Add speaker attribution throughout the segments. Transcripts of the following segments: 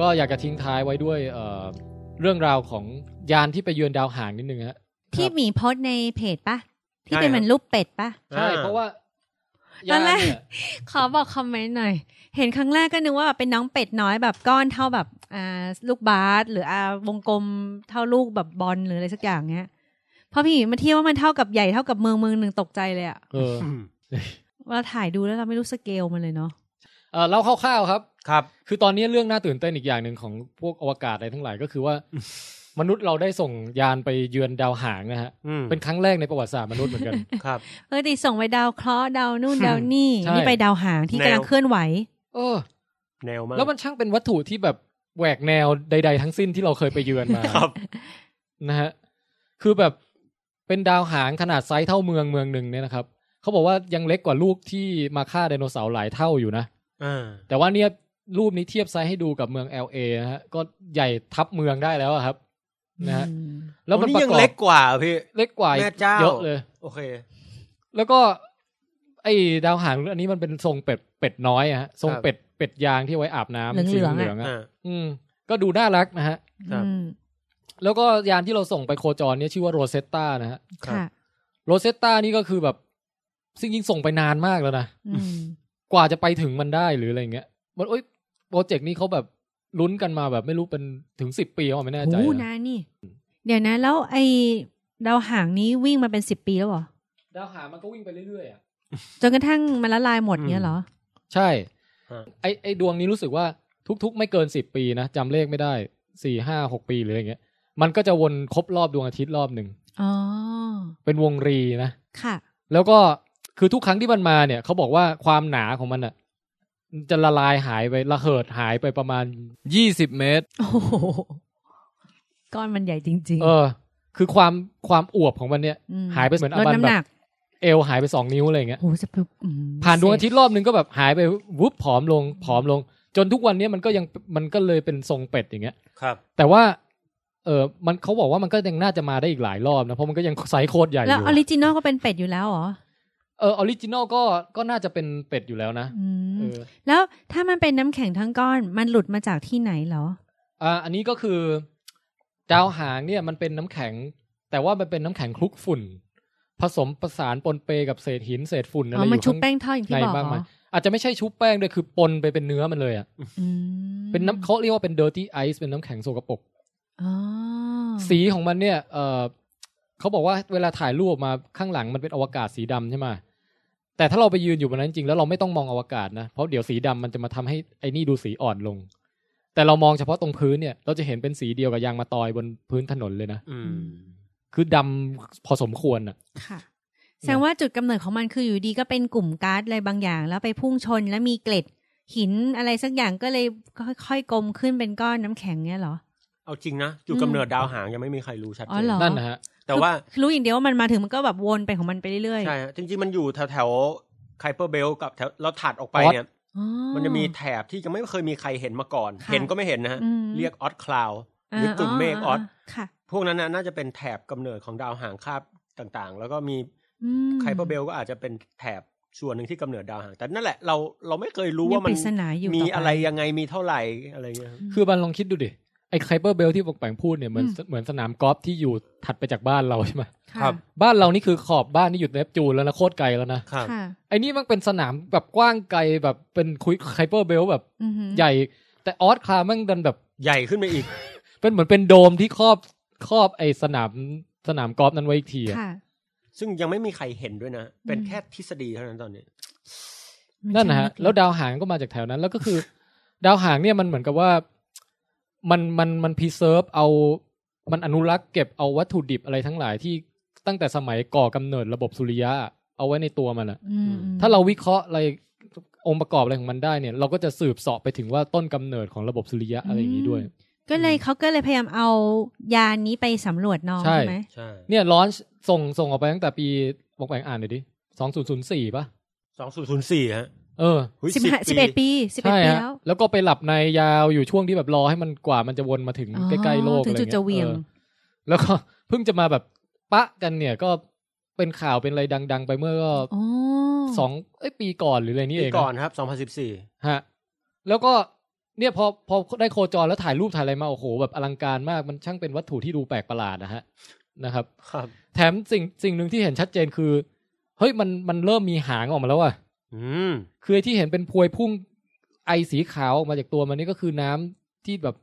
Speaker 1: ก็อยากจะทิ้งท้ายไว้ด้วยเอ่อเรื่องราวของยานที่ไปเยือนดาวหางนิดนึงฮะ
Speaker 2: ที่
Speaker 1: ครับ
Speaker 2: หมีโพสต์ในเพจปะที่
Speaker 3: ใช่
Speaker 2: เป็น
Speaker 3: ค
Speaker 2: เห
Speaker 3: รับ
Speaker 2: มือนรูปเป็ดปะ
Speaker 1: ใช่
Speaker 3: อ่
Speaker 1: เพราะว่า
Speaker 2: ตอย
Speaker 1: าน
Speaker 2: นแรก
Speaker 1: เนี่ย
Speaker 2: ขอบอกคอมเมนต์หน่อย เห็นครั้งแรกก็นึกว่าแบบเป็นน้องเป็ดน้อยแบบก้อนเท่าแบบอ่าลูกบาสหรืออ่าวงกลมเท่าลูกแบบบอลหรืออะไรสักอย่างเงี้ยพอพี่หมีมาเที่ยวว่ามันเท่ากับใหญ่เท่ากับเมืองเมืองหนึ่งตกใจเลยอะ
Speaker 1: เออ
Speaker 3: อืม
Speaker 2: เราถ่ายดูแล้วเราไม่รู้สเกลมันเลยเนาะ
Speaker 1: เอ่อเล่าคร่าว ๆครับ
Speaker 3: ครับ
Speaker 1: คือตอนนี้เรื่องน่าตื่นเต้นอีกอย่างหนึ่งของพวกอวกาศอะไรทั้งหลายก็คือว่า มนุษย์เราได้ส่งยานไปเยือนดาวหางนะฮะ
Speaker 3: อืม
Speaker 1: เป็นครั้งแรกในประวัติศาสตร์มนุษย์เหมือนกัน
Speaker 3: ครับ
Speaker 2: เออดีส่งไปดาวเคราะห์ดาวนู่นดาวนี่
Speaker 1: ใช่
Speaker 2: นี่ไปดาวหางที่
Speaker 3: แนว
Speaker 2: กำลังเคลื่อนไหว
Speaker 1: เออ
Speaker 3: แนวมาก
Speaker 1: แล้วมันช่างเป็นวัตถุที่แบบแหวกแนวใด ๆ ทั้งสิ้นที่เราเคยไปเยือนมา
Speaker 3: ครับ
Speaker 1: นะฮะ คือแบบเป็นดาวหางขนาดไซส์เท่าเมืองเมืองหนึ่งเนี่ยนะครับเขาบอกว่ายังเล็กกว่าลูกที่มาฆ่าไดโนเสาร์หลายเท่าอยู่นะ
Speaker 3: อ่า
Speaker 1: แต่ว่าเนี่ยรูปนี้เทียบไซส์ให้ดูกับเมือง LA นะฮะก็ใหญ่ทับเมืองได้แล้วอะครับ นะฮะ แล้วมัน
Speaker 3: โอ้
Speaker 1: ประ
Speaker 3: ยัง
Speaker 1: กอบ
Speaker 3: เล็กกว่าเหรอพี่
Speaker 1: เล็กกว่าอีก
Speaker 3: แม่เจ้า
Speaker 1: เยอะเลย
Speaker 3: โอเค
Speaker 1: แล้วก็ ไอ้ดาวหางอันนี้มันเป็นทรงเป็ดเป็ดน้อยอะฮะทรง
Speaker 3: ครับ
Speaker 1: เป็ดเป็ดยางที่ไว้อาบน้ำ
Speaker 2: เหลืองๆ
Speaker 1: ๆอะ
Speaker 2: อะ
Speaker 3: อ่า
Speaker 1: อืม ก็ดูน่ารักนะฮะ
Speaker 3: ครับ
Speaker 2: อืม
Speaker 1: แล้วก็ยานที่เราส่งไปโคจรเนี่ยชื่อว่าโรเซตตานะฮะ
Speaker 3: ครับ
Speaker 2: ค่ะ
Speaker 1: โรเซตตานี่ก็คือแบบซึ่งยิงๆส่งไปนานมากแล้วนะ
Speaker 2: อืม
Speaker 1: กว่าจะไปถึงมันได้หรืออะไรเงี้ยมันโอ้ยโปรเจกต์นี้เขาแบบลุ้นกันมาแบบไม่รู้เป็นถึงสิบปีเอาไม่แน่ใจ
Speaker 2: โอ้
Speaker 1: นะ
Speaker 2: นะนี่ เดี๋ยวนะแล้วไอดาวหางนี้วิ่งมาเป็นสิบปีแล้วเหรอ
Speaker 1: ดาวหางมันก็วิ่งไปเรื่อยๆอ่ะ
Speaker 2: จนกระทั่งมันละลายหมดเงี้ยเหรอ
Speaker 1: ใช่
Speaker 3: ฮะ
Speaker 1: ไอไอดวงนี้รู้สึกว่าทุกๆ ไม่เกินสิบปีนะจำเลขไม่ได้สี่ห้าหกปีหรืออะไรเงี้ย มันก็จะวนครบรอบดวงอาทิตย์รอบหนึ่ง
Speaker 2: อ๋อ
Speaker 1: เป็นวงรีนะ
Speaker 2: ค่ะ
Speaker 1: แล้วก็คือทุกครั้งที่มันมาเนี่ยเขาบอกว่าความหนาของมันอ่ะจะละลายหายไประเหิดหายไปประมาณยี่สิบเมตร
Speaker 2: โอ้โห ก้อนมันใหญ่จริง
Speaker 1: เออ คือความความอวบของมันเนี่ย
Speaker 2: ม
Speaker 1: หายไปเหมือน
Speaker 2: ล
Speaker 1: อั
Speaker 2: ด
Speaker 1: บัน
Speaker 2: น้ำ
Speaker 1: แบ
Speaker 2: หนั
Speaker 1: บ
Speaker 2: ก
Speaker 1: เอวหายไปสองนิ้วอะไรอย่างเงี้ย
Speaker 2: โหจะไปอืม
Speaker 1: ผ่านดวงอาทิตย์รอบนึงก็แบบหายไปวุบผอมลงผอมลง จนทุกวันเนี้ยมันก็ยังมันก็เลยเป็นทรงเป็ดอย่างเงี้ย
Speaker 3: ครับ
Speaker 1: แต่ว่า เออมันเขาบอกว่ามันก็ยังน่าจะมาได้อีกหลายรอบนะเพราะมันก็ยังไซส์โคตรใหญ่อ
Speaker 2: แล้ว
Speaker 1: ยู่
Speaker 2: ออริจินอลก็เป็นเป็ดอยู่แล้วเหรอ
Speaker 1: เออออริจินอลก็ก็น่าจะเป็นเป็ดอยู่แล้วนะ
Speaker 2: อืม
Speaker 1: เออ
Speaker 2: แล้วถ้ามันเป็นน้ำแข็งทั้งก้อน มันหลุดมาจากที่ไหนเหรอ
Speaker 1: อ่าอันนี้ก็คือดาวหางเนี่ยมันเป็นน้ำแข็ง แต่ว่ามันเป็นน้ำแข็งคลุกฝุ่น ผสมประสานปนเปกับเศษหินเศษฝุ่นอะไร
Speaker 2: อ๋อ
Speaker 1: อ
Speaker 2: มัน
Speaker 1: ยู่
Speaker 2: ชุบ
Speaker 1: ข้าง
Speaker 2: แป้งทอดอย่างที่
Speaker 1: ใน
Speaker 2: บอก
Speaker 1: บ้าง
Speaker 2: เห
Speaker 1: ไห
Speaker 2: ร
Speaker 1: ม
Speaker 2: อ
Speaker 1: อาจจะไม่ใช่ชุบแป้งด้วยคือปนไปเป็นเนื้อมันเลยอ่ะ
Speaker 2: อืม
Speaker 1: เป็นน้ำเขาเรียกว่าเป็น dirty ice เป็นน้ำแข็งโสกปรก
Speaker 2: อ๋อ
Speaker 1: สีของมันเนี่ยเออเขาบอกว่าเวลาถ่ายรูปออกมาข้างหลังมันเป็นอวกาศสีดำใช่ไหมแต่ถ้าเราไปยืนอยู่บนนั้นจริงแล้วเราไม่ต้องมองอวกาศนะเพราะเดี๋ยวสีดำมันจะมาทำให้ไอ้นี่ดูสีอ่อนลง แต่เรามองเฉพาะตรงพื้นเนี่ย เราจะเห็นเป็นสีเดียวกับยางมาตอยบนพื้นถนนเลยนะ
Speaker 3: อืม
Speaker 1: คือดำพอสมควรอ่ะ
Speaker 2: ค่ะ แสดงว่าจุดกำเนิดของมันคืออยู่ดีก็เป็นกลุ่มก๊าซอะไรบางอย่าง แล้วไปพุ่งชนแล้วมีเกล็ดหินอะไรสักอย่างก็เลยค่อยๆกลมขึ้นเป็นก้อนน้ำแข็งเงี้ยเหรอ
Speaker 3: เอาจริงนะจุด
Speaker 2: อืม
Speaker 3: กำเนิดดาวหางยังไม่มีใครรู้ชัด
Speaker 2: อ๋อ
Speaker 3: เจ
Speaker 2: น เหรอ
Speaker 1: นั่นนะฮะ
Speaker 3: แต่ว่า
Speaker 2: คือรู้อย่างเดียวว่ามันมาถึงมันก็แบบวนไปของมันไปเรื่อยๆ
Speaker 3: ใช่ฮะจริง ๆ มันอยู่แถวๆไคเปอร์เบลกับแถวเราถัดออกไปเนี่ย
Speaker 2: อ๋อ
Speaker 3: มันจะมีแถบที่ยังไม่เคยมีใครเห็นมาก่อน
Speaker 2: ค่ะ
Speaker 3: เห็นก็ไม่เห็นนะฮะ
Speaker 2: อืม
Speaker 3: เรียกออดคลาวหรือกลุ่มเมฆออด
Speaker 2: ค่ะ
Speaker 3: พวกนั้นนะน่าจะเป็นแถบกำเนิดของดาวหางคาบต่างๆ แล้วก็มี
Speaker 2: อืม
Speaker 3: ไคเปอร์เบลก็อาจจะเป็นแถบส่วนหนึ่งที่กำเนิดดาวหาง แต่นั่นแหละเราเราไม่เคยรู้
Speaker 2: ยั
Speaker 3: ว่าง
Speaker 2: ป
Speaker 3: มัน
Speaker 2: ริศนาอยู่
Speaker 3: มี
Speaker 2: ต่ป
Speaker 3: อะไรยังไงมีเท่าไหร่อะไรเงี้ยครับ
Speaker 1: คือบันลองคิดดูดิ ไอ้ไคเปอร์เบลที่ปกแปงพูดเนี่ยเหมือนเหมือนสนามกอล์ฟที่อยู่ถัดไปจากบ้านเราใช่ไหม
Speaker 2: ค่ะ
Speaker 3: ครับ
Speaker 1: บ้านเรานี่คือขอบบ้านนี่อยู่เนปจูนแล้วนะโคตรไกลแล้วนะ
Speaker 3: ครับ
Speaker 2: ค่ะ
Speaker 1: ไอ้นี่มันเป็นสนามแบบกว้างไกลแบบเป็นคุยไคเปอร์เบลแบบ
Speaker 2: อือหือ
Speaker 1: ใหญ่ แต่ออสคลามันดันแบบ
Speaker 3: ใหญ่ขึ้นไปอีก
Speaker 1: เป็นเหมือนเป็นโดมที่ครอบครอบไอ้สนามสนามกอล์ฟนั้นไว้อีกทีอะ
Speaker 2: ค่ะ
Speaker 3: ซึ่งยังไม่มีใครเห็นด้วยนะ เป็น
Speaker 2: อืม
Speaker 3: แค่ทฤษฎีเท่านั้นตอนนี้
Speaker 2: ไม่ใช่
Speaker 1: นั่นนะฮะ
Speaker 2: เมื่อกี้
Speaker 1: แล้วดาวหางก็มาจากแถวนั้น แล้วก็คือ ดาวหางเนี่ยมันเหมือนกับว่ามันมันมันพ e เซิร์ฟเอา มันอนุรักษ์เก็บเอาวัตถุดิบอะไรทั้งหลายที่ตั้งแต่สมัยก่อกำเนิดระบบสุริยะ เอาไว้ในตัวมันอะ
Speaker 2: อืม
Speaker 1: ถ้าเราวิเคราะห์อะไรองค์ประกอบอะไรของมันได้เนี่ย เราก็จะสืบเสาะไปถึงว่าต้นกำเนิดของระบบสุริยะอะไรอย่างนี้ด้วย
Speaker 2: ก็เลยเขาก็เลยพยายามเอายานนี้ไปสำรวจน้อง
Speaker 1: ใช่
Speaker 2: ใช่ไหม
Speaker 3: ใช่
Speaker 1: เนี่ยลอนส่งส่งออกไปตั้งแต่ปีบอกแปงอ่านหน่อยดิสองศูนย์ศูนย์สี่ป่ะ
Speaker 3: สองศูนย์ศูนย์สี่ฮะ
Speaker 1: เออ
Speaker 3: หุ้ย
Speaker 2: สิบห้าสิบเอ็ดปีสิบเอ็ด
Speaker 1: ใช่
Speaker 2: ปี
Speaker 1: ฮะ
Speaker 2: แล้ว
Speaker 1: แล้วก็ไปหลับในยาวอยู่ช่วงที่แบบรอให้มันกว่ามันจะวนมาถึง
Speaker 2: อ๋อ
Speaker 1: ใกล้ๆโลก
Speaker 2: ถึ
Speaker 1: อะ
Speaker 2: ง
Speaker 1: ไร
Speaker 2: จุดจะ
Speaker 1: เงี้ย
Speaker 2: เหวียง
Speaker 1: เออแล้วก็ เพิ่งจะมาแบบปะกันเนี่ยก็เป็นข่าวเป็นอะไรดัง ๆ ไปเมื่อก็
Speaker 2: โอ้
Speaker 1: สองเอ้ยปีก่อนหรืออะไรนี่
Speaker 3: ปี
Speaker 1: เองะ
Speaker 3: ก่อนครับสองพันสิบสี่
Speaker 1: ฮะ แล้วก็ เนี่ยพอพอได้โคจรแล้วถ่ายรูปถ่ายอะไรมาโอ้โหแบบอลังการมากมันช่างเป็นวัตถุที่ดูแปลกประหลาดนะฮะนะครับ
Speaker 3: ครับ
Speaker 1: แถมสิ่งสิ่งหนึ่งที่เห็นชัดเจนคือ เฮ้ยมันมันเริ่มมีหางออกมาแล้วอะ
Speaker 3: อืม
Speaker 1: คือไอ้ที่เห็นเป็นพวยพุ่งไอสีขาวออกมาจากตัวมันนี่ก็คือน้ำที่แบบ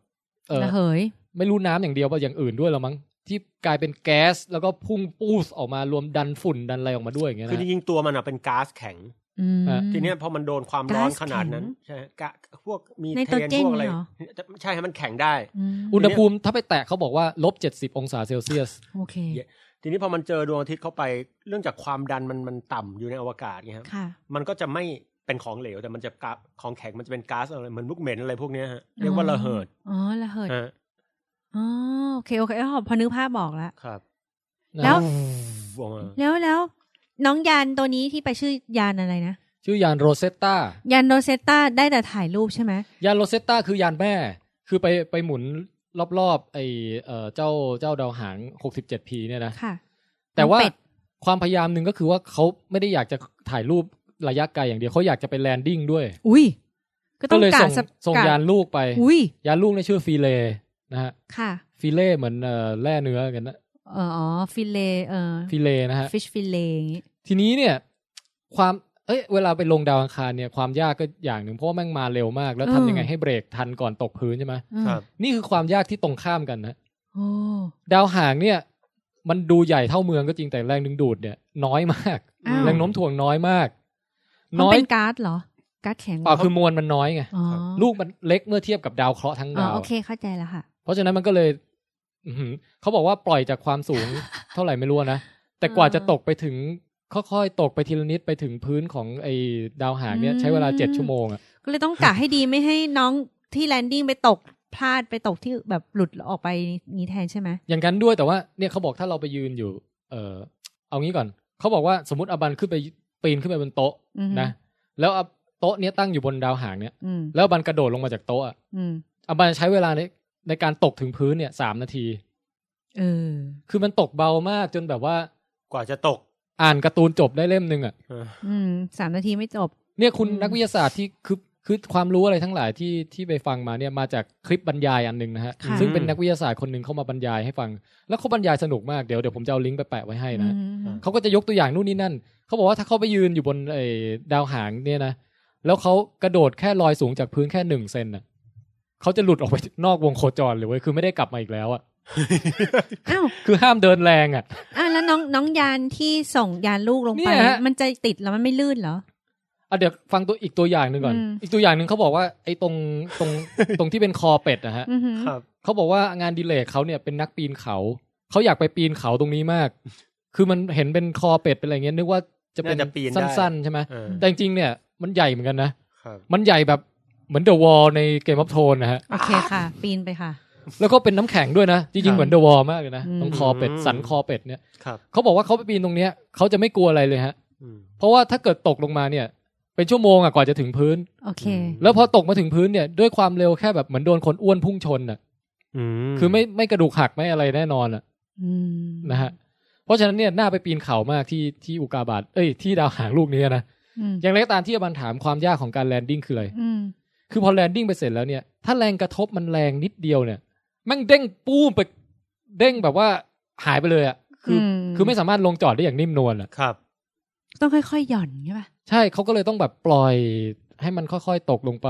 Speaker 1: เออ
Speaker 2: ระเหย
Speaker 1: ไม่รู้น้ำอย่างเดียวป่ะอย่างอื่นด้วยหรอมั้งที่กลายเป็นแก๊สแล้วก็พุ่งปูสออกมารวมดันฝุ่นดันอะไรออกมาด้วยอย่างเงี้ย
Speaker 3: คือ
Speaker 1: นะ
Speaker 3: จริงๆตัวมันอะเป็นก๊าซแข็ง
Speaker 2: อืม
Speaker 1: อ่ะ
Speaker 3: ทีเนี้ยพอมันโดนความร้อน
Speaker 2: ก๊าซ
Speaker 3: ขนาดนั้น
Speaker 2: แข็ง
Speaker 3: ใช่ฮะกะพวกมี
Speaker 2: ไน
Speaker 3: เท
Speaker 2: โตร
Speaker 3: น
Speaker 2: เจน
Speaker 3: พวกอะไร
Speaker 2: เหรอ
Speaker 3: ใช่ฮะมันแข็งได้
Speaker 2: ม
Speaker 1: อุณหภูมิถ้าไปแตะเขาบอกว่าลบเจ็ดสิบองศาเซลเซียส
Speaker 2: โอเค
Speaker 3: เยอะ ทีนี้พอมันเจอดวงอาทิตย์เข้าไปเรื่องจากความดันมันมันต่ำอยู่ในอวกาศไงครับ
Speaker 2: ค่ะ
Speaker 3: มันก็จะไม่เป็นของเหลวแต่มันจะกาของแข็งมันจะเป็นก๊าซอะไรเหมือนลูกเหม็นอะไรพวกเนี้ยฮะเรียกว่าระเหิด
Speaker 2: อ๋อระเหย
Speaker 3: ฮะ
Speaker 2: อ๋อโอเคโอเคอ๋อพอนึกภาพบอกแล้ว
Speaker 3: ครับ
Speaker 2: แล้ว
Speaker 3: ออกมา
Speaker 2: แล้วแล้วน้องยานตัวนี้ที่ไปชื่อยานอะไรนะ
Speaker 1: ชื่อยานโรเซตตาย
Speaker 2: านโรเซตตาได้แต่ถ่ายรูปใช่ไหม
Speaker 1: ยานโรเซตตาคือยานแม่ คือไปไปหมุนรอบๆไอเอ่อเจ้าเจ้าดาวหาง 67P เนี่ยนะ
Speaker 2: ค่ะ
Speaker 1: แต่ว่า
Speaker 2: เป็ด
Speaker 1: ความพยายามหนึ่งก็คือว่าเขาไม่ได้อยากจะถ่ายรูประยะไกลอย่างเดียวเขาอยากจะไปแลนดิ้งด้วย
Speaker 2: อุ้ย ก็ต้
Speaker 1: ก็
Speaker 2: อง
Speaker 1: เลย
Speaker 2: กา
Speaker 1: ส่
Speaker 2: รง สัก
Speaker 1: ส่ง
Speaker 2: กร
Speaker 1: ยานลูกไป
Speaker 2: อุ้ย
Speaker 1: ยานลูกในยชื่อฟีเลนะฮะ
Speaker 2: ค่ะ
Speaker 1: ฟีเลเหมือนเอ่อแร่เนื้อกันนะ
Speaker 2: เอ่ออ๋อฟิลเลต์เอ่อ
Speaker 1: ฟีเลนะฮะ
Speaker 2: ฟิชฟิลเลต์อย่างงี้
Speaker 1: ทีนี้เนี่ย ความเอ้ยเวลาไปลงดาวอังคารเนี่ยความยากก็อย่างหนึ่งเพราะว่าแม่งมาเร็วมาก แล้วทำยังไงให้เบรกทันก่อนตกพื้นใช่ไหม
Speaker 2: อืม
Speaker 3: ครับ
Speaker 1: นี่คือความยากที่ตรงข้ามกันนะ
Speaker 2: โอ้
Speaker 1: ดาวหางเนี่ย มันดูใหญ่เท่าเมืองก็จริงแต่แรงดึงดูดเนี่ย น้อยมาก
Speaker 2: อ้าว
Speaker 1: แรงโน้มถ่วงน้อยมาก
Speaker 2: มัน
Speaker 1: น้อย
Speaker 2: เป็นการ์ดเหรอ การ์ดแข็งเหร
Speaker 1: เปล่าคือมวลมันน้อยไง
Speaker 2: อ๋อ
Speaker 1: ลูกมันเล็กเมื่อเทียบกับดาวเคราะห์ทั้ง
Speaker 2: อ๋อ
Speaker 1: ดาว
Speaker 2: โอ
Speaker 1: อะ
Speaker 2: เคเข้าใจแล้วค่ะ
Speaker 1: เพราะฉะนั้นมันก็เลย อื้อหือเขาบอกว่าปล่อยจากความ สูง เท่าไหร่ไม่รู้นะ แต่กว่าจะตกไปถึงค่อยๆตกไปทีละนิดไปถึงพื้นของไอ้ดาวหางเนี่ยใช้เวลา
Speaker 2: อืม
Speaker 1: เจ็ดชั่วโมงอะ
Speaker 2: ก็เลยต้องกะให้ดีไม่ให้น้องที่แลนดิ้งไปตกพลาดไปตกที่แบบหลุดออกไปนี้แทนใช่ไหม
Speaker 1: อย่างนั้นด้วยแต่ว่าเนี่ยเขาบอกถ้าเราไปยืนอยู่ เออเอางี้ก่อนเขาบอกว่าสมมติอบันขึ้นไปปีนขึ้นไปบนโต๊ะ
Speaker 2: อือฮึ
Speaker 1: นะแล้วเอาโต๊ะเนี้ยตั้งอยู่บนดาวหางเนี่ย
Speaker 2: อืม
Speaker 1: แล้วบันกระโดดลงมาจากโต๊ะอะ
Speaker 2: อืม
Speaker 1: อะบันใช้เวลาในในการตกถึงพื้นเนี่ยสามนาที
Speaker 2: เออ
Speaker 1: คือมันตกเบามากจนแบบว่า
Speaker 3: กว่าจะตก
Speaker 1: อ่านการ์ตูนจบได้เล่มหนึ่งอะ
Speaker 3: เออ
Speaker 2: อืมสามนาทีไม่จบ
Speaker 1: เนี่ยคุณ
Speaker 2: อืม
Speaker 1: นักวิทยาศาสตร์ที่คือคือความรู้อะไรทั้งหลายที่ที่ไปฟังมาเนี่ยมาจากคลิปบรรยายอันหนึ่งนะฮะ
Speaker 2: ค่ะ
Speaker 1: ซึ่งเป็นนักวิทยาศาสตร์คนหนึ่งเข้ามาบรรยายให้ฟัง แล้วเขาบรรยายสนุกมากเดี๋ยวเดี๋ยวผมจะเอาลิงก์ไปแปะไว้ให้นะ
Speaker 2: อืมอืม
Speaker 1: เขาก็จะยกตัวอย่างนู่นนี่นั่น เขาบอกว่าถ้าเขาไปยืนอยู่บนไอ้ดาวหางเนี่ยนะ แล้วเขากระโดดแค่ลอยสูงจากพื้นแค่หนึ่งเซนน่ะเขาจะหลุดออกไปนอกวงโคจรเลยเว้ย คือไม่ได้กลับมาอีกแล้วอ่ะ
Speaker 2: อ้าว
Speaker 1: คือห้ามเดินแรงอ่ะ
Speaker 2: อ้าวแล้วน้องน้องยานที่ส่งยานลูกลง
Speaker 1: เนี่
Speaker 2: ไป
Speaker 1: ยฮะ
Speaker 2: มันจะติดแล้วมันไม่ลื่นเหรอ
Speaker 1: อ่ะเดี๋ยวฟังตัวอีกตัวอย่างหนึ่งก่อน
Speaker 2: อืม
Speaker 1: อีกตัวอย่างหนึ่งเขาบอกว่าไอ้ตรงตรง ตรงที่เป็นคอเป็ดนะฮะ
Speaker 2: อือหือ
Speaker 3: ครับ
Speaker 1: เขาบอกว่างานอดีเลกเขาเนี่ยเป็นนักปีนเขา เขาอยากไปปีนเขาตรงนี้มาก คือมันเห็นเป็นคอเป็ดเป็นอะไรเงี้ยนึกว่าจะเป็
Speaker 3: าจะปีนได้
Speaker 1: สั้นๆใช่ไหม
Speaker 3: เออ
Speaker 1: แต่จริงๆเนี่ยมันใหญ่เหมือนกันนะ
Speaker 3: ครับ
Speaker 1: มันใหญ่แบบเหมือนเดอะวอลในเกมอ o ฟโทน นะฮะ
Speaker 2: โอเคค่ะ ปีนไปค่ะ
Speaker 1: แล้วก็เป็นน้ำแข็งด้วยนะ จ
Speaker 2: ครั
Speaker 1: ริงๆ
Speaker 2: บ
Speaker 1: เหมือนเดอะวอลมากเลยนะ
Speaker 2: อืม
Speaker 1: ตรงคอเป็ด สันคอเป็ดเนี่ย
Speaker 3: ครับ
Speaker 1: เขาบอกว่าเขาไปปีนตรงเนี้ยเขาจะไม่กลัวอะไรเลยฮะ
Speaker 3: อืม
Speaker 1: เพราะว่าถ้าเกิดตกลงมาเนี่ย เป็นชั่วโมงอะกว่าจะถึงพื้น
Speaker 2: โอเค
Speaker 3: อืม
Speaker 1: แล้วพอตกมาถึงพื้นเนี่ยด้วยความเร็วแค่แบบเหมือนโดนคนอ้วนพุ่งชนอะ
Speaker 3: ม
Speaker 1: คือไม่ไม่กระดูกหักไม่อะไรแน่นอนอะ
Speaker 2: อืม
Speaker 1: นะฮะ เพราะฉะนั้นเนี่ยน่าไปปีนเขามากที่ที่อุกาบาตเอ้ยที่ดาวหางลูกนี้นะ
Speaker 2: อืม
Speaker 1: อย่างไรก็ตามที่อาบันถามความยากของการแลนดิ้งคืออะไร
Speaker 2: อืม
Speaker 1: คือพอแลนดิ้งไปเสร็จแล้วเนี่ย ถ้าแรงกระทบมันแรงนิดเดียวเนี่ยแมันเด้งปูมไปเด้งแบบว่าหายไปเลยอะ่ะคืออคือไม่สามารถลงจอดได้อย่างนิ่มนวลอะ่ะ
Speaker 3: ครับ
Speaker 2: ต้องค่อยๆหย่อนใช่ป่ะ
Speaker 1: ใช่เขาก็เลยต้องแบบปล่อยให้มันค่อยๆตกลงไป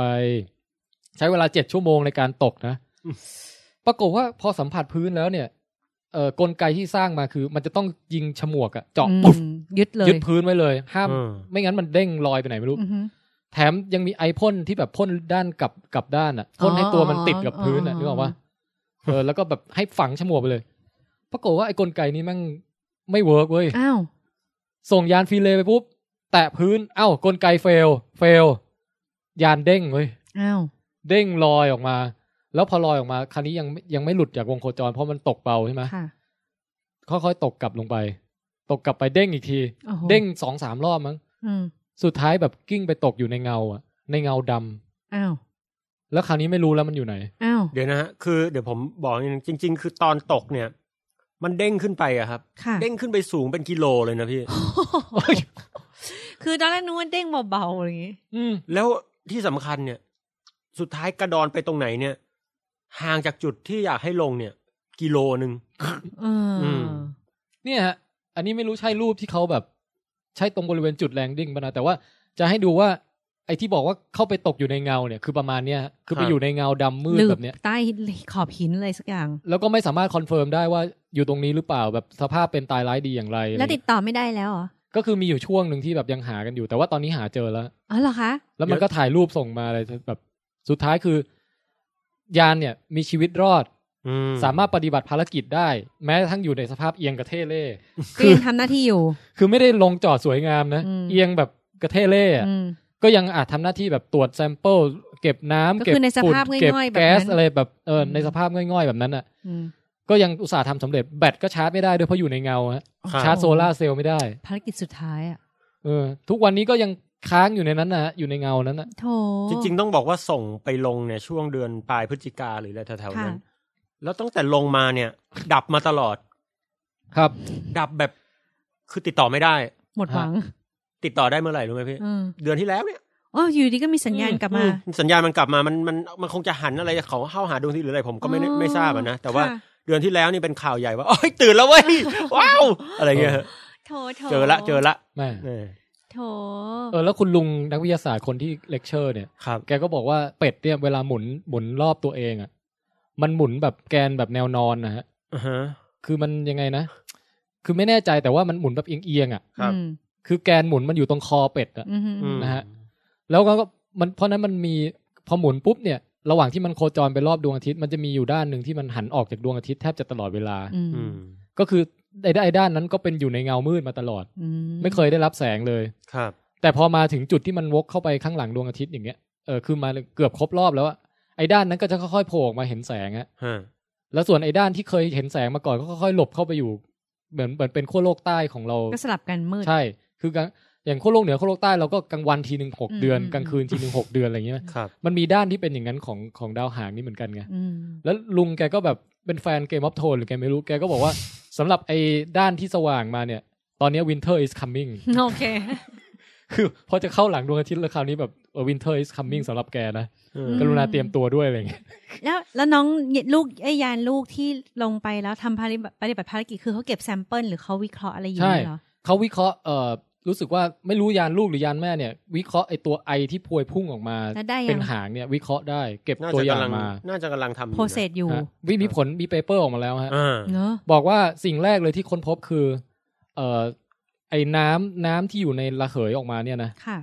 Speaker 1: ใช้เวลาเจ็ดชั่วโมงในการตกนะ ปรากฏว่าพอสัมผัสพื้นแล้วเนี่ยเอ่อกลไกที่สร้างมาคือมันจะต้องยิงฉมวกอะ่ะเจาะปุ๊บ
Speaker 2: อืมยึดเลย
Speaker 1: ยึดพื้นไว้เลย ห้าม
Speaker 3: เออ
Speaker 1: ไม่งั้นมันเด้งลอยไปไหนไม่รู้
Speaker 2: อือหือ
Speaker 1: แถมยังมีไอพ่นที่แบบพ่นด้านกลับกลับด้านอ่ะพ่นให้ตัวมันติดกับพื้นอ่ะ
Speaker 2: อ๋อ
Speaker 1: นึกออกปะเออแล้วก็แบบให้ฝังฉมวกไปเลย ปรากฏว่าไอ้กลไกนี้แมันไม่เวิร์กเว้ย
Speaker 2: อ้าว
Speaker 1: ส่งยานฟรีเลยไปปุ๊บ แตะพื้น เอ้ากลไกเฟล เฟล ยานเด้งเว้ย
Speaker 2: อ้าว
Speaker 1: เด้งลอยออกมา แล้วพอลอยออกมาคราวนี้ยังยังไม่หลุดจากวงโคจรเพราะมันตกเบาใช่ไหม
Speaker 2: ค่ะ
Speaker 1: ค่อยๆตกกลับลงไป ตกกลับไปเด้งอีกที
Speaker 2: โอ้โห
Speaker 1: เด้งสองสามรอบมั้ง
Speaker 2: อืม
Speaker 1: สุดท้ายแบบกิ้งไปตกอยู่ในเงาอะในเงาดำ
Speaker 2: อ้าว
Speaker 1: แล้วคราวนี้ไม่รู้แล้วมันอยู่ไหน
Speaker 2: อ้าว
Speaker 3: เดี๋ยวนะฮะคือเดี๋ยวผมบอกนิดนึงจริง ๆ คือตอนตกเนี่ย มันเด้งขึ้นไปอะครับ
Speaker 2: ค่ะ
Speaker 3: เด้งขึ้นไปสูงเป็นกิโลเลยนะพี่
Speaker 2: คือตอนแรกนึกว่าเด้งเบาๆอะไรอย่างงี้
Speaker 1: อืม
Speaker 3: แล้วที่สำคัญเนี่ย สุดท้ายกระดอนไปตรงไหนเนี่ย ห่างจากจุดที่อยากให้ลงเนี่ย กิโลหนึ่ง
Speaker 2: เอออ
Speaker 3: ม
Speaker 1: เนี่ยฮะ อันนี้ไม่รู้ใช่รูปที่เขาแบบ ใช่ตรงบริเวณจุดแลนดิ้งปะนะแต่ว่าจะให้ดูว่า ไอ้ที่บอกว่าเข้าไปตกอยู่ในเงาเนี่ย คือประมาณเนี้ยฮะคือไปอยู่ในเงาดำมืด
Speaker 2: ลื
Speaker 1: แบบ บเนี้ย
Speaker 2: ใต้ขอบหินอะไรสักอย่าง
Speaker 1: แล้วก็ไม่สามารถคอนเฟิร์มได้ว่าอยู่ตรงนี้หรือเปล่าแบบสภาพเป็นตายร้ายดีอย่างไรอะไร
Speaker 2: แล้วติดต่อไม่ได้แล้วเหรอ
Speaker 1: ก็คือมีอยู่ช่วงหนึ่งที่แบบยังหากันอยู่ แต่ว่าตอนนี้หาเจอแล้ว
Speaker 2: อ๋อเหรอคะ
Speaker 1: แล้วมันก็ถ่ายรูปส่งมาอะไรแบบสุดท้ายคือ ยานเนี่ย มีชีวิตรอด
Speaker 3: อื
Speaker 1: สามารถปฏิบัติภารกิจได้ แม้กระทั้งอยู่ในสภาพเอียงกระเทเล่
Speaker 2: ก็ยังทำหน้าที่อยู่
Speaker 1: คือไม่ได้ลงจอดสวยงามนะ
Speaker 2: อืม
Speaker 1: เอียงแบบกระเทเล่อะ
Speaker 2: อืม
Speaker 1: ก็ยังอาจทำหน้าที่แบบตรวจแซมเปิลเก็บน้ำ
Speaker 2: ก็
Speaker 1: เก็บ
Speaker 2: คือในส
Speaker 1: ฝุ่น
Speaker 2: ภาพง่อยๆ
Speaker 1: เก็บ
Speaker 2: แบบนั้น
Speaker 1: แก๊สอะไรแบบเอออ
Speaker 2: ม
Speaker 1: ในสภาพง่อยๆแบบนั้นอ่ะ
Speaker 2: อืม
Speaker 1: ก็ยังอุตส่าห์ทำสำเร็จแบตก็ชาร์จไม่ได้ด้วยเพราะอยู่ในเงาฮะชาร์จโซลาร์เซลล์ไม่ได้
Speaker 2: ภารกิจสุดท้ายอ่ะ
Speaker 1: เออทุกวันนี้ก็ยังค้างอยู่ในนั้นนะฮะอยู่ในเงานั้นนะ
Speaker 2: โถ
Speaker 3: จริง ๆ ต้องบอกว่าส่งไปลงเนี่ยช่วงเดือนปลายพฤศจิกาหรืออะไรแถวๆ
Speaker 2: ค่ะ
Speaker 3: นั้น แล้วตั้งแต่ลงมาเนี่ย ดับมาตลอด
Speaker 1: ครับ
Speaker 3: ดับแบบ คือติดต่อไม่ได้
Speaker 2: หมดหวัง
Speaker 3: ติดต่อได้เมื่อไหร่รู้ไหมพี่
Speaker 2: เออ
Speaker 3: เดือนที่แล้วเนี่ย
Speaker 2: อ๋ออยู่ดีก็มีสัญญาณกลับ
Speaker 3: อื
Speaker 2: มา
Speaker 3: สัญญาณมันกลับมามันมันมันคงจะหันอะไรเขาเข้าหาดวงอาที่หรืออะไรผมก็ไม่ได้
Speaker 2: อ๋อ
Speaker 3: ไม่ทราบอะนะแต่ว่า
Speaker 2: ค่ะ
Speaker 3: เดือนที่แล้วนี่เป็นข่าวใหญ่ว่าโอ้ยตื่นแล้วเว้ยว้าวอะไรเงี้ยฮะ
Speaker 2: โถโถ
Speaker 3: เจอละเจอละ
Speaker 1: แม่
Speaker 3: เออ
Speaker 2: โถ
Speaker 1: เออแล้วคุณลุงนักวิทยาศาสตร์คนที่เลคเชอร์เนี่ย
Speaker 3: ครับ
Speaker 1: แกก็บอกว่าเป็ดเนี่ยเวลาหมุนหมุนรอบตัวเองอะ่ะ มันหมุนแบบแกนแบบแนวนอนนะฮะ
Speaker 3: อือฮะ
Speaker 1: คือมันยังไงนะ คือไม่แน่ใจแต่ว่ามันหมุนแบบเอียงๆอะ่ะ
Speaker 3: ครับ
Speaker 2: อืม
Speaker 1: คือแกนหมุนมันอยู่ตรงคอเป็ดอะ่ะ
Speaker 2: อืมอืม
Speaker 1: นะฮะ แล้วก็มันเพราะฉะนั้นมันมีพอหมุนปุ๊บเนี่ย ระหว่างที่มันโคจรไปรอบดวงอาทิตย์มันจะมีอยู่ด้านหนึ่งที่มันหันออกจากดวงอาทิตย์แทบจะตลอดเวลา
Speaker 2: อืม
Speaker 3: อืม
Speaker 1: ก็คือไอ้ด้านนั้นก็เป็นอยู่ในเงามืดมาตลอด
Speaker 2: อื
Speaker 1: ไม่เคยได้รับแสงเลย
Speaker 3: ครับ
Speaker 1: แต่พอมาถึงจุดที่มันวกเข้าไปข้างหลังดวงอาทิตย์อย่างเงี้ย เออ คือมาเกือบครบรอบแล้วอะไอ้ด้านนั้นก็จะค่อยๆโผล่ออกมาเห็นแสงอะ
Speaker 3: ฮะ
Speaker 1: แล้วส่วนไอ้ด้านที่เคยเห็นแสงมาก่อนก็ค่อยๆหลบเข้าไปอยู่ เหมือนเหมือนเป็นขั้วโลกใต้ของเรา
Speaker 2: ก็สลับกันมืด
Speaker 1: ใช่ คือกลางอย่างขั้วโลกเหนือขั้วโลกใต้เราก็กลางวันทีหนึ่งหก
Speaker 2: อืม
Speaker 1: เดือน
Speaker 2: อืม
Speaker 1: กลางคืนทีหนึ่งหกเดือนอะไรอย่างเงี้ย
Speaker 3: ครับ
Speaker 1: มันมีด้านที่เป็นอย่างนั้นของของดาวหางนี่เหมือนกันไง
Speaker 2: อืม
Speaker 1: แล้วลุงแกก็แบบเป็นแฟนเกมออฟโทนหรือแกไม่รู้ แกก็บอกว่าสำหรับไอ้ด้านที่สว่างมาเนี่ย ตอนเนี้วินเทอร์ is coming
Speaker 2: โอเค
Speaker 1: คือพอจะเข้าหลังดวงอาทิตย์แล้วคราวนี้แบบวินเทอร์ is coming สำหรับแกนะ
Speaker 2: อืม
Speaker 1: กรุณาเตรียมตัวด้วยอะไรอย่างเงี้ย
Speaker 2: แล้วแล้วน้องลูกไอ้ยานลูกที่ลงไปแล้วทำภารกิจปฏิบัติภารกิจคือเขาเก็บแซมเปิลหรือเขาวิเคราะห์อะไรอย่าง
Speaker 1: ใช่
Speaker 2: นี้เหรอ
Speaker 1: เขาวิเคราะห์เอ่อรู้สึกว่าไม่รู้ยานลูกหรือยานแม่เนี่ย วิเคราะห์ไอตัวไอที่พวยพุ่งออกมา
Speaker 2: แล้วได้
Speaker 1: เป็
Speaker 2: ยั
Speaker 1: น
Speaker 2: ง
Speaker 1: หางเนี่ย วิเคราะห์ได้ เก็บ
Speaker 3: น่า
Speaker 1: ตัว
Speaker 3: จะ
Speaker 1: อย่าง
Speaker 3: กำลัง
Speaker 1: มา
Speaker 3: น่าจะกำลังทำอยู่นะ
Speaker 2: โปรเซสอยู่
Speaker 1: ฮะวิมีผลมีเปเปอร์ออกมาแล้วฮะ
Speaker 3: อ่า
Speaker 2: เนอะ
Speaker 1: บอกว่าสิ่งแรกเลยที่ค้นพบคือ เอ่อไอ้น้ำน้ำที่อยู่ในระเหยออกมาเนี่ยนะ
Speaker 2: ค่ะ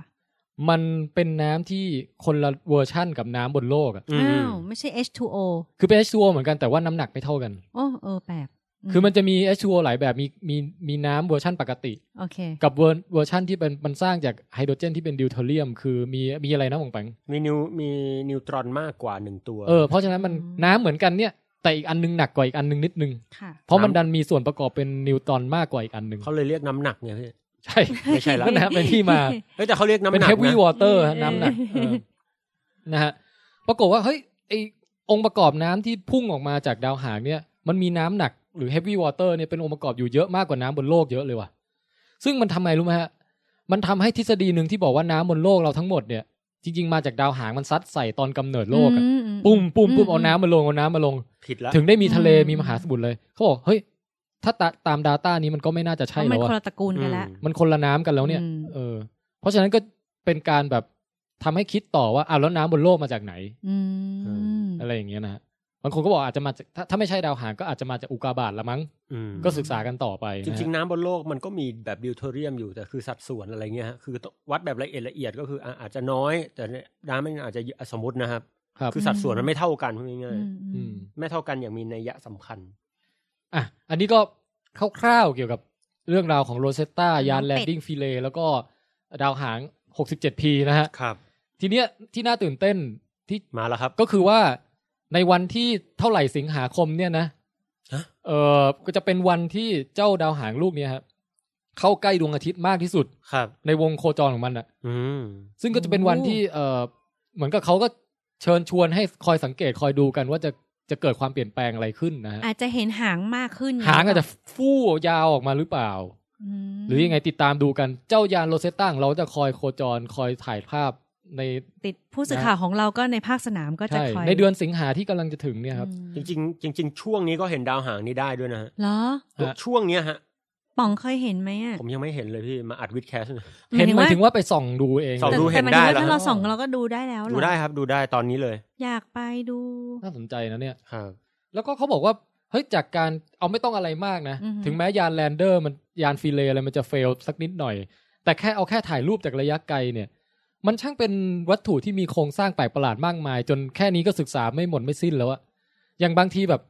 Speaker 1: มันเป็นน้ำที่คนละเวอร์ชั่นกับน้ำบนโลกอะ
Speaker 3: อืม
Speaker 2: อ้าวไม่ใช่ H2O
Speaker 1: คือเป็น H2O เหมือนกันแต่ว่าน้ำหนักไม่เท่ากัน
Speaker 2: โอ้เออแปลก
Speaker 1: คือมันจะมี H2O หลายแบบมีมีมีน้ำเวอร์ชั่นปกติ
Speaker 2: โอเค
Speaker 1: กับเวอร์เวอร์ชั่นที่เป็นมันสร้างจากไฮโดรเจนที่เป็นดิวเทอเรียม คือมีมีอะไรนะหมองแปง
Speaker 3: มีนิวมีนิวตรอนมากกว่าหนึ่งตัว
Speaker 1: เออเพราะฉะนั้นมัน
Speaker 2: อืม
Speaker 1: น้ำเหมือนกันเนี่ยแต่อีกอันนึงหนักกว่าอีกอันนึงนิดนึง
Speaker 2: ค่ะ
Speaker 1: เพราะมันดันมีส่วนประกอบเป็นนิวตรอนมากกว่าอีกอันนึง
Speaker 3: เขาเลยเรียกน้ำหนักไงพี่
Speaker 1: ใช่
Speaker 3: ไม่ใช่ละ
Speaker 1: นั่นนะเป็นที่มา
Speaker 3: เฮ้ยแต่เขาเรียกน้ำ
Speaker 1: เป็น
Speaker 3: หนัก
Speaker 1: เฮฟวี่ว
Speaker 3: นะ
Speaker 1: อเตอร์น้ำหนักเออนะฮะปรากฏว่าเฮ้ยไอองค์ประกอบน้ำที่พุ่งออกมาจากดาวหางเนี่ย มันมีน้ำหนักหรือเฮฟวี่วอเตอร์เนี่ยเป็นองค์ประกอบอยู่เยอะมากกว่าน้ำบนโลกเยอะเลยว่ะซึ่งมันทำไมรู้ไหมฮะมันทำให้ทฤษฎีหนึ่งที่บอกว่าน้ำบนโลกเราทั้งหมดเนี่ย จริง ๆ มาจากดาวหางมันซัดใส่ตอนกำเนิดโลกอะ
Speaker 2: อืมอืม
Speaker 1: ปุ้มปุ้มปุ้ม
Speaker 2: อืม
Speaker 1: เอาน้ำมาลงเอาน้ำมาลง
Speaker 3: ผิดละ
Speaker 1: ถึงได้มีทะเล
Speaker 2: อืม
Speaker 1: มีมหาสมุทรเลยเขาบอกเฮ้ยถ้าตาตาม Data นี้มันก็ไม่น่าจะ
Speaker 2: เพ
Speaker 1: ใช่
Speaker 2: ราะมั
Speaker 1: แล้
Speaker 2: น
Speaker 1: ว
Speaker 2: คน
Speaker 1: อะ
Speaker 2: ละตระกูลกันละ
Speaker 1: มันคนละน้ำกันแล้วเนี่ย
Speaker 2: อืม
Speaker 1: เออ เพราะฉะนั้นก็เป็นการแบบทำให้คิดต่อว่าอ้าวแล้วน้ำบนโลกมาจากไหน
Speaker 2: อืม
Speaker 1: อะไรอย่างเงี้ยนะฮะบางคนก็บอกอาจจะมาจากถ้าถ้าไม่ใช่ดาวหางก็อาจจะมาจากอุกาบาตละมั้ง
Speaker 3: อืม
Speaker 1: ก็ศึกษากันต่อไป
Speaker 3: จริง
Speaker 1: นะฮะ
Speaker 3: ๆน้ำบนโลกมันก็มีแบบดิวเทอเรียมอยู่แต่คือสัดส่วนอะไรเงี้ยฮะคือต้องวัดแบบละเอียดละเอียดก็คืออ่ะอาจจะน้อย แต่น้ำมันอาจจะเยอะสมมตินะครับ
Speaker 1: ครับ
Speaker 3: คือสัดส่วนมันไม่เท่ากันพูดง่าย
Speaker 2: อืมอื
Speaker 1: อืม
Speaker 2: ม
Speaker 3: ๆไม่เท่ากันอย่างมีนัยยะสำคัญ
Speaker 1: อ่ะอันนี้ก็คร่าวๆเกี่ยวกับเรื่องราวของโรเซตตายานแลนดิ้งฟิเลแล้วก็ดาวหาง 67P นะฮะ
Speaker 3: ครับ
Speaker 1: ทีเนี้ยที่น่าตื่นเต้นที่
Speaker 3: มาแล้วครับ
Speaker 1: ก็คือว่าในวันที่เท่าไหร่สิงหาคมเนี่ยนะ
Speaker 3: ฮะ
Speaker 1: เออก็จะเป็นวันที่เจ้าดาวหางลูกเนี่ยครับเข้าใกล้ดวงอาทิตย์มากที่สุด
Speaker 3: ครับ
Speaker 1: ในวงโคจรของมันอ่ะ
Speaker 3: อืม
Speaker 1: ซึ่งก็จะเป็นวันที่เออเหมือนกับเขาก็เชิญชวนให้คอยสังเกตคอยดูกันว่าจะจะเกิดความเปลี่ยนแปลงอะไรขึ้นนะฮะ
Speaker 2: อาจจะเห็นหางมากขึ้น
Speaker 1: หางอาจจะฟู่ยาวออกมาหรือเปล่า
Speaker 2: ม
Speaker 1: หรือยังไงติดตามดูกันเจ้ายานโรเซตต้าของเราจะคอยโคจรคอยถ่ายภาพ ใน
Speaker 2: ติดผู้สื่อข่าวของเราก็ในภาคสนามก็จะ
Speaker 1: ใช่
Speaker 2: คอย
Speaker 1: ในเดือนสิงหาที่กำลังจะถึงเนี่ยครับ
Speaker 3: จริงๆจริง ๆ ช่วงนี้ก็เห็นดาวหางนี้ได้ด้วยนะฮะ
Speaker 2: เหรอ
Speaker 1: ฮะ
Speaker 3: ช่วงเนี้ยฮะ
Speaker 2: ป๋องเคยเห็นไหมอ่ะ
Speaker 3: ผมยังไม่เห็นเลยพี่มาอัดวิดแคสต์
Speaker 1: เห็นหมายถึงว่าไปส่องดูเอง
Speaker 3: ส่อง
Speaker 2: แต่
Speaker 3: ดู
Speaker 2: แต่หมายถึงว่า
Speaker 3: เห็นได้เหรอ
Speaker 2: ถ้าเราส่องเราก็ดูได้แล้วเหรอ
Speaker 3: ดูได้ครับดูได้ตอนนี้เลย
Speaker 2: อยากไปดู
Speaker 1: น่าสนใจนะเนี่ย
Speaker 3: ครับ
Speaker 1: แล้วก็เขาบอกว่าเฮ้ยจากการเอาไม่ต้องอะไรมากนะ
Speaker 2: อือหือ
Speaker 1: ถึงแม้ยานแลนเดอร์ มันยานฟีเลย์อะไรมันจะเฟลสักนิดหน่อย แต่แค่เอาแค่ถ่ายรูปจากระยะไกลเนี่ย มันช่างเป็นวัตถุที่มีโครงสร้างแปลกประหลาดมากมาย จนแค่นี้ก็ศึกษาไม่หมดไม่สิ้นแล้วอะอย่างบางทีแบบ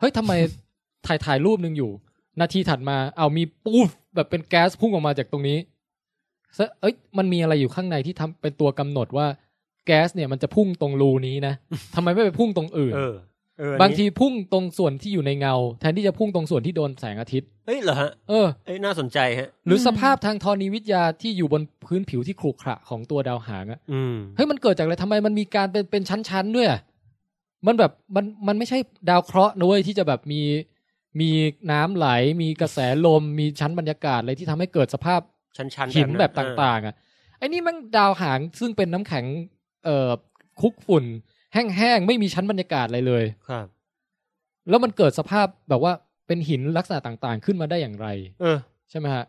Speaker 1: เฮ้ยทำไม ถ่ายถ่ายรูปหนึ่งอยู่ นาทีถัดมาเอามีปูฟแบบเป็นแก๊สพุ่งออกมาจากตรงนี้ซะเอ้ยมันมีอะไรอยู่ข้างในที่ทำเป็นตัวกำหนดว่าแก๊สเนี่ยมันจะพุ่งตรงรูนี้นะทำไมไม่ไปพุ่งตรงอื่น
Speaker 3: เออเอออันนี้
Speaker 1: บางทีพุ่งตรงส่วนที่อยู่ในเงา แทนที่จะพุ่งตรงส่วนที่โดนแสงอาทิตย์
Speaker 3: เอ้ยเหรอฮะ
Speaker 1: เออ
Speaker 3: เอ้ยน่าสนใจฮะ
Speaker 1: หรืออ
Speaker 2: ม
Speaker 1: สภาพทางธรณีวิทยาที่อยู่บนพื้นผิวที่ขรุขระของตัวดาวหางอะ
Speaker 3: อืม
Speaker 1: เฮ้ยมันเกิดจากอะไรทำไมมันมีการเป็นเป็นชั้นๆด้วยอะมันแบบมันมันไม่ใช่ดาวเคราะห์นะเว้ยที่จะแบบมีมีน้ำไหล มีกระแสลม มีชั้นบรรยากาศอะไรที่ทำให้เกิดสภาพ
Speaker 3: ชั้นชั้น
Speaker 1: หินแบบต
Speaker 3: ง
Speaker 1: ่าง ๆ อ่ะไอ้นี่มันดาวหางซึ่งเป็นน้ำแข็งเอ่อคลุกฝุ่น แห้งๆไม่มีชั้นบรรยากาศอะไรเลย
Speaker 3: ครับ
Speaker 1: แล้วมันเกิดสภาพแบบว่าเป็นหินลักษณะต่างๆ ขึ้นมาได้อย่างไร
Speaker 3: เออ
Speaker 1: ใช่ไหมฮะ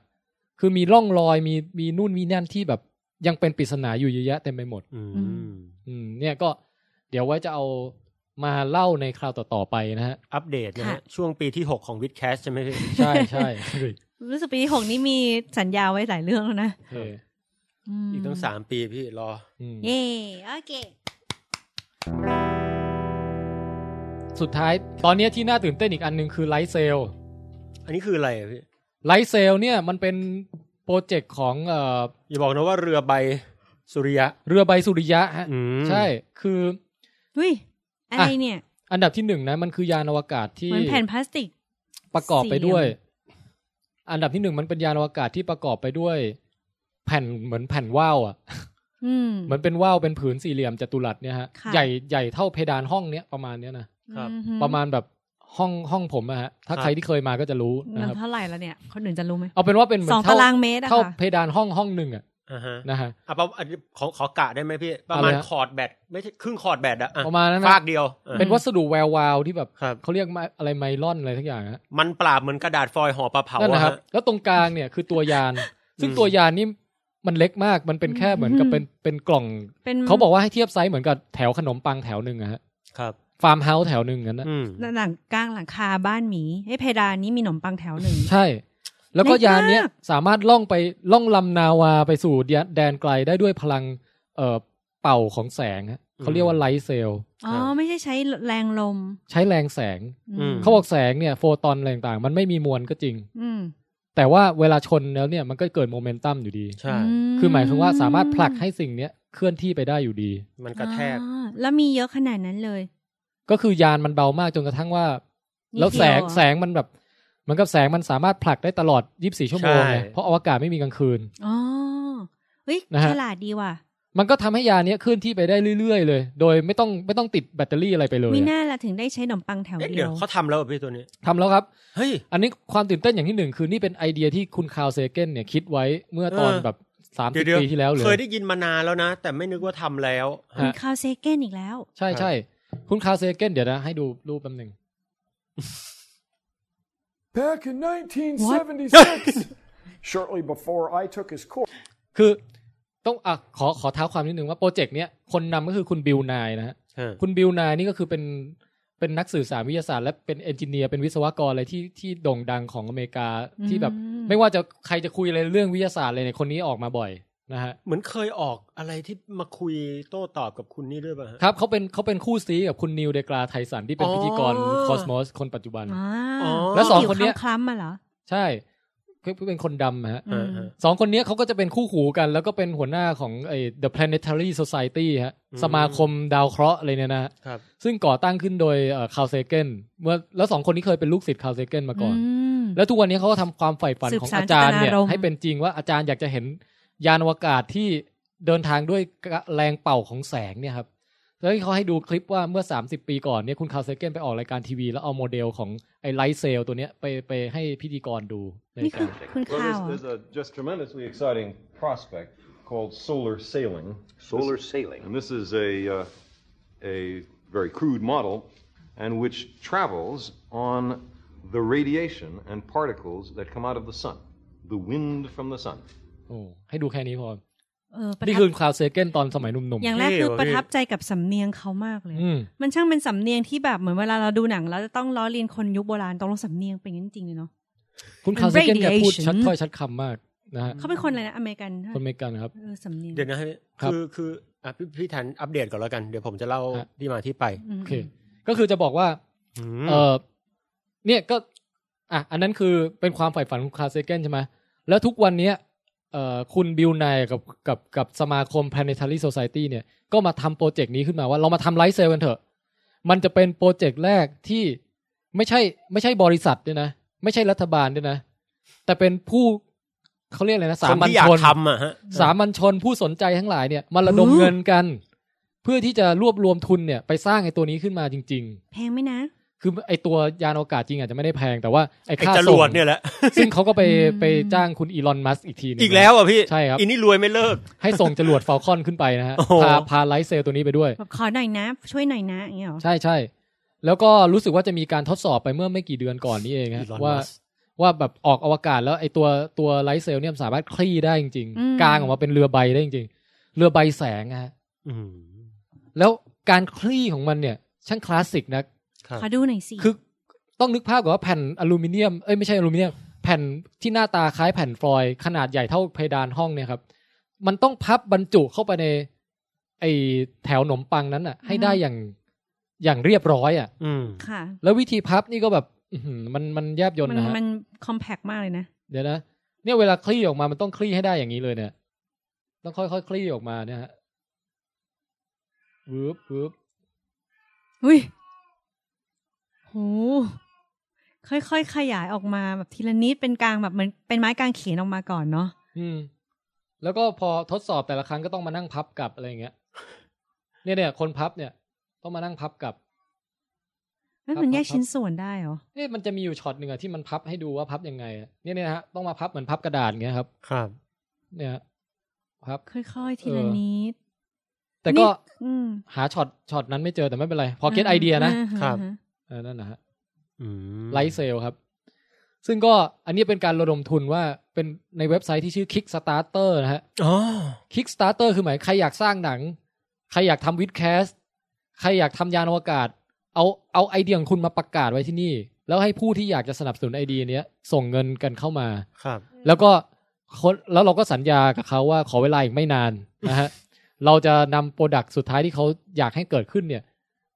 Speaker 1: คือมีร่องรอยมีมีนู่นมีนั่นที่แบบยังเป็นปริศนาอยู่เยอะแยะเต็มไปหมด
Speaker 3: อื
Speaker 2: อื
Speaker 3: ม
Speaker 1: อืม เนี่ยก็เดี๋ยวไว้จะเอามาเล่าในคราวต่อๆไปนะ ฮะ
Speaker 3: อัปเดตนะฮะ
Speaker 2: ค่ะ
Speaker 3: ช่วงปีที่หกของวิดแคสใช่ไหมพี่
Speaker 1: ใช่ใช่
Speaker 2: รู้สึกปีที่หกนี้มีสัญญาไว้หลายเรื่องแล้วนะ
Speaker 1: เออ
Speaker 2: ม
Speaker 3: อีกตั้งสามปีพี่รอ
Speaker 1: อืม
Speaker 2: เย่โอเค
Speaker 1: สุดท้ายตอนเนี้ยที่น่าตื่นเต้นอีกอันหนึ่งคือไลท์เซล
Speaker 3: อันนี้คืออะไรอะพี่
Speaker 1: ไลท์เซลเนี่ยมันเป็นโปรเจกต์ของเอ่อ
Speaker 3: อย่าบอกนะว่าเรือใบสุริยะ
Speaker 1: เรือใบสุริยะฮะ
Speaker 3: อืม
Speaker 1: ใช่คือ
Speaker 2: อุ้ย อะไรเนี่ย
Speaker 1: อันดับที่หนึ่งนะมันคือยานอวกาศที่
Speaker 2: เหมือนแผ่นพลาสติก
Speaker 1: ประกอบไปด้วย
Speaker 2: สี่เหลี่
Speaker 1: อันดับที่หนึ่งมันเป็นยานอวกาศที่ประกอบไปด้วย แผ่นเหมือนแผ่นว่าวอ่ะ
Speaker 2: อืม
Speaker 1: เหมือนเป็นว่าวเป็นผืนสี่เหลี่ยมจัตุรัสเนี่ยฮะ
Speaker 2: ค่ะ
Speaker 1: ใหญ่ใหญ่เท่าเพดานห้องเนี้ยประมาณเนี้ยนะครับ
Speaker 2: อือฮึ
Speaker 1: ประมาณแบบห้องห้องผมอะฮะถ้า
Speaker 3: ครับ
Speaker 1: ใครที่เคยมาก็จะรู้นะ
Speaker 2: มั
Speaker 1: คน รับ
Speaker 2: เท่าไหร่แล้วเนี่ยคนอื่นจะรู้ไหม
Speaker 1: เอาเป็นว่าเป็นเหมือ
Speaker 2: สอง
Speaker 1: นเท่า
Speaker 2: ตารางเมตรอะ
Speaker 1: เท่า
Speaker 2: ค่ะ
Speaker 1: เพดานห้องห้องหนึ่งอะ
Speaker 3: อ่าฮะ
Speaker 1: นะฮะ
Speaker 3: อ่ะประมาณอันนี้ขอขอกะได้ไหมพี่ ประมาณ
Speaker 1: อะไรฮะ
Speaker 3: คอร์ดแบตไม่ใช่ครึ่งคอร์ดแบตอะอ่
Speaker 1: ประมาณนั้นนะ
Speaker 3: ฟากเดียวอ่ะ
Speaker 1: เป็นวัสดุแวววาวที่แบบ
Speaker 3: ครับ
Speaker 1: เขาเรียกมาอะไรไมลอนอะไรทั้งอย่างฮะ
Speaker 3: มันปราบเหมือนกระดาษฟอยล์ห่อปลาเผา
Speaker 1: นั่น
Speaker 3: อะ
Speaker 1: นะครับ
Speaker 3: ฮะ
Speaker 1: แล้วตรงกลางเนี่ยคือตัวยาน ซึ่ง
Speaker 3: อืม
Speaker 1: ตัวยานนี่มันเล็กมากมันเป็นแค่เหมือนกับ
Speaker 2: อืม
Speaker 1: เป็นเป็นกล่อง
Speaker 2: เป็น
Speaker 1: เขาบอกว่าให้เทียบไซส์เหมือนกับแถวขนมปังแถวหนึ่งอะฮะ
Speaker 3: ครับ
Speaker 1: ฟาร์มเฮาส์แถวหนึ่งงั้นนะ
Speaker 3: อืม
Speaker 2: หลังกลางหลังคาบ้านหมีเอ้ยเพดานนี้มีหนมปังแถวหนึ่ง
Speaker 1: ใช่ แล้วก็
Speaker 2: เล็กมาก
Speaker 1: ยานเนี้ยสามารถล่องไปล่องลำนาวาไปสู่แดนไกลได้ด้วยพลังเอ่อเป่าของแสงฮะ
Speaker 3: อืม
Speaker 1: เขาเรียกว่าไลท์เซล
Speaker 2: อ๋อ ไม่ใช่ใช้แรงลม
Speaker 1: ใช้แรงแสง
Speaker 3: อืม
Speaker 1: เขาบอกแสงเนี่ยโฟตอนอะไรต่างๆ มันไม่มีมวลก็จริง
Speaker 2: อืม
Speaker 1: แต่ว่าเวลาชนแล้วเนี่ยมันก็เกิดโมเมนตัมอยู่ดี
Speaker 3: ใช่
Speaker 1: คือหมายถึงว่าสามารถผลักให้สิ่งเนี้ยเคลื่อนที่ไปได้อยู่ดี
Speaker 3: มันกระแทก
Speaker 2: อ๋อแล้วมีเยอะขนาดนั้นเลย
Speaker 1: ก็คือยานมันเบามากจนกระทั่งว่า
Speaker 2: นิด
Speaker 1: แล้วแสง
Speaker 2: เดียอะ
Speaker 1: แสงมันแบบเหมือนกับแสงมันสามารถผลักได้ตลอด 24 ชั่วโมงเลย
Speaker 3: ใช่
Speaker 1: เพราะอวกาศไม่มีกลางคืน
Speaker 2: อ๋อเฮ้ย
Speaker 1: นะฮะ
Speaker 2: ฉลาดดีว่ะ
Speaker 1: มันก็ทำให้ยานเนี้ยเคลื่อนที่ไปได้เรื่อยๆเลย โดยไม่ต้องไม่ต้องติดแบตเตอรี่อะไรไปเลย
Speaker 2: มีหน้าละถึงได้ใช้หนมปังแถว
Speaker 3: เอ๊ะ
Speaker 2: เดี
Speaker 3: เดี๋ย
Speaker 2: ยว ว
Speaker 3: เขาทำแล้วเหรอพี่ตัวนี้
Speaker 1: ทำแล้วครับ
Speaker 3: เฮ้ย
Speaker 1: อันนี้ความตื่นเต้นอย่างที่หนึ่งคือนี่เป็นไอเดียที่คุณคาร์ลเซเกนเนี่ยคิดไว้เมื่อตอน
Speaker 3: เออ
Speaker 1: แบบสาม
Speaker 3: เดี๋
Speaker 1: สิบ
Speaker 3: ยวเดี๋ยว
Speaker 1: ปีที่แล้วเลย
Speaker 3: เคยได้ยินมานานแล้วนะ แต่ไม่นึกว่าทำแล้ว
Speaker 1: ฮะ
Speaker 2: คาวเซเกนอีกแล้ว
Speaker 1: ใช่ใช่คุณคาร์ลเซเกนเดี๋ยวนะให้ดูรูปแป๊บหนึ่ง
Speaker 4: Back in 1976, shortly before I took his course.
Speaker 1: คือต้องอ่ะขอขอเท้าความนิดนึงว่าโปรเจกต์เนี้ยคนนำก็คือคุณบิลนายนะฮะ คุณบิลนายนี่ก็คือเป็นเป็นนักสื่อสารวิทยาศาสตร์ และเป็นเอนจิเนียร์เป็นวิศวกรอะไรที่ที่โด่งดังของอเมริกา
Speaker 2: อืม
Speaker 1: ที่แบบ ไม่ว่าจะใครจะคุยอะไรเรื่องวิทยาศาสตร์อะไรเนี่ยคนนี้ออกมาบ่อยนะฮะ
Speaker 3: เหมือนเคยออกอะไรที่มาคุยโต้ตอบกับคุณนี่ด้วยป่ะฮะ
Speaker 1: ครับเขาเป็นเขาเป็นคู่ซีกับคุณนิวเดกราไทสันที่เป็น
Speaker 3: อ๋อ
Speaker 1: พิธีกรคอสมอสคนปัจจุบัน
Speaker 2: อ๋อ
Speaker 3: อ๋อ
Speaker 1: แล้วสองคนเนี้ย
Speaker 2: ผิวล้ำๆมาเหรอ
Speaker 1: ใช่เขาเขาเป็นคนดำฮะ
Speaker 3: เออเออ
Speaker 1: สองคนเนี้ยเขาก็จะเป็นคู่หูกัน แล้วก็เป็นหัวหน้าของไอ้ The Planetary Society ฮะ
Speaker 3: อืม
Speaker 1: สมาคมดาวเคราะห์อะไรเนี่ยนะฮะ
Speaker 3: ครับ
Speaker 1: ซึ่งก่อตั้งขึ้นโดยคาร์เซเกนเมื่อแล้วสองคนนี้เคยเป็นลูกศิษย์คาร์เซเกนมาก่อน
Speaker 2: ม
Speaker 1: แล้วทุกวันนี้เขาก็ทำความใฝ่ฝัน
Speaker 2: สืบ
Speaker 1: ของ
Speaker 2: สาร
Speaker 1: อาจารย์เนี่ย
Speaker 2: เจตนารมณ์
Speaker 1: ให้เป็นจริงว่าอาจารย์อยากจะเห็นยานอวกาศที่เดินทางด้วยแรงเป่าของแสงเนี่ยครับแล้วที่เขาให้ดูคลิปว่าเมื่อ 30 ปีก่อนเนี่ยคุณคาร์ลเซเกนไปออกรายการทีวี แล้วเอาโมเดลของไอ้ไลท์เซลตัวเนี้ยไปไปให้พิธีกรดูใน
Speaker 2: นี่คื
Speaker 1: กา
Speaker 2: อ
Speaker 1: ร
Speaker 2: คุณ
Speaker 5: Well,
Speaker 2: ข้าว
Speaker 5: there's, there's a just tremendously exciting prospect called solar sailing.
Speaker 6: Solar
Speaker 5: This-
Speaker 6: sailing.
Speaker 5: And this is a, uh, a very crude model, and which travels on the radiation and particles that come out of the sun, the wind from the sun.
Speaker 1: โอ้ให้ดูแค่นี้พอ
Speaker 2: เออประ
Speaker 1: นี่
Speaker 2: ทับ
Speaker 1: คือคลาวเซเกนตอนสมัยหนุ่ม
Speaker 2: อย่างแรก
Speaker 3: เท่
Speaker 2: คือ
Speaker 3: ว่ะ
Speaker 2: ประ
Speaker 3: พี่
Speaker 2: ทับใจกับสำเนียงเขามากเลย
Speaker 1: ๆอืม
Speaker 2: มันช่างเป็นสำเนียงที่แบบเหมือนเวลาเราดูหนังแล้วจะต้องล้อเลียนคนยุคโบราณต้องลงสำเนียงเป็นอย่างนั้นจริงเลยเนาะ
Speaker 1: คุณ
Speaker 2: มัน
Speaker 1: คาร์เซเกนแกพูด
Speaker 2: radiation
Speaker 1: ชัดถ้อยชัดคำมากนะฮะ
Speaker 2: เขาเป็นคนอะไรนะอเมริกัน
Speaker 1: คนอเมริกันครับ
Speaker 2: เออสำเนียง
Speaker 3: เดี๋ยวนะฮะ
Speaker 1: ครับ
Speaker 3: คือคืออ่ะพี่พี่ทันอัปเดตก่อนแล้วกัน เดี๋ยวผมจะเล่า
Speaker 1: ฮะ
Speaker 3: ที่มาที่ไป
Speaker 2: ม
Speaker 1: โอเค ก็คือจะบอกว่า เออเนี่ยก็ อ่ะ อันนั้นคือเป็นความใฝ่ฝันของคาร์เซเกนใช่ไหมแล้วทุกวันเนี้ยเอ่อคุณบิลไนายกับกับกับสมาคม Planetary Society เนี่ย ก็มาทำโปรเจกต์นี้ขึ้นมาว่าเรามาทำไลท์เซลกันเถอะ มันจะเป็นโปรเจกต์แรกที่ไม่ใช่ไม่ใช่บริษัทด้วยนะ ไม่ใช่รัฐบาลด้วยนะ แต่เป็นผู้เขาเรียกอะไรนะสา
Speaker 3: คน
Speaker 1: มัญ
Speaker 3: ที่อยาก
Speaker 1: ชน
Speaker 3: ทำอ่ะฮะ
Speaker 1: สามัญชนผู้สนใจทั้งหลายเนี่ยมาระดมเงินกัน เพื่อที่จะรวบรวมทุนเนี่ย ไปสร้างไอ้ตัวนี้ขึ้นมาจริง
Speaker 2: แพงไหมนะ
Speaker 1: ๆ คือไอ้ตัวยานอวกาศจริงอาจจะไม่ได้แพงแต่ว่าไอ้
Speaker 3: ไอ้
Speaker 1: ค่า
Speaker 3: จร
Speaker 1: ส่ง
Speaker 3: วดเนี่ยแหละ
Speaker 1: ซึ่งเขาก็ไป
Speaker 2: อืม
Speaker 1: ไปจ้างคุณอีลอนมัสอีกทีหนึง
Speaker 3: อีกแล้วอ่ะพี่
Speaker 1: ใช่ครับ
Speaker 3: อีนี่รวยไม่เลิก
Speaker 1: ให้ส่งจรวดฟ a ลคอนขึ้นไปนะฮะ
Speaker 3: โอ้โห
Speaker 1: พาพาไลท์เซลตัวนี้ไปด้วย
Speaker 2: แบบขอหน่อยนะ ช่วยหน่อยนะอย่างเงี้ยเหรอ
Speaker 1: ใช่ใช่แล้วก็รู้สึกว่าจะมีการทดสอบไปเมื่อไม่กี่เดือนก่อนนี้เองฮะ
Speaker 3: Elon
Speaker 1: ว่า
Speaker 3: Musk
Speaker 1: ว่าแบบออกอวกาศแล้วไอ้ตัวตัวไลท์เซลเนี่ยมันสามารถคลี่ได้จริงๆกางออกมาเป็นเรือใบได้จริงๆเรือใบแสงอะฮะ
Speaker 3: อืม
Speaker 1: แล้วการคลี่ของมันเนี่ย ช่างคลาสสิกนะ
Speaker 3: ครับ
Speaker 2: ขอดูหน่อยสิ
Speaker 1: คือต้องนึกภาพก่อนว่าแผ่นอลูมิเนียม เอ้ยไม่ใช่อลูมิเนียม แผ่นที่หน้าตาคล้ายแผ่นฟลอยด์ขนาดใหญ่เท่าเพดานห้องเนี่ยครับ มันต้องพับบรรจุเข้าไปใน ไอแถวหนมปังนั้นอ่ะ ให้ได้อย่างอย่างเรียบร้อยอ่ะ
Speaker 3: อืม
Speaker 2: ค่ะ
Speaker 1: แล้ววิธีพับนี่ก็แบบ อื้อหือมันมันแยบยน
Speaker 2: มัน
Speaker 1: นะฮะ
Speaker 2: มันคอมแพกมากเลยนะ
Speaker 1: เดี๋ยวนะเนี่ยเวลาคลี่ออกมามันต้องคลี่ให้ได้อย่างนี้เลยเนี่ย ต้องค่อยๆคลี่ออกมาเนี่ยฮะวืบวืบ
Speaker 2: อุ้ยโหค่อยๆขยายออกมาแบบทีละนิดเป็นกลางแบบเหมือนเป็นไม้กางเขนออกมาก่อนเนาะ
Speaker 1: อืมแล้วก็พอทดสอบแต่ละครั้งก็ต้องมานั่งพับกลับอะไรอย่างเงี้ย เนี่ยเนี่ยคนพับเนี่ย ต้องมานั่งพับกลับ
Speaker 2: เอ้ย
Speaker 1: ครับ
Speaker 2: มันแย
Speaker 1: ค
Speaker 2: ก
Speaker 1: รับ
Speaker 2: ชิ้นส่วนได้เหรอ
Speaker 1: เอ๊ะมันจะมีอยู่ช็อตหนึ่งอะที่มันพับให้ดูว่าพับยังไงอะเนี่ยเนี่ยฮะต้องมาพับเหมือนพับกระดาษอย่างเงี้ยครับ
Speaker 3: ครับ
Speaker 1: เนี่ยฮะพับ
Speaker 2: ค่อยๆทีละ
Speaker 1: เออ
Speaker 2: นิด
Speaker 1: แต่ก็
Speaker 2: นี่อืม
Speaker 1: หาช็อตช็อตนั้นไม่เจอแต่ไม่เป็นไรพอเก็ตไอเดียนะ
Speaker 2: าฮ
Speaker 3: ครับ
Speaker 2: อ่าฮะ
Speaker 1: เออนั่นนะฮะ
Speaker 3: อืม
Speaker 1: ไลท์เซลครับ ซึ่งก็อันนี้เป็นการระดมทุนว่าเป็นในเว็บไซต์ที่ชื่อ Kickstarter นะฮะ
Speaker 3: อ๋อ
Speaker 1: Kickstarter คือหมายใครอยากสร้างหนัง ใครอยากทำวิดแคสใครอยากทำยานอวกาศ เอาเอาไอเดียของคุณมาประกาศไว้ที่นี่ แล้วให้ผู้ที่อยากจะสนับสนุนไอเดียเนี้ยส่งเงินกันเข้ามา
Speaker 3: ครับ
Speaker 1: แล้วก็คนแล้วเราก็สัญญากับเขาว่าขอเวลาอีกไม่นานนะ ฮะ เราจะนำโปรดักต์สุดท้ายที่เขาอยากให้เกิดขึ้นเนี่ย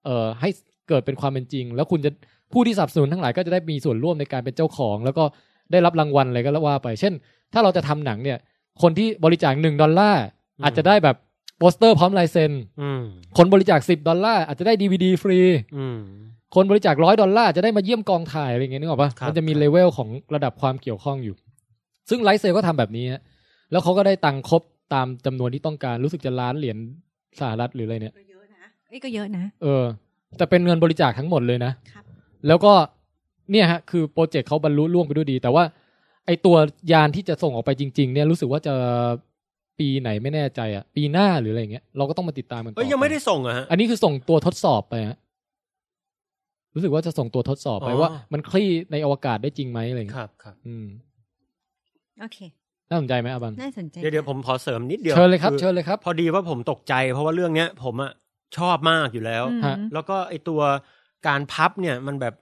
Speaker 1: เอ่อให้เกิดเป็นความเป็นจริง แล้วคุณจะผู้ที่สนับสนุนทั้งหลายก็จะได้มีส่วนร่วมในการเป็นเจ้าของ แล้วก็ได้รับรางวัลอะไรก็แล้วว่าไป เช่น ถ้าเราจะทำหนังเนี่ย คนที่บริจาคหนึ่งดอลลาร์
Speaker 3: อืม
Speaker 1: อาจจะได้แบบโปสเตอร์พร้อมลายเซ็น
Speaker 3: อืม
Speaker 1: คนบริจาคสิบดอลลาร์อาจจะได้ดีวดีฟรี
Speaker 3: อืม
Speaker 1: คนบริจาคร้อยดอลลาร์จะได้มาเยี่ยมกองถ่ายอะไรอย่างเงี้ยนึกออกปะ
Speaker 3: ครับ
Speaker 1: มันจะมีเลเวลของระดับความเกี่ยวข้องอยู่ ซึ่งไลท์เซลก็ทำแบบนี้ฮะแล้วเขาก็ได้ตังค์ครบตามจำนวนที่ต้องการรู้สึกจะล้านเหรียญสหรัฐหรืออะไรเนี่ย
Speaker 2: เอ้ยก็เยอะนะ
Speaker 1: เออ แต่เป็นเงินบริจาคทั้งหมดเลยนะ
Speaker 2: ครับ
Speaker 1: แล้วก็เนี่ยฮะ คือโปรเจกต์เขาบรรลุล่วงไปด้วยดี แต่ว่า ไอตัวยานที่จะส่งออกไปจริง ๆ เนี่ยรู้สึกว่าจะปีไหนไม่แน่ใจอะปีหน้าหรืออะไรอย่างเงี้ยเราก็ต้องมาติดตามกันต่อ
Speaker 3: เอ้ยยังไม่ได้ส่งอะฮะ
Speaker 1: อันนี้คือส่งตัวทดสอบไปฮะรู้สึกว่าจะส่งตัวทดสอบไป
Speaker 3: อ๋อ
Speaker 1: ว่า มันคลี่ในอวกาศได้จริงไหมอะไรอย่าง
Speaker 3: ค
Speaker 1: เงี้ย
Speaker 3: รับครับ
Speaker 1: อืม
Speaker 2: โอเค
Speaker 1: น่าสนใจไหมอาบัง
Speaker 2: น่าสนใจ
Speaker 3: เดี๋ยวเดี๋ยวผมขอเสริมนิดเดียว
Speaker 1: เชิญเลยครับ
Speaker 3: อ
Speaker 1: เชิญเลยครับ
Speaker 3: พอดีว่าผมตกใจ เพราะว่าเรื่องเนี้ย ผมอะชอบมากอยู่แล้ว
Speaker 2: อืม
Speaker 1: ฮะ
Speaker 3: แล้วก็ไอตัวการพับเนี่ยมันแบบ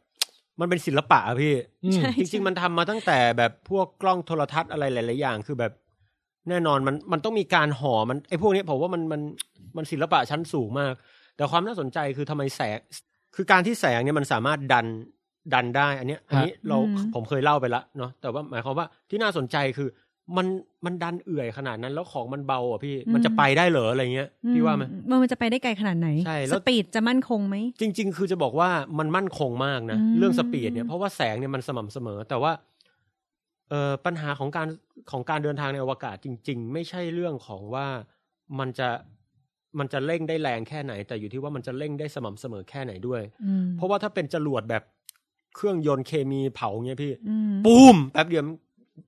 Speaker 3: มันเป็นศิลปะอะพี่
Speaker 1: อืม
Speaker 2: ใช่
Speaker 3: จริงๆมันทำมาตั้งแต่แบบพวกกล้องโทรทัศน์อะไรหลายๆอย่าง คือแบบแน่นอนมันมันต้องมีการห่อมันไอ้พวกเนี้ยผมว่ามันมันมันศิลปะชั้นสูงมาก แต่ความน่าสนใจคือทำไมแสง คือการที่แสงเนี่ยมันสามารถดันดันได้อันเนี้ยอันนี้เรา
Speaker 2: อืม
Speaker 3: ผมเคยเล่าไปละเนาะแต่ว่าหมายความว่าที่น่าสนใจคือมันมันดันเอื่อยขนาดนั้นแล้วของมันเบาอ่ะพี่มันจะไปได้เหรออะไรเงี้ยพี่ว่าไหม
Speaker 2: อืมันจะไปได้ไกลขนาดไหน
Speaker 3: ใช่แล้
Speaker 2: ส
Speaker 3: ว
Speaker 2: ปีดจะมั่นคงไหม
Speaker 3: จริง ๆ คือจะบอกว่ามันมั่นคงมากนะ
Speaker 2: อืม
Speaker 3: เรื่องสปีดเนี่ยเพราะว่าแสงเนี่ยมันสม่ำเสมอ แต่ว่าเอ่อปัญหาของการของการเดินทางในอวกาศจริง ๆ ไม่ใช่เรื่องของว่ามันจะมันจะเร่งได้แรงแค่ไหน แต่อยู่ที่ว่ามันจะเร่งได้สม่ำเสมอแค่ไหนด้วย
Speaker 2: อืม
Speaker 3: เพราะว่าถ้าเป็นจรวดแบบเครื่องยนต์เคมีเผาเงี้ยพี่
Speaker 2: อืม
Speaker 3: ปูมแป๊บเดียว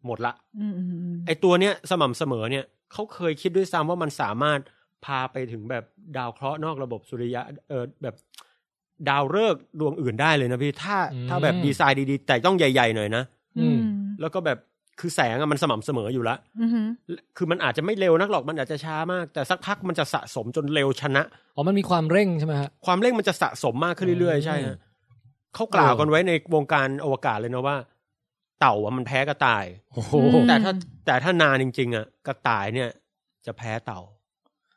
Speaker 3: หมดละ
Speaker 2: อืมอืมอืม
Speaker 3: ไอตัวเนี้ยสม่ำเสมอเนี่ยเขาเคยคิดด้วยซ้ำว่ามันสามารถพาไปถึงแบบดาวเคราะห์นอกระบบสุริยะเออแบบดาวฤกษ์ดวงอื่นได้เลยนะพี่ ถ้า
Speaker 1: อืม
Speaker 3: ถ้าแบบดีไซน์ดีๆ แต่ต้องใหญ่ ๆ หน่อยนะ
Speaker 1: อื
Speaker 2: อื
Speaker 1: ม
Speaker 2: ม
Speaker 3: แล้วก็แบบคือแสงอะมันสม่ำเสมออยู่ละ
Speaker 2: อืม
Speaker 3: คือมันอาจจะไม่เร็วนักหรอกมันอาจจะช้ามาก แต่สักพักมันจะสะสมจนเร็วชนะ
Speaker 1: อ๋อมันมีความเร่งใช่ไหมฮะ
Speaker 3: ความเร่งมันจะสะสมมากขึ้นเรื่อย
Speaker 1: อืม
Speaker 3: ๆ ใช่ฮะเขากล่าวกันไว้ในวงการอวกาศเลยนะว่า เต่าอะมันแพ้กระต่าย
Speaker 1: โอ้โห
Speaker 3: แต่ถ้าแต่ถ้านานจริง ๆอะกระต่ายเนี่ย จะแพ้เต่า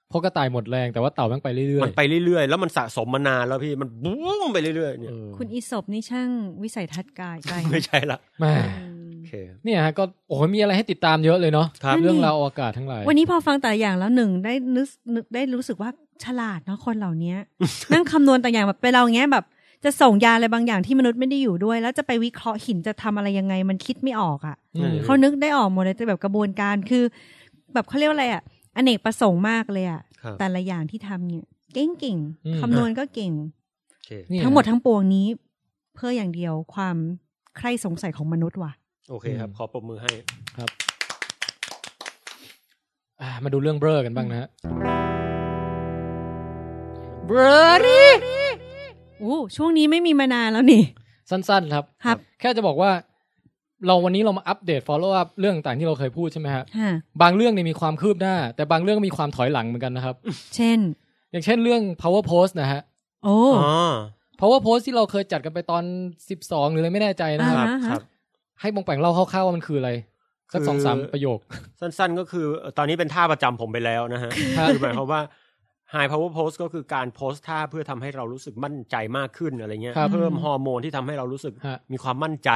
Speaker 1: เพราะกระต่ายหมดแรงแต่ว่าเต่าแม่งไปเรื่อยๆ
Speaker 3: มันไปเรื่อยๆ แล้วมันสะสมมานานแล้วพี่มันบูมไปเรื่อยๆเนี่ย
Speaker 1: เออ
Speaker 2: คุณอีศบนี่ช่างวิสัยทัศน์กายไกล
Speaker 3: ไม่ใช่ละ
Speaker 1: แหม่
Speaker 2: อืม
Speaker 3: โอเค
Speaker 1: เนี่ยฮะก็โอ้ยมีอะไรให้ติดตามเยอะเลยเนาะ
Speaker 3: ครับ
Speaker 1: เรื่องราวอวกาศทั้งหลาย
Speaker 2: วันนี้พอฟังแต่ละอย่างแล้วหนึ่งได้นึกนึกได้รู้สึกว่าฉลาดเนาะคนเหล่านี้ นั่งคำนวณแต่อย่างแบบไปนเราอย่างเงี้ยแบบ จะส่งยาอะไรบางอย่างที่มนุษย์ไม่ได้อยู่ด้วย แล้วจะไปวิเคราะห์หินจะทำอะไรยังไง มันคิดไม่ออกอะ่ะ
Speaker 1: อืม
Speaker 2: เขานึกได้ออกหมดเลยแต่แบบกระบวนการคือ แบบเขาเรียกว่าอะไรอะ่ะอเนกประสงค์มากเลยอะ่ะ
Speaker 3: ครับ
Speaker 2: แต่ละอย่างที่ทำเนี่ยเก่งเก่งๆ
Speaker 1: อืม
Speaker 2: คำนวณก็เก่ง
Speaker 3: โอเค
Speaker 1: เนี่ย
Speaker 2: ทั้งหมดทั้งปวงนี้ เพื่ออย่างเดียวความใครสงสัยของมนุษย์ว่ะ
Speaker 3: โอเคครับ
Speaker 1: อืม
Speaker 3: ขอปรบมือให้
Speaker 1: อ่ะมาดูเรื่องเบลอกันบ้างนะฮะ
Speaker 2: เบรอรี่อู้ช่วงนี้ไม่มีมานานแล้วนี่
Speaker 1: สั้นๆครับ
Speaker 2: ครับ
Speaker 1: แค่จะบอกว่า เราวันนี้เรามาอัปเดต follow up เรื่องต่างที่เราเคยพูดใช่ไหมฮะ
Speaker 2: ฮะ
Speaker 1: บางเรื่องเนี่ยมีความคืบหน้า แต่บางเรื่องก็มีความถอยหลังเหมือนกันนะครับ
Speaker 2: เช่น
Speaker 1: อย่างเช่นเรื่อง power post นะฮะ
Speaker 2: โอ้
Speaker 3: อ๋อ
Speaker 1: power post ที่เราเคยจัดกันไปตอน 12 หรืออะไรไม่แน่ใจนะค
Speaker 3: ค
Speaker 1: รั
Speaker 3: รับ
Speaker 2: อ่า
Speaker 3: ครับ
Speaker 1: ให้บงแปงเล่าคร่าวๆว่ามันคืออะไรสัก
Speaker 3: คือ
Speaker 1: สองสามประโยค
Speaker 3: สั้นๆ ก็คือเอ่อตอนนี้เป็นท่าประจำผมไปแล้วนะฮะ
Speaker 1: ครับ
Speaker 3: คือหมายความว่า high power pose ก็คือการโพสท่าเพื่อทำให้เรารู้สึกมั่นใจมากขึ้นอะไรเงี้ย
Speaker 1: ครับ
Speaker 3: เพิ่มฮอร์โมนที่ทำให้เรารู้สึก
Speaker 1: ฮะ
Speaker 3: มีความมั่นใจ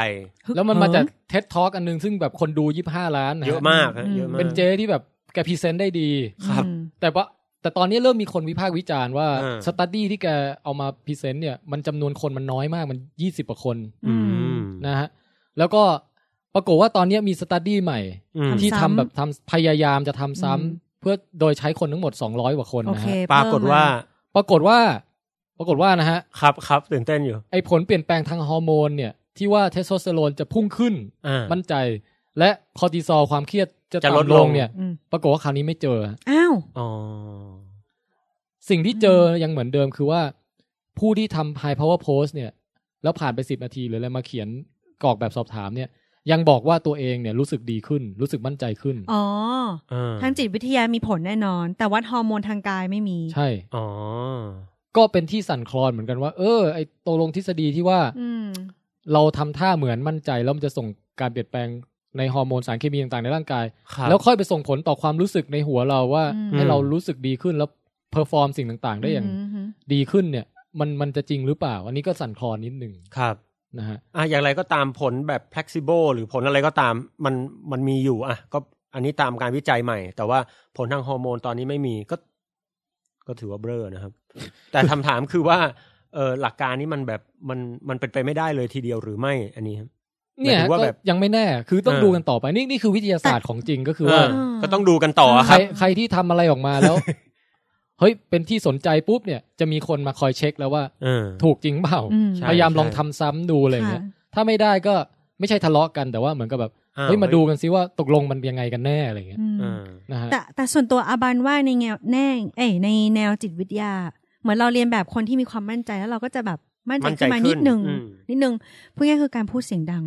Speaker 2: ฮึก
Speaker 1: แล้วมันมาจาก
Speaker 2: เหิ
Speaker 1: เท็ตท็อกอันนึงซึ่งแบบคนดูยี่ห้าล้านนฮ
Speaker 3: เยอะมากฮะ
Speaker 2: อืม
Speaker 3: เยอะมาก
Speaker 1: เป็นเจที่แบบแกพรีเซนต์ได้ดี
Speaker 2: ม
Speaker 3: ครับ
Speaker 2: อืม
Speaker 1: แต่ว่าแต่ตอนนี้เริ่มมีคนวิพากษ์วิจารณ์ว่า
Speaker 3: อ่า
Speaker 1: สตัดดี้ที่แกเอามาพรีเซนต์เนี่ยมันจำนวนคนมันน้อยมากมันยี่สิบกว่าคน
Speaker 2: อื
Speaker 3: อื
Speaker 2: ม
Speaker 3: ม
Speaker 1: นะฮะแล้วก็ปรากฏว่าตอนนี้มีสตัดดี้ใหม่
Speaker 3: อืม
Speaker 1: ที่ทำ
Speaker 2: ทำซ้ำ
Speaker 1: แบบทำพยายามจะทำซ้ำ
Speaker 2: อืม
Speaker 1: เพื่อโดยใช้คนทั้งหมด 200 กว่าคน
Speaker 2: โอ
Speaker 1: นะ
Speaker 2: เค
Speaker 1: ฮะ
Speaker 2: เพิ่ม
Speaker 3: ปรากฏว่า
Speaker 1: ปรากฏว่า ปรากฏว่านะฮะ
Speaker 3: ครับครับตื่นเต้นอยู่
Speaker 1: ไอผลเปลี่ยนแปลงทางฮอร์โมนเนี่ยที่ว่าเทสโทสเตอโรนจะพุ่งขึ้น
Speaker 3: อ่า
Speaker 1: มั่นใจ และคอร์ติซอลความเครียดจะ
Speaker 3: จะลด
Speaker 1: ต่ำล
Speaker 3: ล
Speaker 1: ง
Speaker 3: ง
Speaker 1: เนี่ย
Speaker 2: อืม
Speaker 1: ปรากฏว่าคราวนี้ไม่เจอ
Speaker 2: อ้าว
Speaker 3: อ๋อ
Speaker 1: สิ่งที่เจอยังเหมือนเดิมคือว่า ผู้ที่ทำ high power post เนี่ย แล้วผ่านไปสิบนาทีหรืออะไรมาเขียนกรอกแบบสอบถามเนี่ย ยังบอกว่าตัวเองเนี่ยรู้สึกดีขึ้น รู้สึกมั่นใจขึ้น
Speaker 2: อ๋อ
Speaker 3: อ่า
Speaker 2: ทางจิตวิทยามีผลแน่นอน แต่วัดฮอร์โมนทางกายไม่มี
Speaker 1: ใช่
Speaker 3: อ๋อ
Speaker 1: ก็เป็นที่สั่นคลอนเหมือนกันว่า เออไอตกลงทฤษฎีที่ว่า
Speaker 2: อืม
Speaker 1: เราทำท่าเหมือนมั่นใจ แล้วมันจะส่งการเปลี่ยนแปลงในฮอร์โมนสารเคมีต่างๆในร่างกาย
Speaker 3: ครับ
Speaker 1: แล้วค่อยไปส่งผลต่อความรู้สึกในหัวเราว่า
Speaker 2: อืม
Speaker 1: ให้เรารู้สึกดีขึ้นแล้วเพอร์ฟอร์มสิ่งต่าง ๆ ได้อย่าง
Speaker 2: มม
Speaker 1: ดีขึ้นเนี่ย มันมันจะจริงหรือเปล่า อันนี้ก็สั่นคลอนนิดหนึ่ง
Speaker 3: ครับ
Speaker 1: นะฮะ
Speaker 3: อ่ะอย่างไรก็ตามผลแบบ flexible หรือผลอะไรก็ตามมันมันมีอยู่ อ่ะ ก็อันนี้ตามการวิจัยใหม่ แต่ว่าผลทางฮอร์โมนตอนนี้ไม่มีก็ ก็ถือว่าเบ้อ นะครับ แต่คำถามคือว่าเออหลักการนี้มันแบบมันมันเป็นไปไม่ได้เลยทีเดียวหรือไม่ อันนี้ครับ
Speaker 1: เนี่ย
Speaker 3: หมายถึงว่า
Speaker 1: ก็
Speaker 3: แบบ
Speaker 1: ยังไม่แน่ คือต้อง
Speaker 3: เออ
Speaker 1: ดูกันต่อไปนี่นี่คือวิทยาศาสตร์ของจริงก็คือว่า
Speaker 3: เออก็ต้องดูกันต่อ
Speaker 1: ใค
Speaker 3: ค
Speaker 1: ร
Speaker 3: รับ
Speaker 1: ใครที่ทำอะไรออกมาแล้ว เฮ้ยเป็นที่สนใจปุ๊บเนี่ย จะมีคนมาคอยเช็คแล้วว่า
Speaker 3: เออ
Speaker 1: ถูกจริงเปล่า
Speaker 2: อืม
Speaker 3: ใช่
Speaker 1: พยายามลองทำซ้ำดูอะไรอย่างเงี้ย
Speaker 2: ค่ะ
Speaker 1: ถ้าไม่ได้ก็ไม่ใช่ทะเลาะกันแต่ว่าเหมือนกับแบบ
Speaker 3: อ้ว
Speaker 1: เฮ้ยมาดูกันซิว่าตกลงมันยังไงกันแน่อะไรเงี้ย
Speaker 2: อืม
Speaker 3: อ่า
Speaker 1: นะฮะ
Speaker 2: แต่แต่ส่วนตัวอาบันว่าในแนวแน่เอ้ยในแนวจิตวิทยา เหมือนเราเรียนแบบคนที่มีความมั่นใจแล้วเราก็จะแบบมั่นใจ
Speaker 3: มั่นใจ
Speaker 2: ขึ้นมานิด
Speaker 3: ขึ้น
Speaker 2: นึง
Speaker 3: อืม
Speaker 2: นิดนึงพูดง่ายๆคือการพูดเสียงดัง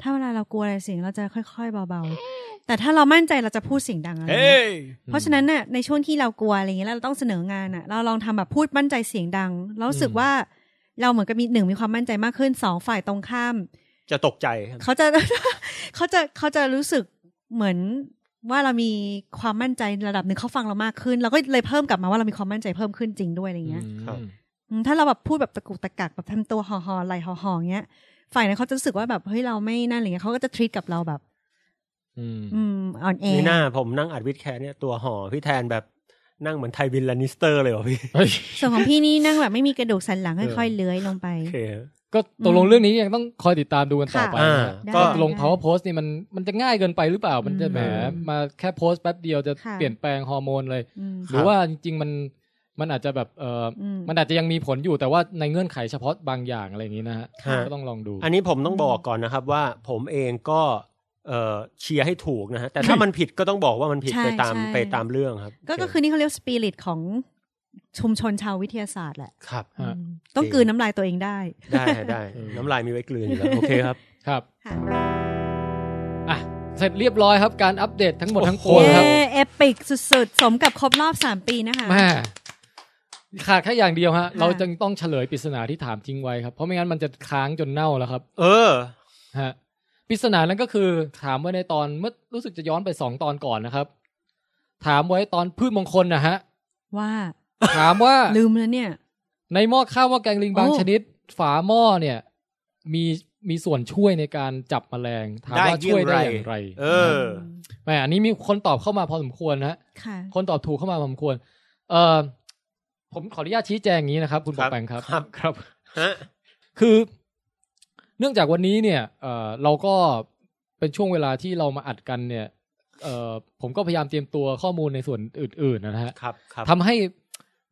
Speaker 2: ถ้าเวลาเรากลัวอะไรเสียงเราจะค่อยๆเบาๆ แต่ถ้าเรามั่นใจเราจะพูดเสียงดังอะไรเงี้ยเพราะฉะนั้นน่ะในช่วงที่เรากลัวอะไรเงี้ยแล้วเราต้องเสนองานน่ะ เราลองทำแบบพูดมั่นใจเสียงดังแล้วรู้สึก
Speaker 1: อืม
Speaker 2: ว่า เราเหมือนกับมีหนึ่งมีความมั่นใจมากขึ้นสองฝ่ายตรงข้าม
Speaker 3: จะตกใจครับ
Speaker 2: เขาจะ เขาจะเขาจะรู้สึกเหมือนว่าเรามีความมั่นใจระดับหนึ่งเขาฟังเรามากขึ้นเราก็เลยเพิ่มกลับมาว่าเรามีความมั่นใจเพิ่มขึ้นจริงด้วยอะไรเงี้ย
Speaker 1: อืม
Speaker 2: อืมถ้าเราแบบพูดแบบตะกุกตะกักแบบทำตัวห่อหอๆไหลห่อหอๆเงี้ย ฝ่ายนั้นเขาจะรู้สึกว่าแบบเฮ้ยเราไม่นั่นอะไรเงี้ยเขาก็จะทรีตกับเราแบบ
Speaker 1: อืม
Speaker 2: อืมอ่อนแอ
Speaker 3: นี่หน้าผมนั่งอัดวิดแคร์เนี่ยตัวห่อพี่แทนแบบนั่งเหมือนไทวินแลนนิสเตอร์เลยเหรอพี่
Speaker 1: เฮ้ย
Speaker 2: ส่วนของพี่นี่นั่งแบบไม่มีกระดูกสันหลังค่อยๆเลื้อยลงไป
Speaker 3: โอเค
Speaker 1: ก็ตกลงเรื่องนี้ยังต้องคอยติดตามดูกันต่อไป
Speaker 3: ค่ะ
Speaker 1: นะฮะ
Speaker 2: ได้
Speaker 1: ก็
Speaker 2: ได้
Speaker 1: ล ง power post นี่มันมันจะง่ายเกินไปหรือเปล่ามันจะแหม
Speaker 2: อืม
Speaker 1: มาแค่โพสต์แป๊บเดียวจะ
Speaker 2: ค่ะ
Speaker 1: เปลี่ยนแปลงฮอร์โมนเลย
Speaker 2: อืม
Speaker 1: หรือว่าจริงๆมันมันอาจจะแบบเอออ
Speaker 2: อืม
Speaker 1: มันอาจจะยังมีผลอยู่แต่ว่าในเงื่อนไขเฉพาะบางอย่างอะไรอย่างนี้นะฮะ
Speaker 3: ค่ะ
Speaker 1: ก็ต้องลองดู
Speaker 3: อันนี้ผมต้องบอกก่อนนะครับว่าผมเองก็ เอ่อเชียร์ให้ถูกนะฮะแต่ถ้ามันผิดก็ต้องบอกว่ามันผิด
Speaker 2: ใช่
Speaker 3: ไปตาม
Speaker 2: ใช่
Speaker 3: ไปตามเรื่องครับ
Speaker 2: ก็ก็คือนี่เขาเรียกสปิริตของชุมชนชาววิทยาศาสตร์แหละ
Speaker 3: ครับ
Speaker 1: ฮะ
Speaker 2: อืมต้องกลืนน้ำลายตัวเองได้
Speaker 3: ได้ฮะได้
Speaker 1: เออ
Speaker 3: น้ำลายมีไว้กลืนอยู่แล้ว โอเคครับ
Speaker 1: ครับ
Speaker 2: ค่ะ
Speaker 1: อ่ะเสร็จเรียบร้อยครับการอัปเดตทั้งหมดทั้งปวง
Speaker 2: เย้
Speaker 1: ครับ
Speaker 2: เอปิกสุดๆ สมกับครบรอบสามปีนะคะ
Speaker 1: แม่ขาดแค่อย่างเดียวฮะ
Speaker 2: อ่า
Speaker 1: เราจึงต้องเฉลยปริศนาที่ถามทิ้งไว้ครับ เพราะไม่งั้นมันจะค้างจนเน่าแล้วครับ
Speaker 3: เออ
Speaker 1: ฮะปริศนานั้นก็คือถามไว้ในตอนเมื่อรู้สึกจะย้อนไปสองตอนก่อนนะครับ ถามไว้ตอนพืชมงคลนะฮ ะ
Speaker 2: ว่า
Speaker 1: ถามว่า
Speaker 2: ลืมแล้วเนี่ย
Speaker 1: ในหม้อข้าวหม้อแกงลิงบาง
Speaker 2: โอ้
Speaker 1: ชนิด ฝาหม้อเนี่ย มีมีส่วนช่วยในการจับแมลงถามว่า
Speaker 3: ได้
Speaker 1: ช่วยได้
Speaker 3: อ
Speaker 1: อย่าง
Speaker 3: ไร
Speaker 1: ย่างไร
Speaker 3: เออ
Speaker 1: แหมอันนี้มีคนตอบเข้ามาพอสมควรนะฮะ
Speaker 2: ค่ะ
Speaker 1: คนตอบถูกเข้ามาพอสมควร เออผมขออนุญาตชี้แจงอย่างนี้นะครับ คุณป
Speaker 3: ครั
Speaker 1: อบ แปงครับ
Speaker 3: ครับ
Speaker 1: ครับ
Speaker 3: ฮะ
Speaker 1: คือ เนื่องจากวันนี้เนี่ยเอ่อเราก็เป็นช่วงเวลาที่เรามาอัดกันเนี่ย เอ่อผมก็พยายามเตรียมตัวข้อมูลในส่วนอื่น ๆ นะฮะ
Speaker 3: ครับครับ
Speaker 1: ทำให้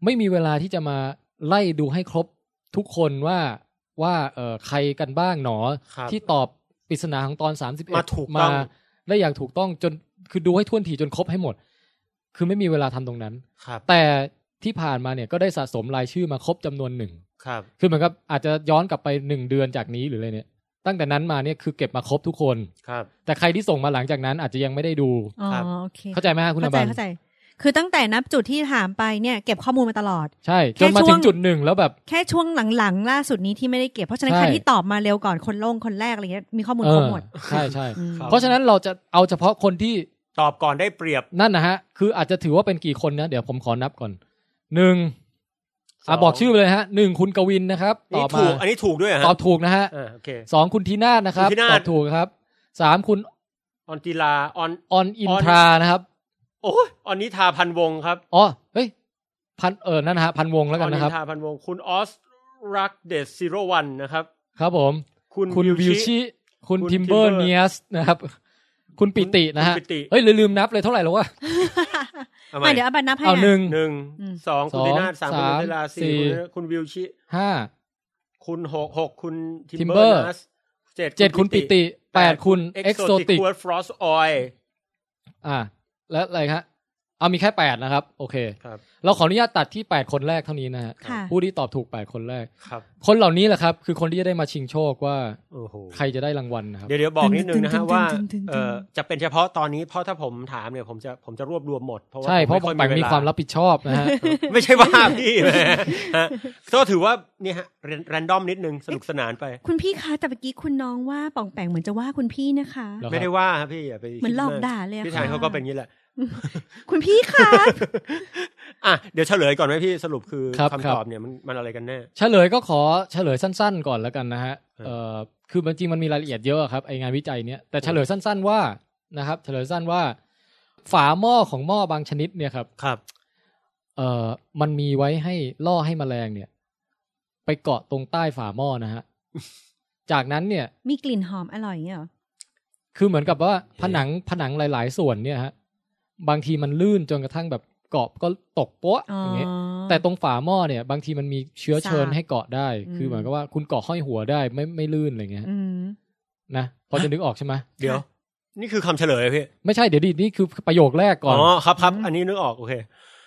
Speaker 1: ไม่มีเวลาที่จะมาไล่ดูให้ครบทุกคนว่าว่าเออใครกันบ้างหนอ
Speaker 3: ครับ
Speaker 1: ที่ตอบปริศนาของตอนสามสิบเอ็ด
Speaker 3: มาถูกต้อง
Speaker 1: ได้อย่างถูกต้องจนคือดูให้ท่วนถี่จนครบให้หมด คือไม่มีเวลาทำตรงนั้น
Speaker 3: ครับ
Speaker 1: แต่ที่ผ่านมาเนี่ยก็ได้สะสมรายชื่อมาครบจำนวนหนึ่ง
Speaker 3: ครับ
Speaker 1: คือเหมือนกับอาจจะย้อนกลับไปหนึ่งเดือนจากนี้หรืออะไรเนี่ย ตั้งแต่นั้นมาเนี่ยคือเก็บมาครบทุกคน
Speaker 3: ครับ
Speaker 1: แต่ใครที่ส่งมาหลังจากนั้นอาจจะยังไม่ได้ดู
Speaker 2: อ๋อ
Speaker 3: ครับ
Speaker 2: โอเค
Speaker 1: เข้าใจไหมฮะคุณอ
Speaker 2: เข้าใจ
Speaker 1: บัน
Speaker 2: เข้าใจ คือตั้งแต่นับจุดที่ถามไปเนี่ยเก็บข้อมูลมาตลอด
Speaker 1: ใช่
Speaker 2: แค่
Speaker 1: จนมาถึง
Speaker 2: ช่วง
Speaker 1: จุดหนึ่งแล้วแบบ
Speaker 2: แค่ช่วงหลังๆ ล่าสุดนี้ที่ไม่ได้เก็บ เพราะฉะนั้น
Speaker 1: ใช่
Speaker 2: ใครที่ตอบมาเร็วก่อนคนโล่งคนแรกอะไรเงี้ยมีข้อมูลครบหมด
Speaker 1: เออใช่ใช่
Speaker 2: อืม
Speaker 1: เพราะฉะนั้นเราจะเอาเฉพาะคนที่
Speaker 3: ตอบก่อนได้เปรียบ
Speaker 1: นั่นนะฮะ คืออาจจะถือว่าเป็นกี่คนนะ เดี๋ยวผมขอนับก่อนหนึ่ง
Speaker 3: ส
Speaker 1: อ่ะ
Speaker 3: อง
Speaker 1: บอกชื่อไปเลยฮะหนึ่งคุณกวินนะครับ ต
Speaker 3: นี่
Speaker 1: อบ
Speaker 3: ถู
Speaker 1: มาก
Speaker 3: อันนี้ถูกด้วยเหรอ
Speaker 1: ตอ
Speaker 3: ฮะ
Speaker 1: บถูกนะฮะ
Speaker 3: อ่าโอเค
Speaker 1: สองคุณทีน่าถนะครับ
Speaker 3: คุณธีนาถ
Speaker 1: ตอบถูกครับสามคุณ
Speaker 3: ออนจีลาออน
Speaker 1: ออนอิน
Speaker 3: ออน
Speaker 1: ทรานะครับ
Speaker 3: โอ้ยออนนิทาพันวงศ์ครับ
Speaker 1: อ๋อเฮ้ยพันเออนั่นนะฮะพันวงแล้ว
Speaker 3: อ
Speaker 1: กั
Speaker 3: อน นนิ
Speaker 1: นะครับ
Speaker 3: ทาพันวงศ์คุณออสรักเดซซีโรวันนะครับ
Speaker 1: ครับผม
Speaker 3: คุณ
Speaker 1: คุณวิวชิ คุณ
Speaker 3: คุณ
Speaker 1: ทิมเบอ
Speaker 3: Timber
Speaker 1: ร์เนียสนะครับ คุณปิตินะฮะ
Speaker 3: คุณปิติ
Speaker 1: เฮ้ยลืมนับเลยเท่าไหร่แล้ววะ
Speaker 3: ทำไม
Speaker 2: ไม่เดี๋ยวเอาบัตรนับให้
Speaker 1: เอาห
Speaker 2: นะ
Speaker 1: นึ่ง
Speaker 3: หนึ่ง
Speaker 2: อืม
Speaker 3: สองคุณ
Speaker 1: สอง
Speaker 3: ตินาถสามคุณ
Speaker 1: สาม
Speaker 3: ออนจีลา
Speaker 1: สี่
Speaker 3: สี่คุณคุณวิวชิ
Speaker 1: ห้า
Speaker 3: คุณหกหกคุณทิมเบอ
Speaker 1: Timber
Speaker 3: ร์นัส
Speaker 1: เจ็ดคุณปิติแปดคุณเอ็กโซติก
Speaker 3: คูฟรอสออย
Speaker 1: อ่า และอะไรฮะเอามีแค่แปดนะครับ โอเค
Speaker 3: ครับ
Speaker 1: เราขออนุญาตตัดที่แปดคนแรกเท่านี้นะฮะ
Speaker 2: ค่ะ
Speaker 1: ผู้ที่ตอบถูกแปดคนแรก
Speaker 3: ครับ
Speaker 1: คนเหล่านี้แหละครับ คือคนที่จะได้มาชิงโชคว่า
Speaker 3: โอ้โห
Speaker 1: ใครจะได้รางวัลนะครับ
Speaker 3: เดี๋ยวเดี๋ยวบอกนิดนึงนะ
Speaker 2: ตึง
Speaker 3: ฮะ
Speaker 2: ๆๆๆๆ
Speaker 3: ว่าเออจะเป็นเฉพาะตอนนี้เพราะถ้าผมถามเนี่ยผมจะผมจะรวบรวมหมดเพราะว่า
Speaker 1: ใช่เพราะ
Speaker 3: ผไ
Speaker 1: แปงมี
Speaker 3: เล
Speaker 1: ความรับผิดชอบ นะฮะ
Speaker 3: ไม่ใช่ว่าพี่ แหมฮะก็ถือว่าเนี่ยฮะแรนดอมนิดนึงสนุกสนานไป
Speaker 2: คุณพี่คะแต่เมื่อกี้คุณน้องว่าป่องแปงเหมือนจะว่าคุณพี่นะคะ
Speaker 1: เหรอ
Speaker 3: ไม่ได้ว่าฮะพี่อย่าไป
Speaker 2: เหมือนหลอก
Speaker 3: คิ
Speaker 2: ด่าเลยอะ
Speaker 3: พี่ชาย
Speaker 2: ค่ะ
Speaker 3: เขาก็เป็นอย่างนี้แหละ
Speaker 2: คุณพี่คะ
Speaker 3: อ่ะเดี๋ยวเฉลยก่อนไหมพี่สรุปคือ
Speaker 1: ครับ
Speaker 3: คำ
Speaker 1: ครับ
Speaker 3: ตอบเนี่ยมันมันอะไรกันแน่
Speaker 1: เฉลยก็ขอเฉลยสั้นๆ ก่อนแล้วกันนะฮะ
Speaker 3: ครับ
Speaker 1: เอ่อคือมันจริงมันมีรายละเอียดเยอะครับไองานวิจัยเนี้ยแต่เฉลยสั้น ๆ ว่านะครับ เฉลยสั้นว่า ฝาหม้อของหม้อบางชนิดเนี่ยครับ
Speaker 3: ครับ
Speaker 1: เอ่อมันมีไว้ให้ล่อให้แมลงเนี่ย ไปเกาะตรงใต้ฝาหม้อนะฮ ะ จากนั้นเนี่ย
Speaker 2: มีกลิ่นหอมอร่อยเงี้ยเหรอ
Speaker 1: คือเหมือนกับว่าผนังผนังหลาย ๆ ส่วนเนี่ยฮะ บางทีมันลื่นจนกระทั่งแบบเกาะก็ตกโป๊ะ
Speaker 2: อ๋อ
Speaker 1: อย่างเงี้ย
Speaker 2: แต่
Speaker 1: แต่ตรงฝาหม้อเนี่ย บางทีมันมีเชื้อเชิญ
Speaker 2: สาบ
Speaker 1: ให้เกาะได้
Speaker 2: อืม
Speaker 1: คือเหมือนกับว่าคุณเกาะห้อยหัวได้ไม่ไม่ลื่นอะไรเงี้ย
Speaker 2: อืม
Speaker 1: นะพอจะนึกออกใช่ไหม
Speaker 3: เดี๋ยว นี่คือคำเฉลยเหรอพี่
Speaker 1: ไม่ใช่เดี๋ยวดินี่คือประโยคแรกก่
Speaker 3: อ๋
Speaker 1: อน
Speaker 3: อครับครับ
Speaker 2: อืม
Speaker 3: อันนี้นึกออกโอเค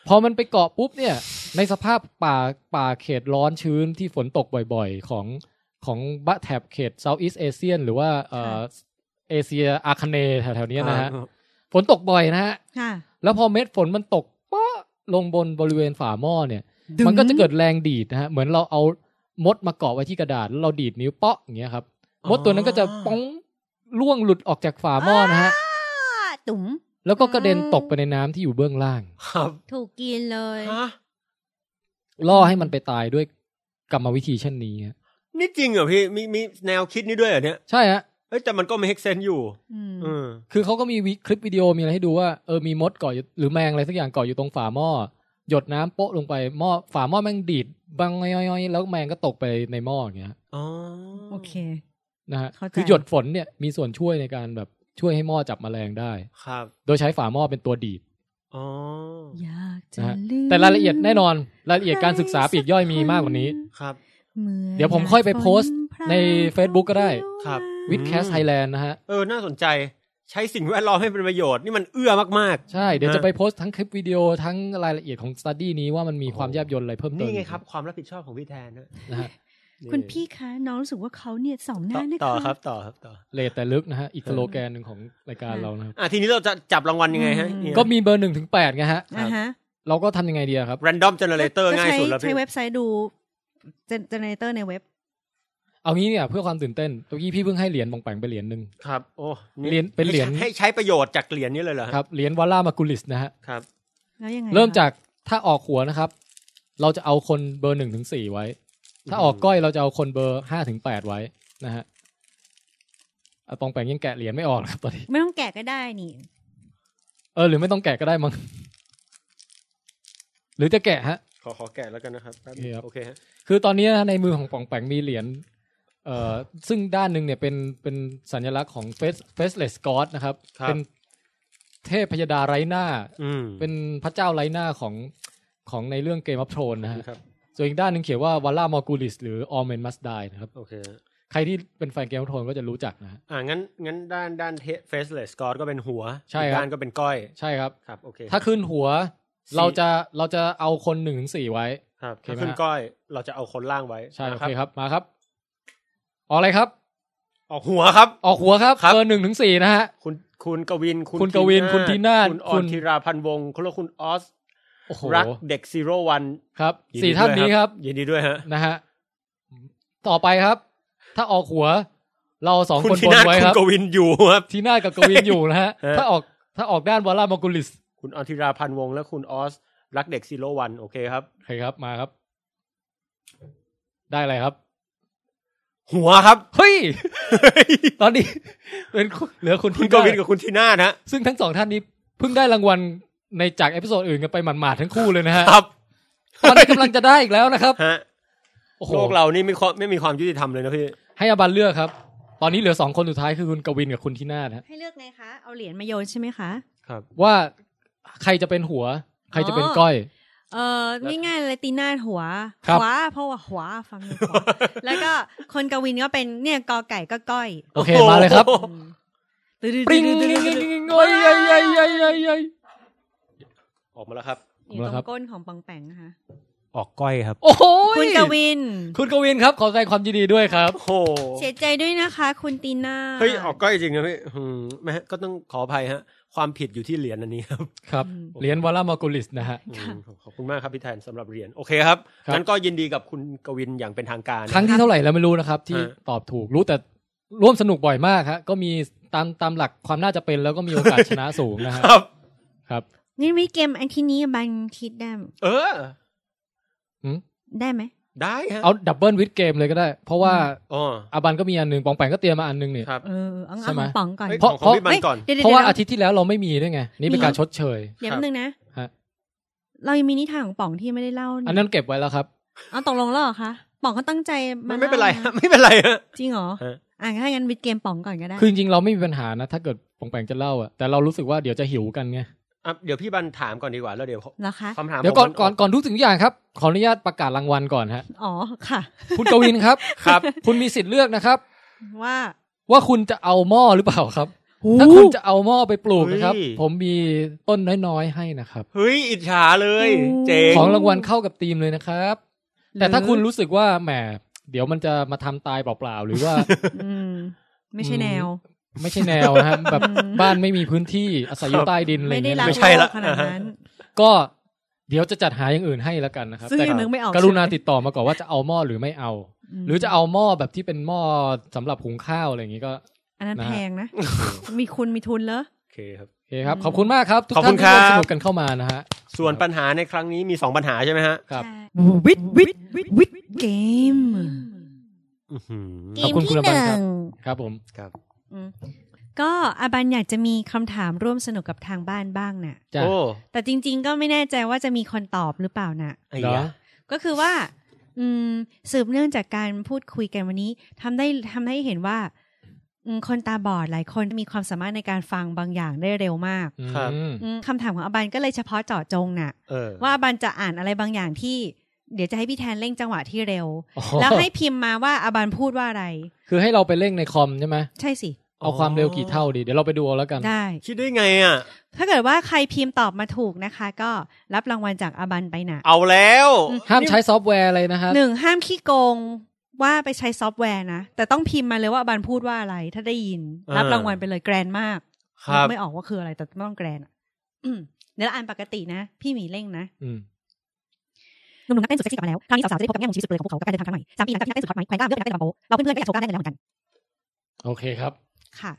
Speaker 1: พอมันไปเกาะปุ๊บเนี่ย ในสภาพป่าป่าเขตร้อนชื้นที่ฝนตกบ่อยๆ ของของบะแถบเขตเซาท์อีสเอเชียนหรือว่าเออเอเชียอาคาเนย์แถวๆเนี้ยนะฮะ
Speaker 3: อ่า
Speaker 1: ฝนตกบ่อยนะฮะ
Speaker 2: ค่ะ
Speaker 1: แล้วพอเม็ดฝนมันตกป๊ะลงบนบริเวณฝาหม้อเนี่ย มันก็จะเกิดแรงดีดนะฮะ เหมือนเราเอามดมาเกาะไว้ที่กระดาษแล้วเราดีดนิ้วเปาะอย่างเงี้ยครับมดตัวนั้นก็จะป้องล่วงหลุดออกจากฝาหม้อนะฮะ
Speaker 2: อ่าตุ๋ม
Speaker 1: แล้วก็กระเด็นตกไปในน้ำที่อยู่เบื้องล่าง
Speaker 3: ครับ
Speaker 2: ถูกกินเลย
Speaker 3: ฮะ
Speaker 1: ล่อให้มันไปตายด้วยกรรมวิธีเช่นนี้ฮะ
Speaker 3: นี่จริงเหรอพี่มีมีแนวคิดนี้ด้วยเหรอเนี่ย
Speaker 1: ใช่ฮะ
Speaker 3: เอ้ยแต่มันก็ไม่เฮกเซนอยู่
Speaker 2: อืม
Speaker 3: อืม
Speaker 1: คือเขาก็มีวิคลิปวิดีโอมีอะไรให้ดูว่าเออมีมดเกาะอยู่หรือแมงอะไรสักอย่างเกาะอยู่ตรงฝาหม้อหยดน้ำโปะลงไปหม้อฝาหม้อแมงดีดบังย่อยๆแล้วแมงก็ตกไปในหม้ออย่างเงี้ย
Speaker 3: อ๋อ
Speaker 2: โอเค
Speaker 1: นะฮะ
Speaker 2: เข้าใจ
Speaker 1: คือหยดฝนเนี่ยมีส่วนช่วยในการแบบช่วยให้หม้อจับแมลงได้
Speaker 3: ครับ
Speaker 1: โดยใช้ฝาหม้อเป็นตัวดีด
Speaker 3: อ๋อ
Speaker 2: อยากจะ
Speaker 1: นะฮะ
Speaker 2: ลืม
Speaker 1: แต่รายละเอียดแน่นอนรายละเอียดการศึกษาปลีกย่อยมีมากกว่านี้
Speaker 3: ครับ
Speaker 2: หมือน
Speaker 1: เดี๋ยวผมค่อยไปโพสต์ใน Facebook ก็ได้
Speaker 2: ฝนพราว
Speaker 3: ครับ
Speaker 1: วิดแคสไทยแลนด์นะฮะ
Speaker 3: เออน่าสนใจ ใช้สิ่งแวดล้อมให้เป็นประโยชน์นี่มันเอื้อมาก
Speaker 1: ใช่ เดี๋ยว
Speaker 3: ฮะ
Speaker 1: จะไปโพสต์ทั้งคลิปวิดีโอทั้งรายละเอียดของสตัดดี้นี้ว่ามันมีความยับยนอะไรเพิ่ม
Speaker 3: ๆ
Speaker 1: เติม
Speaker 3: นี่ไงครับ ความรับผิดชอบของพี่แทนนะ
Speaker 1: นะฮะ
Speaker 2: คุณพี่คะน้องรู้สึกว่าเขาเนี่ยสองห
Speaker 3: ต่
Speaker 2: น้า
Speaker 3: อ
Speaker 2: นะ
Speaker 3: ต่อ
Speaker 2: คะ
Speaker 3: ครับต่อครับต่อ
Speaker 1: เลทแต่ลึกนะฮะ อีกสโลแกนหนึ่งของรายการเรานะครับ
Speaker 3: อ่ะทีนี้เราจะจับรางวัลยังไงฮะเนี่ย
Speaker 1: ก็มีเบอร์หนึ่งถึงแปดไงฮะ
Speaker 2: นะฮะ
Speaker 1: เราก็ทำยังไงดีอะครับ
Speaker 3: random generator
Speaker 2: ก็
Speaker 3: ง่าย
Speaker 2: ใช้
Speaker 3: สุดแล้ว
Speaker 2: ใช้
Speaker 3: พี่
Speaker 2: เว็บไซต์ดูเจเนเรเตอร์ในเว็บ
Speaker 1: เอางี้เนี่ยเพื่อความตื่นเต้นตะกี้พี่เพิ่งให้เหรียญบองแปงไปเหรียญหนึ่ง
Speaker 3: ครับ โอ้
Speaker 1: เหรียญเป็นเหรียญ
Speaker 3: ให้ใช้ประโยชน์จากเหรียญนี้เลยเหรอฮะ
Speaker 1: ครับเหรียญวอลล่ามากุลิสนะฮะ
Speaker 3: ครับ
Speaker 2: แล้วยังไง
Speaker 1: เริ่ม
Speaker 2: คะ
Speaker 1: จากถ้าออกหัวนะครับ เราจะเอาคนเบอร์หนึ่งถึงสี่ไว้ ถ้าออกก้อยเราจะเอาคนเบอร์ห้าถึงแปดไว้นะฮะอ่ะปองแปงยังแกะเหรียญไม่ออกนะครับตอนนี้
Speaker 2: ไม่ต้องแกะก็ได้นี่
Speaker 1: เออหรือไม่ต้องแกะก็ได้มั้งหรือจะแกะฮะ
Speaker 3: ขอขอแกะแล้วกันนะครับแป๊บนึง
Speaker 1: ครับ
Speaker 3: โอเคฮะ
Speaker 1: คือตอนนี้ในมือของปองแปงมีเหรียญเอ่อซึ่งด้านหนึ่งเนี่ยเป็นเป็นสัญลักษณ์ของ face faceless god นะครับ เป็นเทพพยดาไร้หน้า
Speaker 3: อืม
Speaker 1: เป็นพระเจ้าไร้หน้าของของในเรื่องเกมอัพโทนนะฮะ
Speaker 3: ครับ
Speaker 1: ส่วนอีกด้านหนึ่งเขียนว่าว a ล l ามอกูลิสหรือ All Men Must Die นะครับ
Speaker 3: โอเคฮะ
Speaker 1: ใครที่เป็นแฟนเกมอัพโทนก็จะรู้จักนะฮะ
Speaker 3: อ่างั้นงั้นด้านด้าน faceless god ก็เป็นหัว
Speaker 1: ใช่ครับ
Speaker 3: อีกด้านก็เป็นก้อย
Speaker 1: ใช่ครับ
Speaker 3: ครับ โอเค
Speaker 1: ถ้าขึ้นหัว เราจะเราจะเอาคนหนึ่งถึงสี่ไว้
Speaker 3: ครับ
Speaker 1: โอเค
Speaker 3: ถ้า
Speaker 1: ไหม
Speaker 3: ขึ้น
Speaker 1: ฮะ
Speaker 3: ก้อยเราจะเอาคนล่างไว้
Speaker 1: ใช่โอ
Speaker 3: นะ
Speaker 1: เคครับ มาครับ ออกอะไรครับ
Speaker 3: ออกหัวครับ
Speaker 1: ออกหัวครับ
Speaker 3: ครับ
Speaker 1: เบอร์หนึ่งถึงสี่นะฮะ
Speaker 3: คุณคุณกวิน
Speaker 1: คุณกวินคุณธีนาศ
Speaker 3: คุณอ
Speaker 1: คุ
Speaker 3: อน
Speaker 1: ณ
Speaker 3: ธีราพันธ์วงศ์คุณแล้วคุณออส
Speaker 1: โอ้โห
Speaker 3: รักเด็กซีโร่วัน
Speaker 1: ครับสี่ท่านนี้ครับ
Speaker 3: ยินดีด้วยฮะ
Speaker 1: นะฮะ ต่อไปครับ ถ้าออกหัว เราสอง
Speaker 3: คุณ
Speaker 1: คน
Speaker 3: ธี
Speaker 1: บน
Speaker 3: นาศ
Speaker 1: ไว้
Speaker 3: คุ
Speaker 1: ค
Speaker 3: ณ
Speaker 1: รับ
Speaker 3: กวินอยู่ครับ
Speaker 1: ทีน่ากับกวินอยู่นะฮะ
Speaker 3: ฮะ
Speaker 1: ถ้าออกถ้าออกด้านวอลลามอกูลิส
Speaker 3: คุณออนธีราพันธ์วงศ์และคุณออส รักเด็กซีโร่วันโอเคครับ
Speaker 1: ใครครับมาครับ ได้อะไรครับ
Speaker 3: หัวครับ
Speaker 1: เฮ้ย ตอนนี้ เป็นคุณเหลือคุณ
Speaker 3: คุ
Speaker 1: ที่
Speaker 3: ณกวินกับคุณธีนาศนะ
Speaker 1: ซึ่งทั้งสองท่านนี้เพิ่งได้รางวัลในจากเอพิโซดอื่นกันไปหมาดๆทั้งคู่เลยนะฮะ
Speaker 3: ครับ
Speaker 1: ตอนนี้กำลังจะได้อีกแล้วนะครับ
Speaker 3: ฮะ
Speaker 1: โอ้โห
Speaker 3: โลกเรานี่ไม่ค่อยไม่มีความยุติธรรมเลยนะพี่
Speaker 1: ให้อาบันเลือกครับ ตอนนี้เหลือสองคนสุดท้ายคือคุณกวินกับคุณที่น่านะฮะ
Speaker 2: ให้เลือกไงคะ เอาเหรียญมาโยนใช่ไหมคะ
Speaker 3: ครับ
Speaker 1: ว่าใครจะเป็นหัว ใครจะเป็นก้อย
Speaker 2: เออง่ายๆเลยตีหน้าหัว
Speaker 1: ครับ
Speaker 2: หัวเพราะว่าหัวฟังดู หัวแล้วก็คนกวินก็เป็นเนี่ยกอไก่ก็ก้อย
Speaker 1: โอเคมาเลยครับ ปริ้งโอ้ยยยยยยยย
Speaker 3: ออกมาแล้วครับ
Speaker 2: อยู่ตร
Speaker 1: ครับ
Speaker 2: งก้นของปองแปงนะคะ
Speaker 3: ออกก้อยครับ
Speaker 1: โอ้โหย
Speaker 2: คุณกวิน
Speaker 1: คุณกวินครับขอแสดงความยินดีด้วยครับ
Speaker 3: โอ้โห
Speaker 2: เสียใจด้วยนะคะ คุณตีหน้า
Speaker 3: เฮ้ยออกก้อยจริงนะพี่อืมแม่ก็ต้องขออภัยฮะ ความผิดอยู่ที่เหรียญอันนี้ครับ
Speaker 1: ครับเหรียญวอลลามากูลิสนะฮะ
Speaker 3: อืมขอบคุณมากครับพี่แทนสำหรับเหรียญโอเคครับ
Speaker 1: ครับ
Speaker 3: งั้นก็ยินดีกับคุณกวินอย่างเป็นทางการ
Speaker 1: ครั้งที่เท่าไหร่แล้วไม่รู้นะครับ ที่
Speaker 3: อ่า
Speaker 1: ตอบถูกรู้แต่ร่วมสนุกบ่อยมากฮะก็มีตามตามหลักความน่าจะเป็นแล้วก็มีโอกาสชนะสูงนะฮะ
Speaker 3: ครับ
Speaker 1: ครับ
Speaker 2: งั้นวิเกมอันที่นี้บันคิดได้
Speaker 3: เออ
Speaker 1: อืม
Speaker 2: ได้ไหม
Speaker 3: ได้ฮะ
Speaker 1: เอาดับเบิลวิดเกมเลยก็ได้ เพราะว่า
Speaker 3: อ๋อ
Speaker 1: อาบันก็มีอันหนึ่งปองแปงก็เตรียมมาอันหนึ่งเนี่ย
Speaker 3: ครับ
Speaker 2: เออเอา
Speaker 1: ใช่ไหม
Speaker 2: เอาของป๋องก่อน
Speaker 3: เฮ้ย
Speaker 1: เพราะ
Speaker 3: ของของพี่
Speaker 1: เพราะ
Speaker 3: บันก่อน
Speaker 2: ดี๋ย
Speaker 1: เพราะว่า
Speaker 2: ดี๋ย
Speaker 1: อาทิตย์ที่แล้วเราไม่มีด้วยไง นี่เป็นการชดเชย
Speaker 2: เดี๋ยวแป๊บนึงนะ
Speaker 1: ฮะ
Speaker 2: เรายังมีนิทานของป๋องที่ยังไม่ได้เล่า
Speaker 1: อันนั้นเก็บไว้แล้วครับ
Speaker 2: เอาตกลงแล้วเหรอคะป๋องเขาตั้งใจ
Speaker 3: มั
Speaker 2: มาน ล่า
Speaker 3: ไม่เป็นไรฮะ
Speaker 2: ะ
Speaker 3: ไม่เป็นไรฮะ
Speaker 2: จริงเหรอ
Speaker 3: ฮะ
Speaker 2: อ่ะถ้างั้นวิดเกมป๋องก่อนก็ได้
Speaker 1: คือจริงๆเราไม่มีปัญหานะ ถ้าเกิดปองแปงจะเล่าอะแต่เรารู้สึกว่าเดี๋ยวจะหิวกันไง
Speaker 3: อ่ะเดี๋ยวพี่บันถามก่อนดีกว่าแล้วเดี๋ยว
Speaker 2: เหรอคะ
Speaker 3: คำถาม
Speaker 1: เดี๋ยวก่อน
Speaker 3: ผมมั
Speaker 1: ก่อนก่อนทุกสิ่งทุกอย่างครับขออนุญาตประกาศรางวัลก่อนฮะ
Speaker 2: อ๋อค่ะ
Speaker 1: คุณกวินครับ
Speaker 3: ครับ
Speaker 1: คุณมีสิทธิ์เลือกนะครับ
Speaker 2: ว่า
Speaker 1: ว่าคุณจะเอาหม้อหรือเปล่าครับ ถ้าคุณจะเอาหม้อไปปลูกนะครับ
Speaker 3: เฮ้ย
Speaker 1: ผมมีต้นน้อยๆให้นะครับ
Speaker 3: เฮ้ยอิจฉาเลย เจ๋ง
Speaker 1: ของรางวัลเข้ากับทีมเลยนะครับ แต่ถ้าคุณรู้สึกว่าแหมเดี๋ยวมันจะมาทำตายเปล่าๆหรือว่า
Speaker 2: อืมไม่ใช่
Speaker 1: อืม
Speaker 2: แนว
Speaker 1: ไม่ใช่แนวนะฮะแบบ
Speaker 2: อืม
Speaker 1: บ้านไม่มีพื้นที่อาศัยอยู่ใต้ดินอะไร
Speaker 2: ไม่ได้
Speaker 1: เงี้ยนะครั
Speaker 2: รักโล
Speaker 1: บ
Speaker 2: กขนาดนั้น
Speaker 1: ก็เดี๋ยวจะจัดหาอย่างอื่นให้แล้วกันนะครับ
Speaker 2: ซึ่ง
Speaker 1: แต่
Speaker 2: ยังนึกไม่ออก
Speaker 1: กรุณา
Speaker 2: ใช่ไหม
Speaker 1: ติดต่อมาก่อนว่าจะเอาหม้อหรือไม่เอา หรือจะเอาหม้อแบบที่เป็นหม้อสำหรับหุงข้าวอะไรอย่างงี้ก็
Speaker 2: อันนั้น
Speaker 1: นะฮะ
Speaker 2: แพง นะ มีคุณมีทุนเหรอ
Speaker 3: โอเคครับ
Speaker 1: โอเคครับขอบคุณมากครับทุกท่าน
Speaker 3: ขอบคุณครั
Speaker 1: ที่ร่วม
Speaker 3: บ
Speaker 1: สนุกกันเข้ามานะฮะ
Speaker 3: ส่วนปัญหาในครั้งนี้มีสองปัญหาใช่ไหมฮะ
Speaker 1: ครับ
Speaker 2: วิดวิดวิดเกม
Speaker 3: อื้อหือ
Speaker 2: เก
Speaker 1: ขอบ
Speaker 2: ม
Speaker 1: คุณคุ
Speaker 2: ที่
Speaker 1: ณอ
Speaker 2: ห
Speaker 1: บัน
Speaker 2: นึ่
Speaker 1: ครับครั
Speaker 2: ง
Speaker 1: บผม
Speaker 3: ครับ
Speaker 2: อืมก็อาบันอยากจะมีคำถามร่วมสนุกกับทางบ้านบ้างน่ะ
Speaker 1: จ้ะ
Speaker 3: โอ้
Speaker 2: แต่จริง ๆ ก็ไม่แน่ใจว่าจะมีคนตอบหรือเปล่าน่ะ
Speaker 3: ไอ้
Speaker 1: เหรอ
Speaker 3: ยะ
Speaker 2: ก็คือว่า อืม สืบเนื่องจากการพูดคุยกันวันนี้ทำได้ทำให้เห็นว่าอืมคนตาบอดหลายคนมีความสามารถในการฟังบางอย่างได้เร็วมาก
Speaker 1: อืม
Speaker 2: อืมคำถามของอาบันก็เลยเฉพาะเจาะจงน่ะ
Speaker 3: เออ
Speaker 2: ว่าอาบันจะอ่านอะไรบางอย่างที่ เดี๋ยวจะให้พี่แทนเร่งจังหวะที่เร็ว
Speaker 1: อ๋อ
Speaker 2: แล้วให้พิมพ์มาว่าอาบันพูดว่าอะไร
Speaker 1: คือให้เราไปเร่งในคอมใช่ไหม
Speaker 2: ใช่สิ
Speaker 1: เอาความเร็วกี่เท่าดี เดี๋ยวเราไปดูเอาแล้วกัน
Speaker 2: ได้
Speaker 3: คิดได้ไงอ่ะ
Speaker 2: ถ้าเกิดว่าใครพิมพ์ตอบมาถูกนะคะ ก็รับรางวัลจากอาบันไปหนะ
Speaker 3: เอาแล้ว
Speaker 2: อืม
Speaker 1: ห้ามใช้ซอฟต์แวร์อะไรนะฮะ
Speaker 2: หนึ่งห้ามขี้โกงว่าไปใช้ซอฟต์แวร์นะ แต่ต้องพิมพ์มาเลยว่าอาบันพูดว่าอะไร ถ้าได้ยิน
Speaker 3: อ่ารั
Speaker 2: รับรางวัลไปเลยแกรนมาก
Speaker 3: ครับ
Speaker 2: นึกไม่ออกว่าคืออะไรแต่ไม่ต้องแกรนอะอืมเนื้ออ่านปกตินะ พี่หมีเร่งนะ
Speaker 1: อืม
Speaker 6: หนุ่มๆนักเต้นสุดเซ็กซี่กลับมาแล้ว คราวนี้สาวๆจะได้พบกับแง่มุมชีวิตสุดเปลือยของพวกเขากับการเดินทางครั้งใหม่สามปีหลังจากที่นักเต้นสุดฮอตไหมแขวนกล้ามเลือกเป็นนักเต้นระบำโป๊ะเราเพื่อนๆก็อยากโชว์กล้ามได้ในแล้วเหมือนกัน
Speaker 1: โอเคครับ
Speaker 2: ค่ะ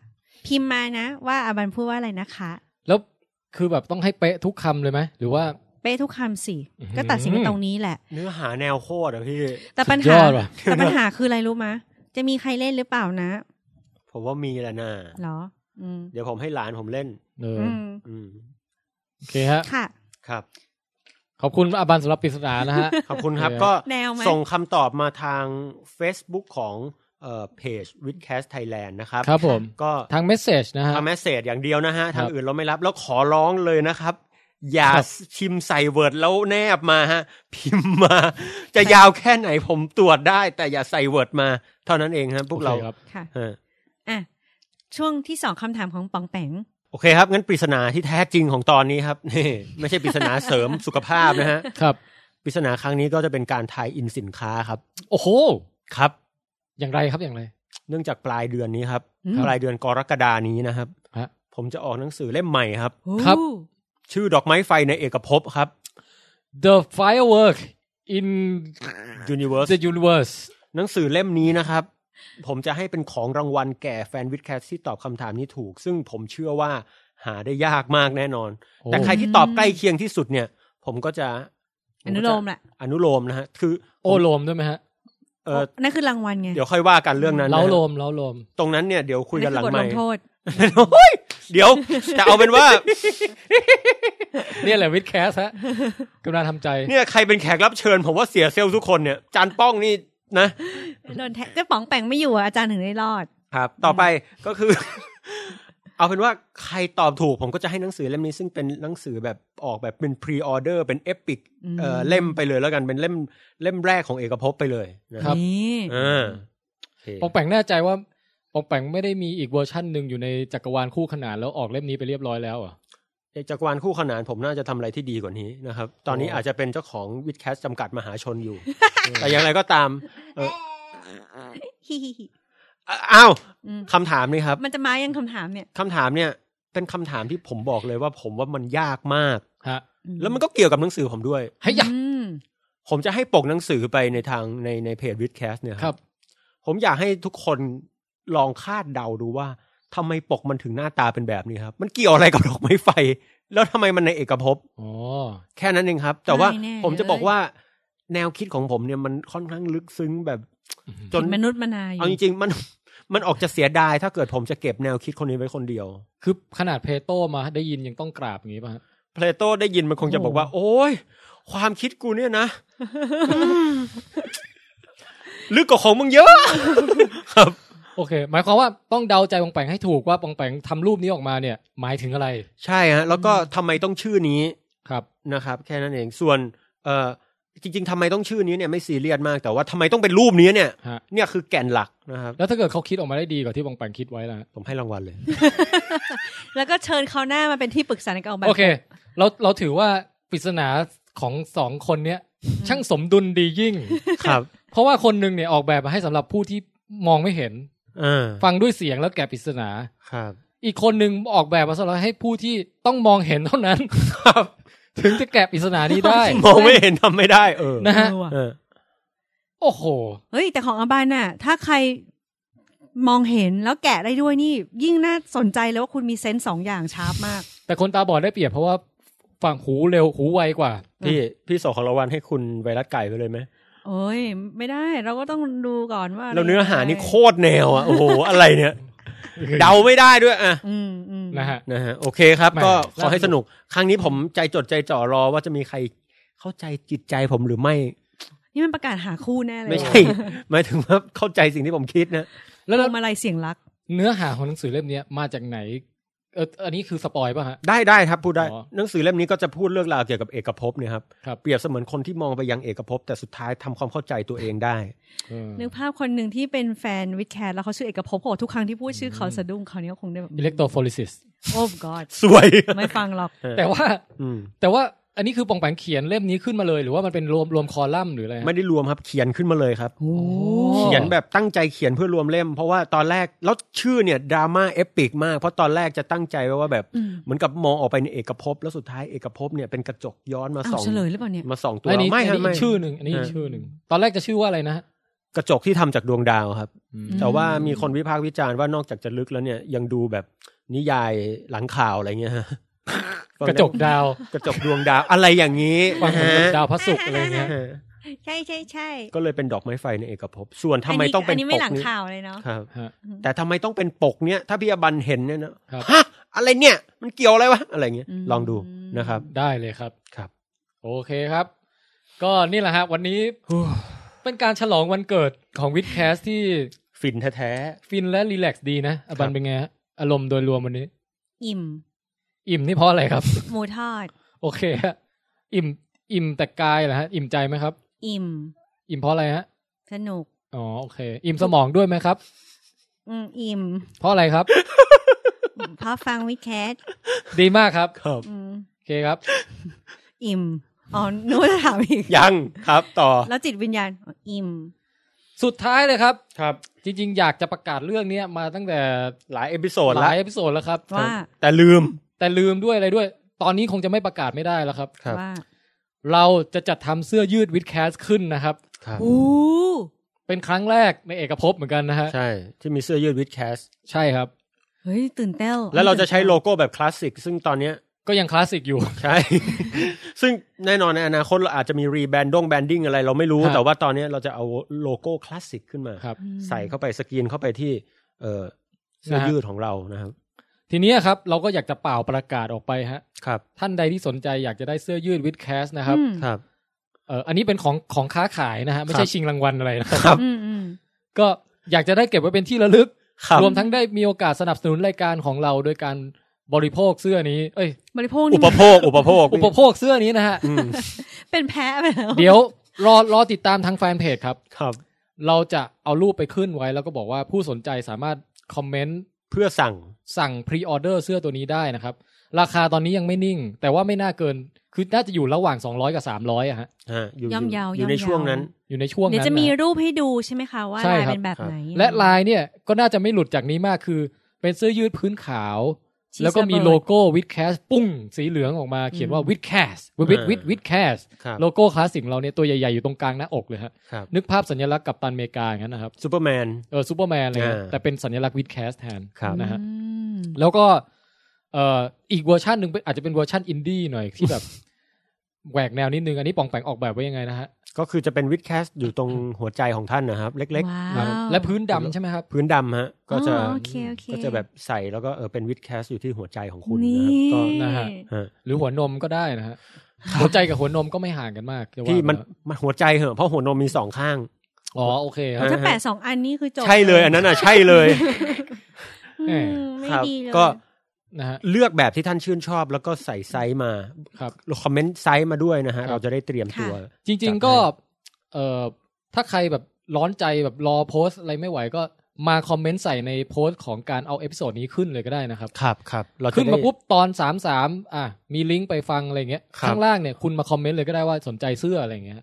Speaker 2: พิมพ์มานะ ว่าอาบันพูดว่าอะไรนะคะ
Speaker 1: แล้วคือแบบต้องให้เป๊ะทุกคำเลยไหมหรือว่า
Speaker 2: เป๊ะทุกคำสิ
Speaker 1: อื้อหือ
Speaker 2: ก็ตัดสินกันตรงนี้แหละ
Speaker 3: เนื้อหาแนวโคตรอ่ะพี่
Speaker 2: แต่ปัญ
Speaker 1: สุด
Speaker 2: หาย
Speaker 1: อดว่ะ
Speaker 2: แต่ปัญหาคืออะไรรู้มะ จะมีใครเล่นหรือเปล่านะ
Speaker 3: ผมว่ามีแหละนะ
Speaker 2: เหรอ อืม
Speaker 3: เดี๋ยวผมให้หลานผมเล่น
Speaker 1: เออ
Speaker 2: อืม
Speaker 3: อืม
Speaker 1: โอเคฮะ
Speaker 2: ค่ะ
Speaker 3: ครับ
Speaker 1: ขอบคุณอาบันสำหรับปริศนา นะฮะ
Speaker 3: ขอบคุณครับ
Speaker 1: เออ
Speaker 3: ก็
Speaker 2: แนวไหม
Speaker 3: ส่งคำตอบมาทาง Facebook ของเอ่อเพจ w i t h c a s t Thailand นะครับ
Speaker 1: ครับผม
Speaker 3: ก็
Speaker 1: ทางเมสเซจนะฮะ
Speaker 3: ทางแมสเซจอย่างเดียวนะฮะ
Speaker 1: ครับ
Speaker 3: ทางอื่นเราไม่รับแล้วขอร้องเลยนะครับ อย่า
Speaker 1: ครับ
Speaker 3: ชิมใส่เวิร์ดแล้วแนบมาฮะ พิมพ์มา จะยาวแค่ไหนผมตรวจได้ แต่อย่าใส่เวิร์ดมา เท่านั้นเองฮะพวกเรา
Speaker 1: โอคบ
Speaker 2: ค่ะ
Speaker 3: เออ
Speaker 2: อ่ะ ช่วงที่สองคำถามของปองแปง
Speaker 3: โอเคครับ งั้นปริศนาที่แท้จริงของตอนนี้ครับนี่ไม่ใช่ปริศนาเสริมสุขภาพนะฮะ
Speaker 1: ครับ
Speaker 3: ปริศนาครั้งนี้ก็จะเป็นการทายอินสินค้าครับ
Speaker 1: โอ้โห
Speaker 3: ครับ
Speaker 1: อย่างไรครับอย่างไร
Speaker 3: เนื่องจากปลายเดือนนี้ครับ
Speaker 2: อืม
Speaker 3: ปลายเดือนกรกฎานี้นะครับ
Speaker 1: ฮะ
Speaker 3: ผมจะออกหนังสือเล่มใหม่ครับ
Speaker 1: ครับ
Speaker 2: โอ้
Speaker 3: ชื่อดอกไม้ไฟในเอกภพครับ
Speaker 1: The firework in
Speaker 3: Universe
Speaker 1: the universe
Speaker 3: หนังสือเล่มนี้นะครับ ผมจะให้เป็นของรางวัลแก่แฟนวิดแคสที่ตอบคำถามนี้ถูก ซึ่งผมเชื่อว่าหาได้ยากมากแน่นอน
Speaker 1: โอ้
Speaker 3: แต่ใครที่ตอบใกล้เคียงที่สุดเนี่ย ผมก็จะ
Speaker 2: อนุโลมแหละ
Speaker 3: อนุโลมนะฮะคือ
Speaker 1: โอโลมด้วยไหมฮะ
Speaker 3: เออ
Speaker 2: นั่นคือรางวัลไง
Speaker 3: เดี๋ยวค่อยว่ากันเรื่องนั้นนะ
Speaker 1: เล้า
Speaker 3: ฮะ
Speaker 1: โลมเล้าโลม
Speaker 3: ตรงนั้นเนี่ยเดี๋ยวคุยกันหลัง
Speaker 2: คือบ
Speaker 3: ให
Speaker 2: ท
Speaker 3: ม่
Speaker 2: ลงโทษ
Speaker 3: เดี๋ยวแต่เอาเป็นว่า
Speaker 1: เนี่ยแหละวิดแคส ฮะกำลังทำใจ
Speaker 3: เนี่ยใครเป็นแขกรับเชิญ ผมว่าเสียเซลล์ทุกคนเนี่ยจานป้องนี่นะ
Speaker 2: โดนแท็กก็ป๋องแปงไม่อยู่อะอาจารย์ถึงได้รอด
Speaker 3: ครับ ต่อไป ก็คือ เอาเป็นว่าใครตอบถูก ผมก็จะให้หนังสือเล่มนี้ซึ่งเป็นหนังสือแบบออกแบบเป็นพรีออเดอร์เป็นเอปิก
Speaker 2: อืม
Speaker 3: เอ่อเล่มไปเลยแล้วกันเป็นเล่มเล่มแรกของเอกภพไปเลยนะครับ
Speaker 2: นี่
Speaker 3: อ่าโอเค
Speaker 1: ปองแปงแน่ใจว่าปองแปงไม่ได้มีอีกเวอร์ชั่นหนึ่งอยู่ในจักรวาลคู่ขนานแล้วออกเล่มนี้ไปเรียบร้อยแล้วเหรอ่ะ
Speaker 3: เอกจักรวาลคู่ขนานผมน่าจะทำอะไรที่ดีกว่านี้นะครับ ตอนนี้
Speaker 1: โอ้
Speaker 3: อาจจะเป็นเจ้าของวิดแคสจำกัดมหาชน อยู่ แต่อย่างไรก็ตามเอ่อ
Speaker 2: ฮิฮิฮิ
Speaker 3: อ่ะอ้าว
Speaker 2: อืม
Speaker 3: คำถามนี่ครับ
Speaker 2: มันจะมายังคำถามเนี่ย
Speaker 3: คำถามเนี่ยเป็นคำถามที่ผมบอกเลยว่าผมว่ามันยากมาก
Speaker 1: ฮะ
Speaker 3: แล้วมันก็เกี่ยวกับหนังสือผมด้วย
Speaker 1: ให้ยะ
Speaker 2: อืม
Speaker 3: ผมจะให้ปกหนังสือไปในทางในในเพจวิดแคสเนี่ย
Speaker 1: ครับ
Speaker 3: ผมอยากให้ทุกคนลองคาดเดาดูว่าทำไมปกมันถึงหน้าตาเป็นแบบนี้ครับ มันเกี่ยวอะไรกับดอกไม้ไฟ แล้วทำไมมันในเอกภพ
Speaker 1: อ๋อ
Speaker 3: แค่นั้นเองครับ แต่ว่าผมจะบอกว่าแนวคิดของผมเนี่ยมันค่อนข้างลึกซึ้งแบบ จน
Speaker 2: ผิดมนุษย์มนาอยู่
Speaker 3: เอาจริงๆมันมันออกจะเสียดายถ้าเกิดผมจะเก็บแนวคิดคนนี้ไว้คนเดียว
Speaker 1: คือขนาดเพโตมาได้ยินยังต้องกราบอย่างนี้ป่ะฮะ
Speaker 3: เพลโตได้ยินมันคงจะบอกว่า โอ้ยความคิดกูเนี่ย นะอืมลึกกว่าของมึงเยอะ ครับ
Speaker 1: โอเค หมายความว่าต้องเดาใจปองแปงให้ถูกว่าปองแปงทำรูปนี้ออกมาเนี่ย หมายถึงอะไร
Speaker 3: ใช่ฮะ แล้วก็ทำไมต้องชื่อนี้
Speaker 1: ครับ
Speaker 3: นะครับ แค่นั้นเองส่วน เออจริง ๆทำไมต้องชื่อนี้เนี่ยไม่ซีเรียสมากแต่ว่าทำไมต้องเป็นรูปนี้เนี่ย
Speaker 1: ฮะ
Speaker 3: เนี่ยคือแก่นหลักนะครับ
Speaker 1: แล้วถ้าเกิดเขาคิดออกมาได้ดีกว่าที่ปองแปงคิดไว้ล่ะฮะ
Speaker 3: ผมให้รางวัล เลย
Speaker 2: แล้วก็เชิญเขาหน้ามาเป็นที่ปรึกษาในกองแบบ
Speaker 1: โอเค เราเราถือว่าปริศนาของสองคนเนี้ยช่างสมดุลดียิ่ง
Speaker 3: ครับ
Speaker 1: เพราะว่าคนหนึ่งเนี่ยออกแบบมาให้สำหรับผู้ที่มองไม่เห็น
Speaker 3: อ่า
Speaker 1: ฟังด้วยเสียงแล้วแกะปริศนา
Speaker 3: ครับ
Speaker 1: อีกคนหนึ่งออกแบบมาสำหรับให้ผู้ที่ต้องมองเห็นเท่านั้น
Speaker 3: ครับ
Speaker 1: ถึงจะแกะปริศนานี้ได้
Speaker 3: มองไม่เห็นทำไม่ได้ เออ
Speaker 1: นะฮะ
Speaker 2: เออว่
Speaker 3: เออ
Speaker 1: โอ้โห
Speaker 2: เฮ้ยแต่ของอาบานน่ะ ถ้าใครมองเห็นแล้วแกะได้ด้วยนี่ ยิ่งน่าสนใจเลยว่าคุณมีเซนส์สองอย่างชาร์ปมาก
Speaker 1: แต่คนตาบอดได้เปรียบเพราะว่าฝั่งหูเร็วหูไวกว่า
Speaker 3: พี่พี่ส่งของรางวัลให้คุณไวรัสไก่ไปเลยไหม
Speaker 2: โอ้ยไม่ได้ เราก็ต้องดูก่อนว่าะไ
Speaker 3: แล้วเนื้อหานี่โค
Speaker 2: ยังไง
Speaker 3: ตรแนวอ่ะ โอ้โห อะไรเนี่ย เดาไม่ได้ด้วยอ่ะ
Speaker 2: อืมอืม
Speaker 1: นะฮะ
Speaker 3: นะฮะโอเคครับ
Speaker 1: แหม่
Speaker 3: ก็ขอให้สนุก ครั้งนี้ผมใจจดใจจ่อรอว่าจะมีใครเข้าใจจิตใจผมหรือไม่
Speaker 2: นี่มันประกาศหาคู่แน่เลย
Speaker 3: ไม่ ใช่ หมายถึงว่าเข้าใจสิ่งที่ผมคิดนะ
Speaker 1: แล้ว
Speaker 2: พ
Speaker 1: เรา
Speaker 2: วงมาลัยเสียงรัก
Speaker 1: เนื้อหาของหนังสือเล่มเนี้ยมาจากไหน เอออันนี้คือสปอยป่ะฮะ
Speaker 3: ได้ได้ครับพูดได้
Speaker 1: อ๋อ
Speaker 3: หนังสือเล่มนี้ก็จะพูดเรื่องราวเกี่ยวกับเอกภพเนี่ยครับ
Speaker 1: ครับ
Speaker 3: เปรียบเสมือนคนที่มองไปยังเอกภพแต่สุดท้ายทำความเข้าใจตัวเองได้
Speaker 1: เออ
Speaker 2: นึกภาพคนหนึ่งที่เป็นแฟนวิดแคทแล้วเขาชื่อเอกภพโหทุกครั้งที่พูดชื่อเขาสะดุ้งเขาวเนี้ยคงได้แบบ
Speaker 1: อิเล็กโทรโฟลิซิส
Speaker 2: โอ้ god
Speaker 3: ส วย
Speaker 2: ไม่ฟัง หรอก
Speaker 1: แต่ว่า
Speaker 3: อืม
Speaker 1: แต่ว่าอันนี้คือปองแปงเขียนเล่มนี้ขึ้นมาเลย หรือว่ามันเป็นรวมรวมคอลัมน์หรืออะไรฮะ
Speaker 3: ไม่ได้รวมครับเขียนขึ้นมาเลยครับ
Speaker 1: อ๋อ
Speaker 3: เขียนแบบตั้งใจเขียนเพื่อรวมเล่ม เพราะว่าตอนแรกแล้วชื่อเนี่ยดราม่าเอปิกมาก เพราะตอนแรกจะตั้งใจไว้ว่าแบบ
Speaker 2: อืม
Speaker 3: เหมือนกับมองออกไปในเอกภพแล้วสุดท้ายเอกภพเนี่ยเป็นกระจกย้อนมา
Speaker 2: อ้าว
Speaker 3: ส่อง
Speaker 2: เฉลยหรือเปล่าเนี่ย
Speaker 3: มาส่องตัว
Speaker 1: อันนี้
Speaker 3: ไม่
Speaker 1: อัน
Speaker 3: ฮะ
Speaker 1: นี้
Speaker 3: ไม่
Speaker 1: อีกชื่อหนึ่งอันนี้อีกชื่อหนึ่งตอนแรกจะชื่อว่าอะไรนะฮะ
Speaker 3: กระจกที่ทำจากดวงดาวครับ
Speaker 1: อืม
Speaker 3: แต่ว่ามีคนวิพากษ์วิจารณ์ว่านอกจากจะลึกแล้วเนี่ยยังดูแบบนิยายหลังข่าวอะไรเงี้ย ฮะ
Speaker 1: กระจก ดาว
Speaker 3: กระจกดวงดาวอะไรอย่างนี้
Speaker 1: ฟังเหมือนกับดาว
Speaker 3: ฮะ
Speaker 1: พระศุกร์อะไรเงี้ย
Speaker 3: ฮะ
Speaker 2: ใช่ใช่ใช่
Speaker 3: ก็เลยเป็นดอกไม้ไฟในเอกภพส่วนทำไมต้องเป็น
Speaker 2: อันนี้ไม่หลัง
Speaker 3: ปก
Speaker 2: ข่าวเลยเนาะ
Speaker 3: ครับ
Speaker 1: ฮะ
Speaker 3: แต่ทำไมต้องเป็นปกเนี้ยถ้าพี่อบันเห็นเนี่ยนะครับ ฮะอะไรเนี่ยมันเกี่ยวอะไรวะอะไรเงี้ย
Speaker 2: อืม
Speaker 3: ลองดูนะครับ
Speaker 1: ได้เลยครับ
Speaker 3: ครับ
Speaker 1: โอเคครับ ก็นี่แหละฮะ วันนี้เป็นการฉลองวันเกิดของวิดแคสที่
Speaker 3: ฟินแท้
Speaker 1: ฟินและรีแลกซ์ดีนะอบั
Speaker 3: ครั
Speaker 1: น
Speaker 3: บ
Speaker 1: เป็นไงฮะอารมณ์โดยรวมวันนี้
Speaker 2: อิ่ม
Speaker 1: อิ่มนี่เพราะอะไรครับ
Speaker 2: หมูทอด
Speaker 1: โอเคฮะอิ่มอิ่มแต่กายเหรอฮะ อิ่มใจไหมครับ
Speaker 2: อิ่ม
Speaker 1: อิ่มเพราะอะไรฮะ
Speaker 2: สนุก
Speaker 1: อ๋อโอเค อิ่มสมองด้วยไหมครับ
Speaker 2: อืมอิ่ม
Speaker 1: เพราะอะไรครับ
Speaker 2: เพราะฟังวิดแคท
Speaker 1: ดีมากครับ
Speaker 3: ๆครับ
Speaker 2: อืม
Speaker 1: โอเคครับ
Speaker 2: อิ่มอ๋อนึกว่าจะถามอีก
Speaker 3: ยังครับต่อ
Speaker 2: แล้วจิตวิญญาณอ๋ออิ่ม
Speaker 1: สุดท้ายเลยครับ
Speaker 3: ครับ
Speaker 1: จริง ๆ อยากจะประกาศเรื่องเนี้ยมาตั้งแต่
Speaker 3: หลายเอพิโซด
Speaker 1: ห
Speaker 3: ละ
Speaker 1: ลายเอพิโซดแล้วครับ
Speaker 2: ว่า
Speaker 3: แต่ลืม
Speaker 1: แต่ลืมด้วยอะไรด้วย ตอนนี้คงจะไม่ประกาศไม่ได้แล้วครับ
Speaker 2: ว่า
Speaker 1: เราจะจัดทำเสื้อยืดวิดแคสขึ้นนะครับ
Speaker 3: ครับ
Speaker 2: อู้
Speaker 1: เป็นครั้งแรกในเอกภพเหมือนกันนะฮะ
Speaker 3: ใช่ ที่มีเสื้อยืดวิดแคส
Speaker 1: ใช่ครับ
Speaker 2: เฮ้ยตื่นเต้น
Speaker 3: แล้วเราจะใช้โลโก้แบบคลาสสิก ซึ่งตอนเนี้ย
Speaker 1: ก็ยังคลาสสิกอยู่
Speaker 3: ใช่ ซึ่งแน่นอนในอนาคตเราอาจจะมีรีแบรนดงแบรนดิ้งอะไรเราไม่รู้
Speaker 1: ครับ
Speaker 3: แต่ว่าตอนเนี้ยเราจะเอาโลโก้คลาสสิกขึ้นมา
Speaker 1: ครับ
Speaker 3: ใส่เข้าไปสกรีนเข้าไปที่เอ่อเสื้อ
Speaker 1: นะฮะ
Speaker 3: ยืดของเรานะครับ
Speaker 1: ทีเนี้ยครับ เราก็อยากจะเป่าประกาศออกไปฮะ
Speaker 3: ครับ
Speaker 1: ท่านใดที่สนใจอยากจะได้เสื้อยืดวิดแคสนะครับ
Speaker 2: อืม
Speaker 3: ครับ
Speaker 1: เอออันนี้เป็นของของค้าขายนะฮะ ไม่ใช่
Speaker 3: ครับ
Speaker 1: ชิงรางวัลอะไรนะ
Speaker 3: ครับ
Speaker 2: อืมอืม
Speaker 1: ก็อยากจะได้เก็บไว้เป็นที่ระลึก
Speaker 3: ครับ
Speaker 1: รวมทั้งได้มีโอกาสสนับสนุนรายการของเราโดยการบริโภคเสื้อนี้ เอ้ย
Speaker 2: บริโภค
Speaker 3: อุ
Speaker 2: นี่
Speaker 3: ปโภค อุปโภค
Speaker 1: อุปโภคเสื้อนี้นะฮะ
Speaker 3: อืม
Speaker 2: เป็นแพ้ไปแล้ว
Speaker 1: เดี๋ยวรอรอติดตามทางแฟนเพจครับ
Speaker 3: ครับ
Speaker 1: เราจะเอารูปไปขึ้นไว้ แล้วก็บอกว่าผู้สนใจสามารถคอมเมนต์
Speaker 3: เพื่อสั่ง
Speaker 1: สั่งพรีออเดอร์เสื้อตัวนี้ได้นะครับ ราคาตอนนี้ยังไม่นิ่ง แต่ว่าไม่น่าเกิน คือน่าจะอยู่ระหว่าง 200 กับ 300อะฮะ
Speaker 3: ฮะอยู่
Speaker 2: ย่อม
Speaker 3: อยู่
Speaker 2: ยาว
Speaker 3: อยู่ในช่วงนั้น
Speaker 1: อยู่ในช่วงนั้น
Speaker 2: เดี๋ยวจะมี
Speaker 1: นฮ
Speaker 2: รูปให้ดูใช่ไหมคะว่า
Speaker 1: ใช่
Speaker 2: ลาย
Speaker 1: ครับ
Speaker 2: เป็นแบบไหน
Speaker 1: และลายเนี่ยก็น่าจะไม่หลุดจากนี้มากคือ เป็นเสื้อยืดพื้นขาว
Speaker 2: ชีส
Speaker 1: แล้วก็มี
Speaker 2: ระเบิด
Speaker 1: โลโก้วิดแคสปุ้ง สีเหลืองออกมาเขียนว่าวิดแคสวิดวิดวิดแคส
Speaker 3: ครับ
Speaker 1: โลโก้คลาสสิกของเราเนี่ยตัวใหญ่ๆอยู่ตรงกลางหน้าอกเลยฮะ
Speaker 3: ครับ
Speaker 1: นึกภาพสัญลักษณ์กับตันอเมริกาอย่างนั้นนะครับ
Speaker 3: ซูเปอร์แมน
Speaker 1: เออซูเปอร์แมนอะไรเงี้ย
Speaker 3: อ่า
Speaker 1: แต่เป็นสัญลักษณ์วิดแคสแทน
Speaker 3: ครับ
Speaker 1: นะฮะ
Speaker 2: อืม
Speaker 1: แล้วก็เอ่ออีกเวอร์ชันหนึ่งเป็นอาจจะเป็นเวอร์ชันอินดี้หน่อยที่ แบบ แหวกแนวนิดนึง อันนี้ปองแปงออกแบบไว้ยังไงนะฮะ
Speaker 3: ก็คือจะเป็นวิดแคสอยู่ตรงหัวใจของท่านนะครับ เล็ก
Speaker 2: ว้า
Speaker 1: ครับ
Speaker 2: ว
Speaker 1: และพื้นดำใช่ไหมครับ
Speaker 3: ๆ พื้นดำฮะ ก็จะ
Speaker 2: อ๋อโอเคโอเค
Speaker 3: ก็จะแบบใส่แล้วก็เออเป็นวิดแคสอยู่ที่หัวใจของคุณนะ
Speaker 2: นี่
Speaker 3: ครับก็
Speaker 1: นะฮะ
Speaker 3: ฮะ
Speaker 1: หรือหัวนมก็ได้ นะฮะหัวใจกับหัวนมก็ไม่ห่างกันมากจะว่า
Speaker 3: พี่มัน
Speaker 1: ไปแล้ว
Speaker 3: มันหัวใจเหอะเพราะหัวนมมีสองข้าง
Speaker 1: อ๋อโอเคครับ
Speaker 2: ถ้าแปะสองอันนี้คือจบ
Speaker 3: ใช่เลยอันนั้นอ่ะ ใช่เลย
Speaker 2: อืมไม่
Speaker 3: ครับ
Speaker 2: ดีเลย
Speaker 3: ก็
Speaker 1: นะฮะ
Speaker 3: เลือกแบบที่ท่านชื่นชอบ แล้วก็ใส่ไซส์มา
Speaker 1: ครับ
Speaker 3: คอมเมนต์ไซส์มาด้วยนะฮะเราจะได้เตรียมตัว
Speaker 1: จริง ๆ ก็ เอ่อถ้าใครแบบร้อนใจแบบรอโพสต์อะไรไม่ไหวก็มาคอมเมนต์ใส่ในโพสต์ของการเอาเอพิโซดนี้ขึ้นเลยก็ได้นะครับ
Speaker 3: ครับครับเราจะ
Speaker 1: ขึ้นมา
Speaker 3: ได้
Speaker 1: ปุ๊บตอนสามสามอ่ะมีลิงก์ไปฟังอะไรอย่างเงี้ย
Speaker 3: ครับ
Speaker 1: ข้างล่างเนี่ยคุณมาคอมเมนต์เลยก็ได้ว่าสนใจเสื้ออะไรอย่างเงี้ย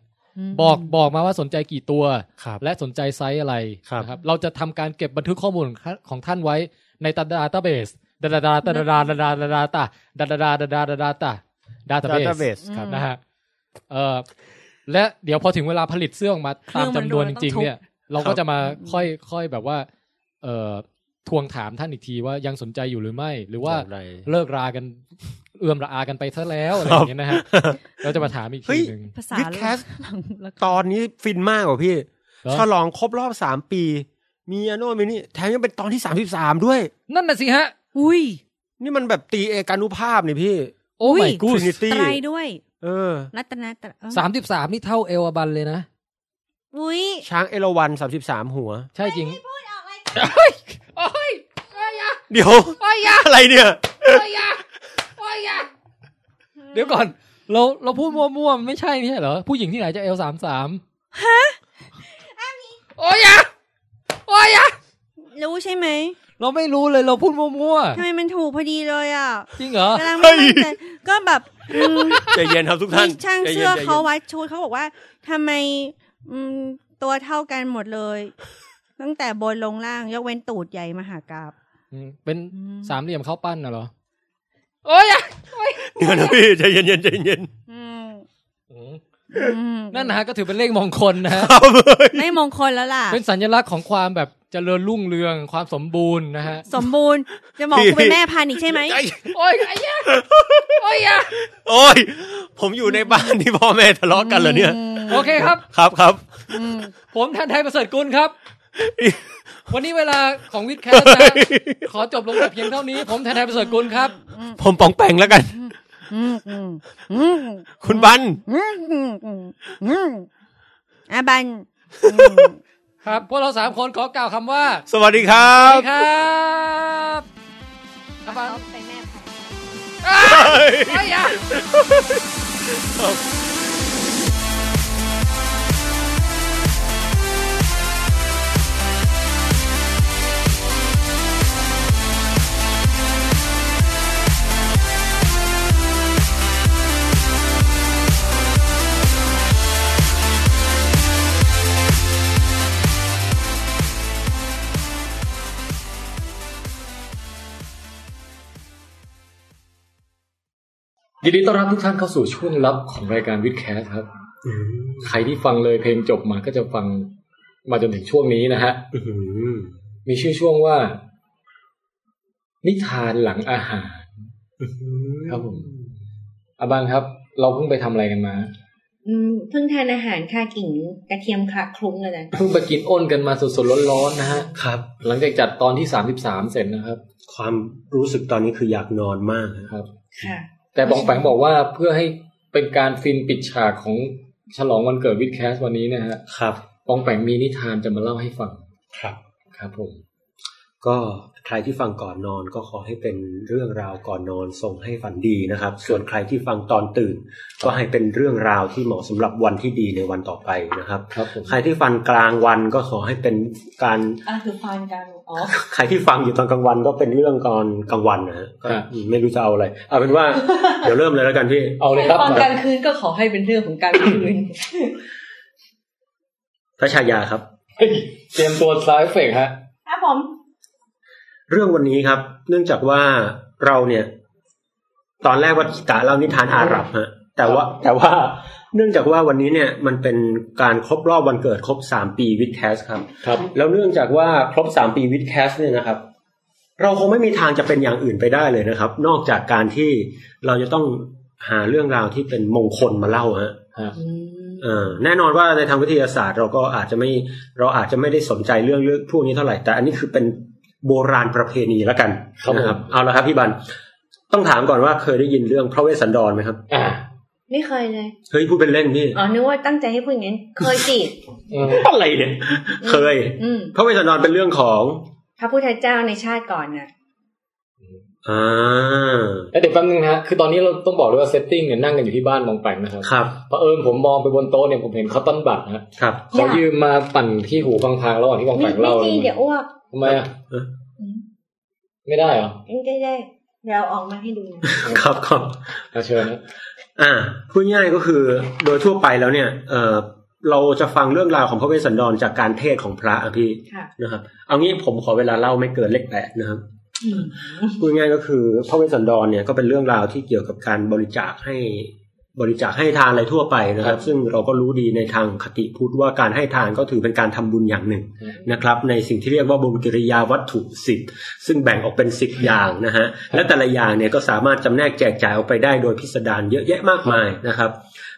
Speaker 2: ม
Speaker 1: บอกบอกมาว่าสนใจกี่ตัว
Speaker 3: ครับ
Speaker 1: และสนใจไซส์อะไร
Speaker 3: ครับ
Speaker 1: นะเราจะทำการเก็บบันทึกข้อมูลของท่านของท่านไว้ในตาดาต้าเบสดาดาดาดาดาดาดาดาดาตาดาดาดาดาดาดาดาตาดาต้าเบส
Speaker 3: database ครับ
Speaker 1: นะฮะเอ่อและเดี๋ยวพอถึงเวลาผลิตเสื้อออกมาตามจำนวนจริง ๆ เนี่ย เราก็จะมาค่อยค่อยแบบว่า เอ่อทวงถามท่านอีกทีว่ายังสนใจอยู่หรือไม่ หรือว่า
Speaker 3: อะไร
Speaker 1: เลิกรากันเอื้อมระอากันไปซะแล้วอะไรอย่างเงี้ยนะฮะเราจะมาถามอีก
Speaker 3: เฮ้
Speaker 1: ที
Speaker 3: ย
Speaker 1: หนึ่ง
Speaker 2: ภาษา
Speaker 3: Witcast
Speaker 2: หลังแล้ว
Speaker 3: ตอนนี้ฟินมากกว่าพี่
Speaker 1: หรอ
Speaker 3: ฉลองครบรอบสามปี มีอันโน่นมีนี่แถมยังเป็นตอนที่สามสิบสามด้วย
Speaker 1: นั่นน่ะสิฮะ
Speaker 2: อุ้ย
Speaker 3: นี่มันแบบตีเอกานุภาพนี่พี่
Speaker 1: โอ้
Speaker 2: อุ้
Speaker 1: my
Speaker 2: ย
Speaker 1: god
Speaker 3: ทรินิตี้
Speaker 2: ไตรด้วย
Speaker 3: เออ
Speaker 2: รัตนะตระเอ้
Speaker 1: สามสิบสามนี่เท่าเอลบันเลยนะ
Speaker 2: อุ้ย
Speaker 3: ช้างเอราวันสามสิบสามหัว
Speaker 1: ใช่จริง
Speaker 2: พูดออกเลย
Speaker 1: เฮ้ย โอ้ยเอ้ยอะ
Speaker 3: เดี๋ยว
Speaker 1: เอ้ยอะ
Speaker 3: อะไรเนี่ย
Speaker 7: เดี๋ยวก่อน เราเราพูดมั่วๆมันไม่ใช่นี่เหรอ ผู้หญิงที่ไหนจะเอลสามสาม
Speaker 2: รู้ใช่ไหม
Speaker 7: เราไม่รู้เลยเราพูดมั่ว
Speaker 2: ทำไมมันถูกพอดีเลยอ่ะ
Speaker 7: ๆจริงเหรอ
Speaker 2: กำลังไม่มั่นใจก็แบบอืม
Speaker 8: ใจเย็นครับทุกท่าน
Speaker 2: มีช่าง
Speaker 8: ใจย็น
Speaker 2: เสื้อ
Speaker 8: ใจย็น
Speaker 2: เขาวัดชุดเขาบอกว่าทำไมอืมตัวเท่ากันหมดเลย ตั้งแต่บนลงล่างยกเว้นตูดใหญ่มหากราบ
Speaker 7: อืมเป็นสามเหลี่ยมข้าวปั้นน่ะเหรอ
Speaker 8: เดี๋ยวนะพี่ใจเย็นเย็นใจเย็น
Speaker 2: อืม
Speaker 7: อืม
Speaker 2: อืม
Speaker 7: นั่นนะฮะก็ถือเป็นเลขมงคลนะฮะ
Speaker 8: เอาเลย
Speaker 3: ไม่มงคลแล้วล่ะ
Speaker 7: เป็นสัญลักษณ์ของความแบบเจริญรุ่งเรืองความสมบูรณ์นะฮะ
Speaker 3: สมบูรณ์
Speaker 2: จะบอกกูเป็นแม่พันธุ์อีกใช่ไหม
Speaker 8: ใจ
Speaker 3: โอ้ยไอ้ยะโอ้ยยะ
Speaker 8: โอ้ยผมอยู่ในบ้านที่พ่อแม่ทะเลาะกันเหรอเนี่ย
Speaker 7: โอเคครับ
Speaker 8: ครับครับ
Speaker 7: ผมท่านไทยประเสริฐกุลครับ วันนี้เวลาของวิดแคสนะ ขอจบลงแต่เพียงเท่านี้ ผมท่านไทยประเสริฐกุลครับ
Speaker 8: ผมปองแปงแล้วกัน
Speaker 2: อืมอืมอืม
Speaker 8: คุณบัน
Speaker 2: อืมอืมอืมอืมอาบัน
Speaker 7: ครับพวกเราสามคนขอกล่าวคำว่า
Speaker 8: สวัสดีครั
Speaker 7: สวัส
Speaker 8: บ
Speaker 7: ดีครับครับ
Speaker 2: เป็นแม่พันธุ์
Speaker 7: ยินดีต้อนรับทุกท่านเข้าสู่ช่วงลับของรายการวิดแคสครับ ใครที่ฟังเลยเพลงจบมาก็จะฟังมาจนถึงช่วงนี้นะฮะ มีชื่อช่วงว่า นิทานหลังอาหาร ครับผมอาบังครับ เราเพิ่งไปทำอะไรกันมา
Speaker 9: อืมเพิ่งทานอาหารค่ะกิ่งกระเทียมคละคลุ้งเลยนะ
Speaker 7: เพิ่งไปกินอ้นกันมาสดๆร้อนๆนะฮะ
Speaker 8: ครับ
Speaker 7: หลังจากจัดตอนที่สามสิบสามเสร็จนะครับ
Speaker 8: ความรู้สึกตอนนี้คืออยากนอนมาก
Speaker 7: ครับ
Speaker 9: ค่ะ
Speaker 7: แต่บองแปงบอกว่าเพื่อให้เป็นการฟินปิดฉากของฉลองวันเกิดวิดแคสวันนี้นะฮะ
Speaker 8: ครับ
Speaker 7: บองแปงมีนิทานจะมาเล่าให้ฟัง
Speaker 8: ครับ
Speaker 7: ครับผม
Speaker 8: ก็ใครที่ฟังก่อนนอนก็ขอให้เป็นเรื่องราวก่อนนอนส่งให้ฝันดีนะครับ ส่วนใครที่ฟังตอนตื่น ก็ให้เป็นเรื่องราวที่เหมาะสำหรับวันที่ดีในวันต่อไปนะครับ
Speaker 7: ครับผม
Speaker 8: ใครที่ฟังกลางวันก็ขอให้เป็นการ
Speaker 9: อ่ะคือฟานกันอ๋อ
Speaker 8: ใครที่ฟังอยู่ตอนกลางวันก็เป็นเรื่องตอนกลางวันนะฮะก็ไม่รู้จะเอาอะไร เอาเป็นว่า เดี๋ยวเริ่มเลยแล้วกันพี่
Speaker 7: เอาเลยครับ
Speaker 9: ตอนกลางคืนก็ขอให้เป็นเรื่องของกลางคืน
Speaker 8: พระชายาครับ
Speaker 7: เตรียมตัวสายเฟกฮะ
Speaker 9: ครับผม
Speaker 8: เรื่องวันนี้ครับ เนื่องจากว่าเราเนี่ย ตอนแรกว่ากิตะเล่านิทานอาหรับฮะ แต่ว่า แต่ว่า เนื่องจากว่าวันนี้เนี่ย มันเป็นการครบรอบวันเกิดครบสามปีวิดแคสครับ
Speaker 7: ครับ
Speaker 8: แล้วเนื่องจากว่าครบสามปีวิดแคสเนี่ยนะครับ เราคงไม่มีทางจะเป็นอย่างอื่นไปได้เลยนะครับ นอกจากการที่เราจะต้องหาเรื่องราวที่เป็นมงคลมาเล่าฮะ
Speaker 9: อืม
Speaker 8: เออแน่นอนว่าในทางวิทยาศาสตร์เราก็อาจจะไม่เราอาจจะไม่ได้สนใจเรื่องเรื่องพวกนี้เท่าไหร่ แต่อันนี้คือเป็นโบราณประเพณีแล้วกัน
Speaker 7: ครับผม
Speaker 8: นะครับเอาละครับพี่บันต้องถามก่อนว่าเคยได้ยินเรื่องพระเวสสันดรไหมครับ
Speaker 7: อ่า
Speaker 9: ไม่เคยเลย
Speaker 8: เฮ้ยพูดเป็นเล่นพี่
Speaker 9: อ๋อ นึกว่าตั้งใจให้พูดอย่างนั้น เคยสิ
Speaker 7: อืม
Speaker 8: อะไรเนี่ยเคย
Speaker 9: อืม
Speaker 8: พระเวสสันดรเป็นเรื่องของ
Speaker 9: พระพุทธเจ้าในชาติก่อนน่ะ
Speaker 8: อ่า
Speaker 7: แล้วเดี๋ยวแป๊บนึงนะฮะ คือตอนนี้เราต้องบอกเลยว่าเซตติ้งเนี่ยนั่งกันอยู่ที่บ้านบองแปงนะครับ
Speaker 8: ครับ
Speaker 7: พอเผอิญผมมองไปบนโต๊ะเนี่ยผมเห็นคอตตอนบัตรฮะ
Speaker 8: ครับ
Speaker 7: ขอยืมมาปั่นที่หูพังๆระหว่างที่บองแป
Speaker 9: ไม่
Speaker 7: ง
Speaker 9: ไม่
Speaker 7: เล่า
Speaker 9: จริงเดี๋ยวอ้วก
Speaker 7: ทำไมอ่ะ
Speaker 9: อืม
Speaker 7: ไม่ได้เหรอ
Speaker 9: ได้ได้เดี๋ยวเอาออกมาให้ดูนะครับ
Speaker 8: ครับ
Speaker 7: เอาเชิญนะ
Speaker 8: อ่าพูดง่ายๆก็คือโดยทั่วไปแล้วเนี่ยเออเราจะฟังเรื่องราวของพระเวสสันดรจากการเทศน์ของพระอะพี่
Speaker 9: ค่ะ
Speaker 8: นะครับเอางี้ผมขอเวลาเล่าไม่เกินเลขแปดนะครับ
Speaker 9: อืม
Speaker 8: พูดง่ายก็คือพระเวสสันดรเนี่ยก็เป็นเรื่องราวที่เกี่ยวกับการบริจาคให้บริจาคให้ทานอะไรทั่วไปนะครับ ซึ่งเราก็รู้ดีในทางคติพุทธว่าการให้ทานก็ถือเป็นการทำบุญอย่างหนึ่งนะครับ ในสิ่งที่เรียกว่าบุญกิริยาวัตถุสิบซึ่งแบ่งออกเป็นสิบอย่างนะฮะและแต่ละอย่างเนี่ยก็สามารถจำแนกแจกจ่ายออกไปได้โดยพิสดารเยอะแยะมากมายนะครับ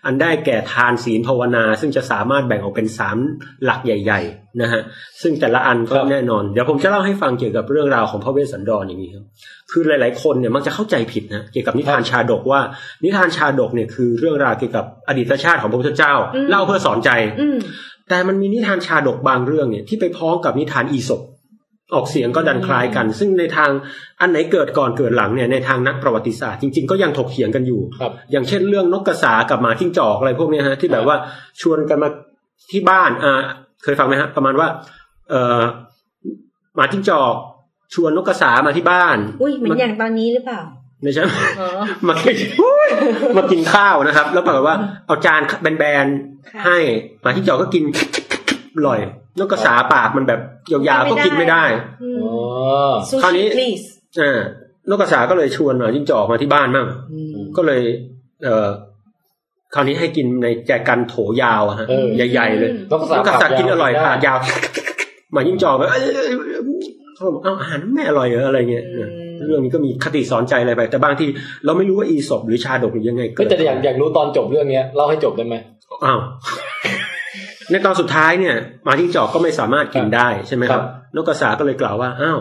Speaker 8: อันได้แก่ทานศีลภาวนา ซึ่งจะสามารถแบ่งออกเป็นสามหลักใหญ่ ๆ นะฮะซึ่งแต่ละอันก็แน่นอน เดี๋ยวผมจะเล่าให้ฟังเกี่ยวกับเรื่องราวของพระเวสสันดรอย่างนี้ครับคือหลายๆ คนเนี่ยมักจะเข้าใจผิดนะเกี่ยวกับนิทานชาดกว่า นิทานชาดกเนี่ยคือเรื่องราวเกี่ยวกับอดีตชาติของพระพุทธเจ้า เล่าเพื่อสอนใจ
Speaker 9: อืม
Speaker 8: แต่มันมีนิทานชาดกบางเรื่องเนี่ยที่ไปพ้องกับนิทานอีสป ออกเสียงก็ดันคล้ายกัน ซึ่งในทางอันไหนเกิดก่อนเกิดหลังเนี่ยในทางนักประวัติศาสตร์จริง ๆก็ยังถกเถียงกันอยู่
Speaker 7: ครับ
Speaker 8: อย่างเช่นเรื่องนกกระสากับหมาจิ้งจอกอะไรพวกเนี้ยฮะที่แบบว่าชวนกันมาที่บ้านอ่าเคยฟังไหมฮะประมาณว่า เออหมาจิ้งจอก ชวนนกกระสามาที่บ้าน
Speaker 9: อุ้ยเหมือนอย่างตอนนี้หรือเปล่า
Speaker 8: ไม่ใช่มากิน มากินข้าวนะครับ แล้วปรากฏว่าเอาจานแบนๆให้หมาจิ้งจอกก็กินอร่อยนกกระสาปากมันแบบยาวๆก็กินไม่ได้
Speaker 9: อืม
Speaker 7: อ
Speaker 9: ซู
Speaker 8: คราวนี้
Speaker 9: ชิ please
Speaker 8: อ่านกกระสาก็เลยชวนหมาจิ้งจอกมาที่บ้านมั่งก็เลย เอ่อคราวนี้ให้กินในแจกันโถยาวอะฮะ
Speaker 7: เออ
Speaker 8: ใหญ่ ๆ เลย
Speaker 7: ต้อง
Speaker 8: นกกระสากินอร่อย
Speaker 7: ได้
Speaker 8: ผ่ากยาวหมาจิ้งจอกแบบเอ้ยเขาบอกเอ้าอาหารไม่อร่อยเหรออะไรเงี้ย
Speaker 9: อืม
Speaker 8: เรื่องนี้ก็มีคติสอนใจอะไรไป แต่บางทีเราไม่รู้ว่าอีศบหรือชาดกหรือยังไง
Speaker 7: ก็
Speaker 8: เกิด
Speaker 7: จะอยากอยากรู้ตอนจบเรื่องเนี้ยเล่าให้จบได้ไหม
Speaker 8: อ้าว ในตอนสุดท้ายเนี่ยหมาจิ้งจอกก็ไม่สามารถกินได้ใช่ไหมค
Speaker 7: ครั
Speaker 8: รับ
Speaker 7: บ
Speaker 8: นกกระสาก็เลยกล่าวว่าอ้าว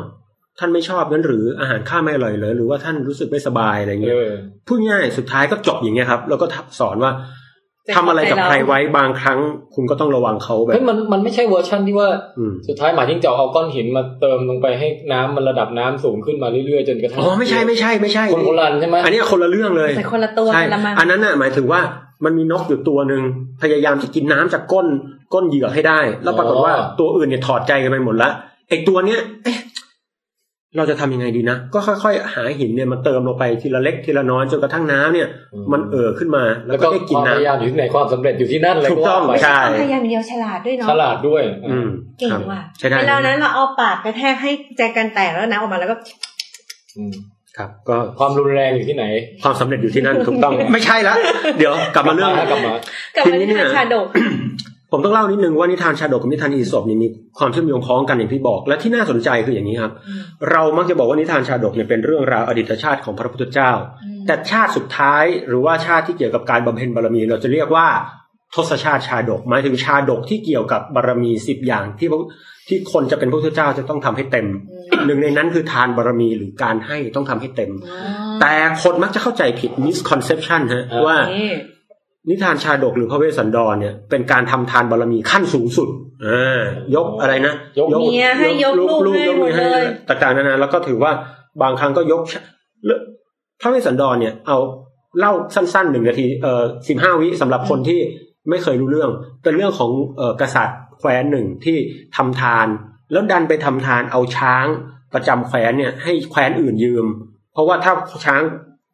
Speaker 8: ท่านไม่ชอบงั้นหรืออาหารข้าไม่อร่อยเลยหรือว่าท่านรู้สึกไม่สบายอะไรเงี้ย
Speaker 7: เออ
Speaker 8: พูดง่ายสุดท้ายก็จบอย่างเงี้ยครับ แล้วก็ทับสอนว่าทำอะไรกับใครไว้บางครั้ง คุณก็ต้องระวังเขาแบบ
Speaker 7: เฮ้ยมันมันไม่ใช่เวอร์ชั่นที่ว่า
Speaker 8: อืม
Speaker 7: สุดท้ายหมาจิ้งจอกเอาก้อนหินมาเติมลงไปให้น้ำมันระดับน้ำสูงขึ้นมาเรื่อยๆจนกระทั่ง
Speaker 8: อ๋อไม่ใช่ไม่ใช่ไม่ใช่
Speaker 7: คนโบราณใช่ไหม
Speaker 8: อันเนี้ยคนละเรื่องเลย
Speaker 9: แต่คนละตัว
Speaker 8: ใช่
Speaker 9: กันละมั้ง
Speaker 8: อันนั้นน่ะหมายถึงว่ามันมีนกอยู่ตัวหนึ่งพยายามจะกินน้ำจากก้นก้นเหยื่อให้ได้ แล้วปรากฏว่าตัวอื่นเนี่ยถอดใจกันไปหมดละไอ้ตัวเนี้ยเอ๊ะเราจะทำยังไงดีนะก็ค่อยๆ หาหินเนี่ยมาเติมลงไปทีละเล็กทีละน้อยจนกระทั่งน้ำเนี่ย มันเอ่อขึ้นมา แล้
Speaker 7: แล้ว ว
Speaker 8: ก็
Speaker 7: ก็
Speaker 8: ได้กิ
Speaker 7: คน วามพ
Speaker 8: น้ำ
Speaker 7: ยายามอยู่ที่ไหนความสำเร็จอยู่ที่นั่นเลย
Speaker 8: ถูกต้อง
Speaker 7: ว่าไป
Speaker 8: ใช่
Speaker 9: ต้องพยายามอย่างเดียวฉลาดด้วยเนาะ
Speaker 7: ฉลาดด้วย
Speaker 8: อืม
Speaker 9: เก่ง
Speaker 8: ครับ
Speaker 9: ว่ะ
Speaker 8: ใช่ได้
Speaker 9: เวลานั้นเราเอาปากกระแทกให้แจกันแตกแล้วนะออกมาแล้วก็
Speaker 7: อืม
Speaker 8: ครับก็
Speaker 7: ความรุนแรงอยู่ที่ไหน
Speaker 8: ความสำเร็จอยู่ที่นั่นถูกต้อง ไม่ใช่ละเดี๋ยวกลับมาเรื่อง
Speaker 7: กลับมา
Speaker 9: กลับมา
Speaker 8: ทีนี้
Speaker 9: ที่
Speaker 8: เนี่ย
Speaker 9: ชาดก
Speaker 8: ผมต้องเล่านิดนึงว่านิทานชาดกกับนิทานอีสปเนี่ยมีความเชื่อมโยงคล้องกันอย่างที่บอก และที่น่าสนใจคืออย่างนี้ครับ
Speaker 9: อืม
Speaker 8: เรามักจะบอกว่านิทานชาดกเนี่ยเป็นเรื่องราวอดีตชาติของพระพุทธเจ้า แต่ชาติสุดท้ายหรือว่าชาติที่เกี่ยวกับการบำเพ็ญบารมี เราจะเรียกว่าทศชาติชาดกหมายถึงชาดกที่เกี่ยวกับบารมีสิบอย่างที่พระที่คนจะเป็นพระพุทธเจ้าจะต้องทำให้เต็ม หนึ่งในนั้นคือทานบารมีหรือการให้ต้องทำให้เต็ม แต่คนมักจะเข้าใจผิด misconception ฮะ
Speaker 7: อ่า
Speaker 8: ว่า
Speaker 9: นี่
Speaker 8: นิทานชาดกหรือพระเวสสันดรเนี่ยเป็นการทำทานบารมีขั้นสูงสุดอ่ายกอะไรนะ
Speaker 7: ยก
Speaker 9: เมียให้ยกลูกให้
Speaker 8: ยกมือให้
Speaker 9: หมดเลย
Speaker 8: ต่างๆนานาแล้วก็ถือว่าบางครั้งก็ยกพระเวสสันดรเนี่ยเอาเล่าสั้นๆหนึ่งนาทีเอ่อสิบห้าวิสำหรับคนที่ไม่เคยรู้เรื่อง เป็นเรื่องของเอ่อกษัตริย์แคว้นหนึ่งที่ทำทาน แล้วดันไปทำทานเอาช้างประจำแคว้นเนี่ยให้แคว้นอื่นยืม เพราะว่าถ้าช้าง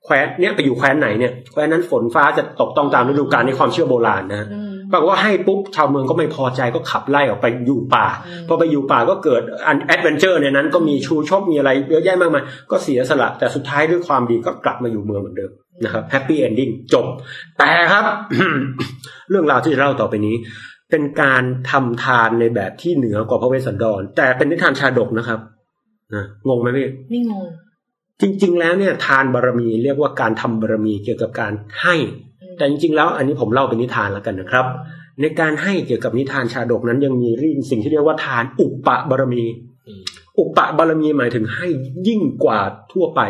Speaker 8: แคว้นเนี่ยไปอยู่แคว้นไหนเนี่ยแคว้นนั้นฝนฟ้าจะตกต้องตามฤดูกาลในความเชื่อโบราณนะฮะปรากฏว่าให้ปุ๊บชาวเมืองก็ไม่พอใจก็ขับไล่ออกไปอยู่ป่าพอไปอยู่ป่าก็เกิดอันแอดเวนเจอร์ในนั้นก็มีชูชกมีอะไรเยอะแยะมากมายก็เสียสละแต่สุดท้ายด้วยความดีก็กลับมาอยู่เมืองเหมือนเดิมนะครับแฮปปี้เอนดิ้งจบ แต่ครับ เรื่องราวที่จะเล่าต่อไปนี้ เป็นการทำทานในแบบที่เหนือกว่าพระเวสสันดร แต่เป็นนิทานชาดกนะครับนะงงไหมพี่
Speaker 9: ไม่งง
Speaker 8: จริงๆ แล้วเนี่ยทานบารมีเรียกว่าการทำบารมีเกี่ยวกับการให้ แต่จริงๆ แล้วอันนี้ผมเล่าเป็นนิทานแล้วกันนะครับ ในการให้เกี่ยวกับนิทานชาดกนั้นยังมีเรียสิ่งที่เรียกว่าทานอุปบารมี
Speaker 7: อืม
Speaker 8: อุปบารมีหมายถึงให้ยิ่งกว่าทั่วไป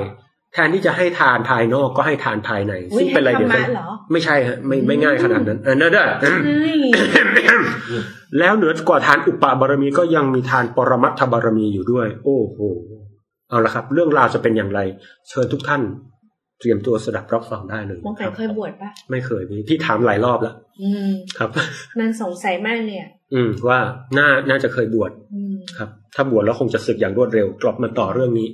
Speaker 8: แทนที่จะให้ทานภายนอกก็ให้ทานภายใน
Speaker 9: อุ๊ย
Speaker 8: ซึ่งเป็นอะไรเดี๋ยว
Speaker 9: ให้
Speaker 8: นะ
Speaker 9: ธรรมะเหรอ
Speaker 8: ไม่ใช่ฮะไม่ไม่ง่ายขนาดนั้นเออนั่นน่ะ
Speaker 9: ใช่
Speaker 8: แล้วเหนือกว่าทานอุปบารมีก็ยังมีทานปรมัตถบารมีอยู่ด้วย โอ้โห เอาละครับ เรื่องราวจะเป็นอย่างไร เชิญทุกท่าน เตรียมตัวสดับรับฟังได้เลย
Speaker 9: มง
Speaker 8: นะ
Speaker 9: แปงเคยบวชปะ
Speaker 8: ไม่เคยพี่พี่ถามหลายรอบแล้ว
Speaker 9: อืม
Speaker 8: ครับ
Speaker 9: มันสงสัยมากเลยอ่ะ
Speaker 8: อืมว่าน่าน่าจะเคยบวช
Speaker 9: อืม
Speaker 8: ครับ ถ้าบวชแล้วคงจะสึกอย่างรวดเร็ว กลับมาต่อเรื่องนี้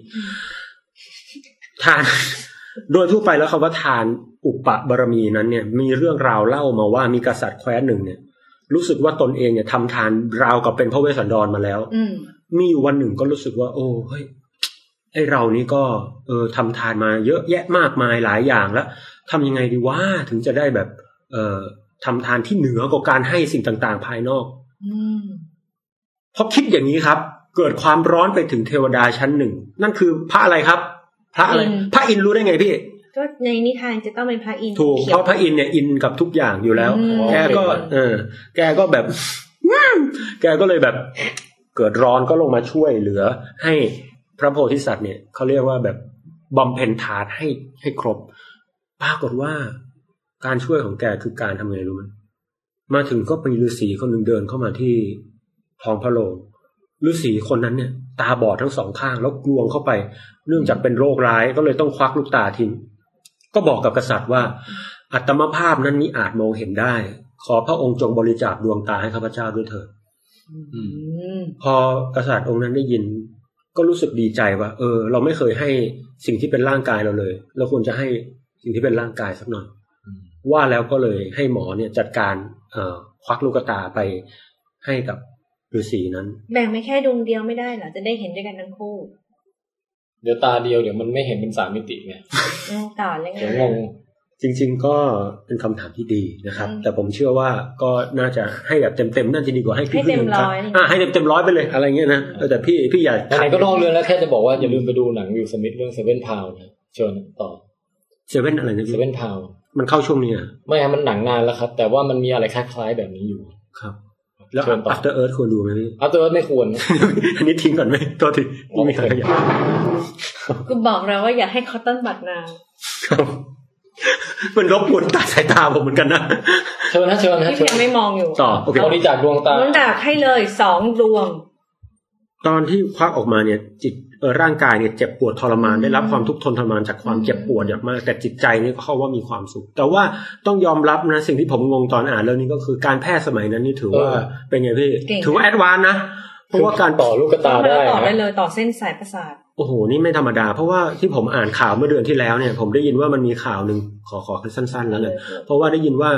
Speaker 8: ทาน โดยทั่วไปแล้วคำว่าทานอุปบารมีนั้นเนี่ย มีเรื่องราวเล่ามาว่ามีกษัตริย์แคว้นหนึ่งเนี่ย รู้สึกว่าตนเองเนี่ยทำทานราวกับเป็นพระเวสสันดรมาแล้ว
Speaker 9: อืม
Speaker 8: มีอยู่วันหนึ่งก็รู้สึกว่า โอ้เฮ้ยไอเรานี่ก็ เออทำทานมาเยอะแยะมากมายหลายอย่างแล้วทำยังไงดีว่าถึงจะได้แบบ เอ่อทำทานที่เหนือกว่าการให้สิ่งต่างๆ ภายนอก
Speaker 9: อืม
Speaker 8: พอคิดอย่างนี้ครับ เกิดความร้อนไปถึงเทวดาชั้นหนึ่ง นั่นคือพระอะไรครับ พระอะไร
Speaker 9: อินทร์
Speaker 8: พระอินทร์รู้ได้ไงพี่
Speaker 9: ก็ในนิทานจะต้องเป็นพระอินทร์
Speaker 8: ถูก
Speaker 9: ขี
Speaker 8: เพ
Speaker 9: ยว
Speaker 8: ราะพระอินทร์เนี่ยอินกับทุกอย่างอยู่แล้ว
Speaker 9: อืม
Speaker 8: แกก็ เออ แกก็แบบ แกก็เลยแบบ เกิดร้อนก็ลงมาช่วยเหลือ ให้พระโพธิสัตว์เนี่ยเขาเรียกว่าแบบบำเพ็ญทานให้ให้ครบปรากฏว่า การช่วยของแกคือการทำไงรู้ไหมมาถึงก็มีฤาษีคนหนึ่งเดินเข้ามาที่ท้องพระโรง ฤาษีคนนั้นเนี่ย ตาบอดทั้งสองข้างแล้วกลวงเข้าไป เนื่องจากเป็นโรคร้ายก็เลยต้องควักลูกตาทิ้งก็บอกกับกษัตริย์ว่า อัตมภาพนั้นมิอาจมองเห็นได้ ขอพระองค์จงบริจาคดวงตาให้ข้าพเจ้าด้วยเถิด
Speaker 9: อืม
Speaker 8: พอกษัตริย์องค์นั้นได้ยิน ก็รู้สึกดีใจว่า เออ เราไม่เคยให้สิ่งที่เป็นร่างกายเราเลย เราควรจะให้สิ่งที่เป็นร่างกายสักหน่อยว่าแล้วก็เลยให้หมอเนี่ยจัดการเอ่อควักลูกตาไปให้กับฤาษีนั้น
Speaker 9: แบ่งไม่แค่ดวงเดียวไม่ได้เหรอ จะได้เห็นด้วยกันทั้งคู่
Speaker 7: เดี๋ยวตาเดียวเดี๋ยวมันไม่เห็นเป็นสามมิติไง
Speaker 9: อืมต่อเลยไง
Speaker 7: เดี๋ยวงง
Speaker 8: จริง ๆ ก็เป็นคำถามที่ดีนะครับ แต่ผมเชื่อว่าก็น่าจะให้แบบเต็มๆน่าจะดีกว่าให้ครึ่งๆหนึ่งครับอ่ะให้เต็มๆร้อยไปเลยอะไรเงี้ยนะเออแต่พี่พี่อย่า
Speaker 7: ไหนๆก็นอกเรื่องแล้วแค่จะบอกว่าอย่าลืมไปดูหนังวิลสมิธเรื่องเซเว่นพาวนะเชิญต่อ
Speaker 8: เซเว่นอะไรนะ
Speaker 7: เซ
Speaker 8: พี่
Speaker 7: เว่นพาว
Speaker 8: มันเข้าช่วงนี้อ่ะ
Speaker 7: ไม่ฮะมันหนังนานแล้วครับ แต่ว่ามันมีอะไรคล้ายๆแบบนี้อยู่
Speaker 8: ครับ แล้ว
Speaker 7: เชิญต่อ
Speaker 8: after earth ควรดูไหมพี่
Speaker 7: อัลเตอร์ไม่ควร
Speaker 8: อันนี้ทิ้งก่อนไหมตัวทีไม่มีใครขยับ
Speaker 9: กูบอกเราว่าอยากให้คอตตอนบัตนาว
Speaker 8: มันรบกวนตาสายตาผมเหมือนกันนะ
Speaker 7: เชิญนะเชิญนะ
Speaker 9: ที่
Speaker 7: เชิญ
Speaker 9: ยังไม่มองอยู่
Speaker 8: ต่อโอเค
Speaker 7: บริจาคดวงตา
Speaker 9: น้องดากให้เลยสองดวง
Speaker 8: ตอนที่ควักออกมาเนี่ย จิตเอ่อร่างกายเนี่ยเจ็บปวดทรมานได้รับความทุกข์ทนทรมานจากความเจ็บปวดอย่างมาก แต่จิตใจเนี่ยก็เข้าว่ามีความสุข แต่ว่าต้องยอมรับนะสิ่งที่ผมงงตอนอ่านเรื่องนี้ก็คือการแพทย์สมัยนั้นนี่ถือว่า
Speaker 7: เออ
Speaker 8: เป็นไงพี่
Speaker 9: เก่ง
Speaker 8: ถือว่าแอดวานซ์นะเพราะว่าการ
Speaker 7: ต่อลูกตา
Speaker 9: มัน
Speaker 7: ได้
Speaker 9: ต่อได้
Speaker 7: นะ
Speaker 9: เลยต่อเส้นสายประสาท
Speaker 8: โอ้โหนี่ไม่ธรรมดา เพราะว่าที่ผมอ่านข่าวเมื่อเดือนที่แล้วเนี่ย ผมได้ยินว่ามันมีข่าวหนึ่งขอขอสั้นๆ แล้วเลย เพราะว่าได้ยินว่า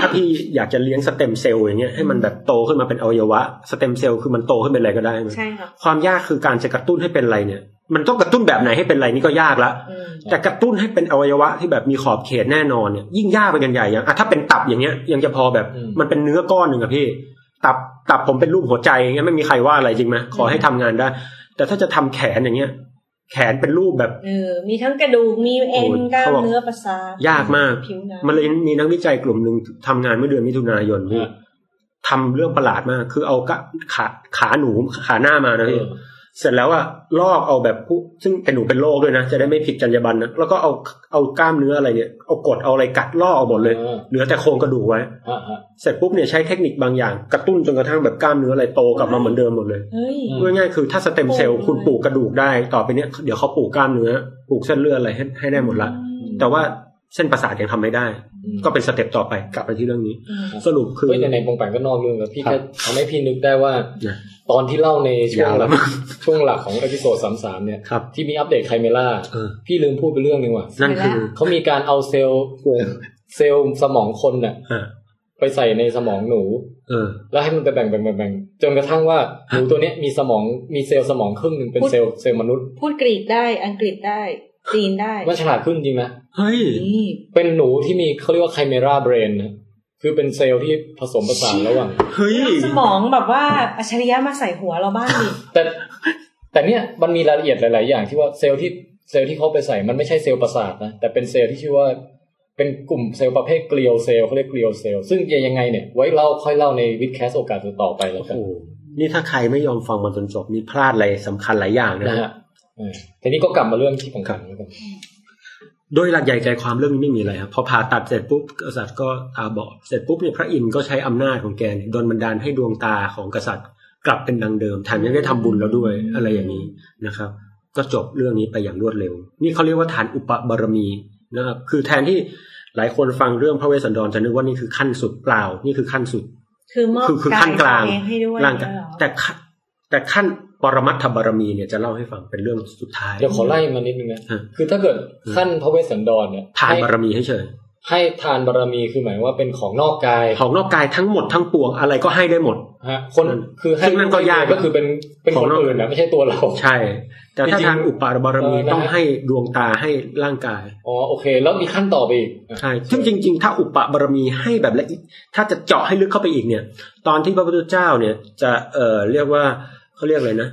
Speaker 8: ถ้าพี่อยากจะเลี้ยงสเต็มเซลล์อย่างเงี้ยให้มันแบบโตขึ้นมาเป็นอวัยวะสเต็มเซลล์คือมันโตขึ้นเป็นอะไรก็ได้ไหม
Speaker 9: ใช่ค่ะ
Speaker 8: ความยากคือการจะกระตุ้นให้เป็นอะไรเนี่ย มันต้องกระตุ้นแบบไหนให้เป็นอะไรนี่ก็ยากละ
Speaker 9: อืม
Speaker 8: แต่กระตุ้นให้เป็นอวัยวะที่แบบมีขอบเขตแน่นอนเนี่ยยิ่งยากไปกันใหญ่อย่างอ่ะถ้าเป็นตับอย่างเงี้ยยังจะพอแบบมันเป็นเนื้อก้อนหนึ่งอะพี่ ตับตับผมเป็นรูปหัวใจอย่างเงี้ยไม่มีใครว่าอะไรจริงไหมขอให้ทำงานได้ แต่ถ้าจะทำแขนอย่างเงี้ย แขนเป็นรูปแบบ
Speaker 9: เออมีทั้งกระดูกมีเอ็น
Speaker 8: โอ้ย
Speaker 9: กล้าม
Speaker 8: เขาบอก
Speaker 9: เนื้อประสาท
Speaker 8: ยากมาก
Speaker 9: ผิวหนัง
Speaker 8: มันเลยมีนักวิจัยกลุ่มหนึ่งทำงานเมื่อเดือนมิถุนายนพี่ทำเรื่องประหลาดมาก คือเอากะขาขาหนูขาหน้ามานะ
Speaker 7: เอ
Speaker 8: พี่
Speaker 7: อ
Speaker 8: เสร็จแล้วอะลอกเอาแบบผู้ซึ่งไอ้หนูเป็นโรคด้วยนะ จะได้ไม่ผิดจรรยาบรรณนะแล้วก็เอาเอากล้ามเนื้ออะไรเนี่ยเอากดเอาอะไรกัดลอกเอาหมดเลย
Speaker 7: ออ
Speaker 8: เหลือแต่โครงกระดูกไว้
Speaker 7: ฮะฮะ
Speaker 8: เสร็จปุ๊บเนี่ยใช้เทคนิคบางอย่าง กระตุ้นจนกระทั่งแบบกล้ามเนื้ออะไรโตกลับมาเหมือนเดิมหมดเลย
Speaker 9: เฮ้ย
Speaker 7: อืม
Speaker 8: พูดง่ายๆคือถ้าสเต็มเซลล์
Speaker 9: โอ้ย
Speaker 8: คุณปลูกกระดูกได้ต่อไปเนี้ยเดี๋ยวเขาปลูกกล้ามเนื้อปลูกเส้นเลือดอะไรให้ให้ได้หมดละ แต่ว่าเส้นประสาทยังทำไม่ได้ ก็เป็นสเต็ปต่อไปกลับไปที่เรื่องนี้
Speaker 9: อืม
Speaker 8: สรุปคือ
Speaker 7: เฮ้ยในๆปงแปงก็นอกเรื่องแล้วพี่
Speaker 8: ครั
Speaker 7: แค่
Speaker 8: บ
Speaker 7: ทำให้พี่นึกได้ว่า
Speaker 8: นะ
Speaker 7: ตอนที่เล่าในช่วง
Speaker 8: ยาว
Speaker 7: ห
Speaker 8: แล้
Speaker 7: ลั
Speaker 8: ว
Speaker 7: ก
Speaker 8: มั้ง
Speaker 7: ช่วงหลักของเอพิโซดสามสามเนี่ย
Speaker 8: ครับ
Speaker 7: ที่มีอัปเดตไคเมล่า
Speaker 8: เออ
Speaker 7: พี่ลืมพูดไปเรื่องหนึ่งว่ะ
Speaker 8: นั่นคือ
Speaker 7: เขามีการเอาเซลล์เซลล์สมองคนน่ะ
Speaker 8: อ่ะ
Speaker 7: ไปใส่ในสมองหนู
Speaker 8: เออ
Speaker 7: แล้วให้มันไปแบ่งแบ่งแบ่งแบ่งจนกระทั่งว่าหนูตัวเนี้ยมีสมองมีเซลล์สมองครึ่งหนึ่งเป็น
Speaker 9: พูด
Speaker 7: เซลล์เซลล์มนุษย์
Speaker 9: พูดกรีกได้อังกฤษได้จีนได้
Speaker 7: มันฉลาดขึ้นจริงนะ
Speaker 8: เฮ้ย
Speaker 9: นี่
Speaker 7: เป็นหนูที่มีเขาเรียกว่าไคเมราเบรนนะคือเป็นเซลล์ที่ผสมผสานระหว่าง
Speaker 8: เฮ้ย
Speaker 9: สมองแบบว่าอัจฉริยะมาใส่หัวเราบ้างดิ
Speaker 7: แต่แต่เนี่ยมันมีรายละเอียดหลาย ๆ อย่างที่ว่าเซลล์ที่เซลล์ที่เขาไปใส่มันไม่ใช่เซลล์ประสาทนะแต่เป็นเซลล์ที่ชื่อว่าเป็นกลุ่มเซลล์ประเภทเกลียวเซลล์เขาเรียกเกลียวเซลล์ซึ่งจะยังไงเนี่ยไว้เล่าค่อยเล่าในวิดแคสโอกาสต่อๆไปแล้วกัน
Speaker 8: โอ้นี่ถ้าใครไม่ยอมฟังมาจนจบนี่พลาดอะไรสำคัญหลายอย่างนะ
Speaker 7: นะ
Speaker 8: ฮะ
Speaker 7: ฮะเออทีนี้ก็กลับมาเรื่องที่ของกันแล้วกัน
Speaker 8: โดยหลักใหญ่ใจความเรื่องนี้ไม่มีอะไรครับพอผ่าตัดเสร็จปุ๊บกษัตริย์ก็ตาบอดเสร็จปุ๊บเนี่ยพระอินทร์ก็ใช้อำนาจของแกเนี่ยดลบันดาลให้ดวงตาของกษัตริย์ กลับเป็นดังเดิมแถมยังได้ทำบุญแล้วด้วยอะไรอย่างนี้นะครับ ก็จบเรื่องนี้ไปอย่างรวดเร็ว นี่เขาเรียกว่าฐานอุปบารมีนะครับคือแทนที่หลายคนฟังเรื่องพระเวสสันดรจะนึกว่านี่คือขั้นสุดเปล่านี่คือขั้นสุด
Speaker 9: คือมอบ
Speaker 8: คือคือก
Speaker 9: าย
Speaker 8: ขั้นกลาง
Speaker 9: ตัวเองให้ด้วย
Speaker 8: ร่างกาย
Speaker 9: เหรอ
Speaker 8: แต่ขั้นแต่ขั้นปรมัตถบารมีเนี่ยจะเล่าให้ฟังเป็นเรื่องสุดท้าย
Speaker 7: เดี๋ยวขอไล่มานิดนึงนะ
Speaker 8: ฮะ
Speaker 7: คือถ้าเกิดขั้นพระเวสสันดรเนี่ย
Speaker 8: ฐาน
Speaker 7: ให้
Speaker 8: บารมีให้เฉย
Speaker 7: ให้ทานบารมีคือหมายว่าเป็นของนอกกาย
Speaker 8: ของนอกกายทั้งหมดทั้งปวงอะไรก็ให้ได้หมด
Speaker 7: ฮะคน
Speaker 8: อืม
Speaker 7: คือให้
Speaker 8: ซึ่งนั่นก็ยาก
Speaker 7: ก็คือเป็นเป็นคนอื่นนะไม่ใช่ตัวเรา
Speaker 8: ใช่ แต่ถ้า
Speaker 7: จริงๆ
Speaker 8: ทางอุปาบารมี
Speaker 7: เออนะ
Speaker 8: ต้องให้ดวงตาให้ร่างกาย
Speaker 7: อ๋อโอเค แล้วมีขั้นต่อไปอีกอ่ะ
Speaker 8: ใช่ซึ่งจริง ๆ ถ้าอุปบารมีให้แบบละเอียดถ้าจะเจาะให้ลึกเข้าไปอีกเนี่ย ตอนที่พระพุทธเจ้าเนี่ยจะเอ่อเรียกว่าเขาเรียกอะไรนะ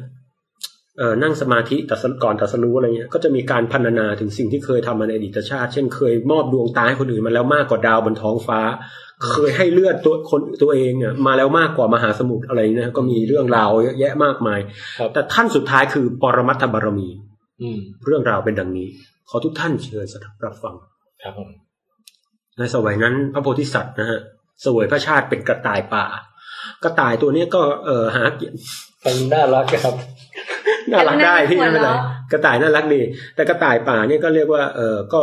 Speaker 8: เอ่อนั่งสมาธิแต่สก่อนแต่สรู้อะไรเงี้ยก็จะมีการพันนาถึงสิ่งที่เคยทำมาในอดีตชาติ เช่นเคยมอบดวงตาให้คนอื่นมาแล้วมากกว่าดาวบนท้องฟ้า เคยให้เลือดตัวคนตัวเองเนี่ยมาแล้วมากกว่ามหาสมุทรอะไรเนี่ยก็มีเรื่องราวเยอะแยะมากมาย
Speaker 7: ครับ
Speaker 8: แต่ขั้นสุดท้ายคือปรมัตถบารมี
Speaker 7: อืม
Speaker 8: เรื่องราวเป็นดังนี้ ขอทุกท่านเชิญสดับรับฟัง
Speaker 7: ครับผม
Speaker 8: ในสมัยนั้นพระโพธิสัตว์นะฮะเสวยพระชาติเป็นกระต่ายป่า กระต่ายตัวเนี้ยก็เออหากิน
Speaker 7: มันน่ารักครับ
Speaker 8: น่ารักได้พี่
Speaker 9: แต่
Speaker 8: ไม่
Speaker 9: มัน
Speaker 8: เป็นไร
Speaker 9: น่ารักกว่าเนอะ
Speaker 8: กระต่ายน่ารักดี แต่กระต่ายป่าเนี่ยก็เรียกว่า เออก็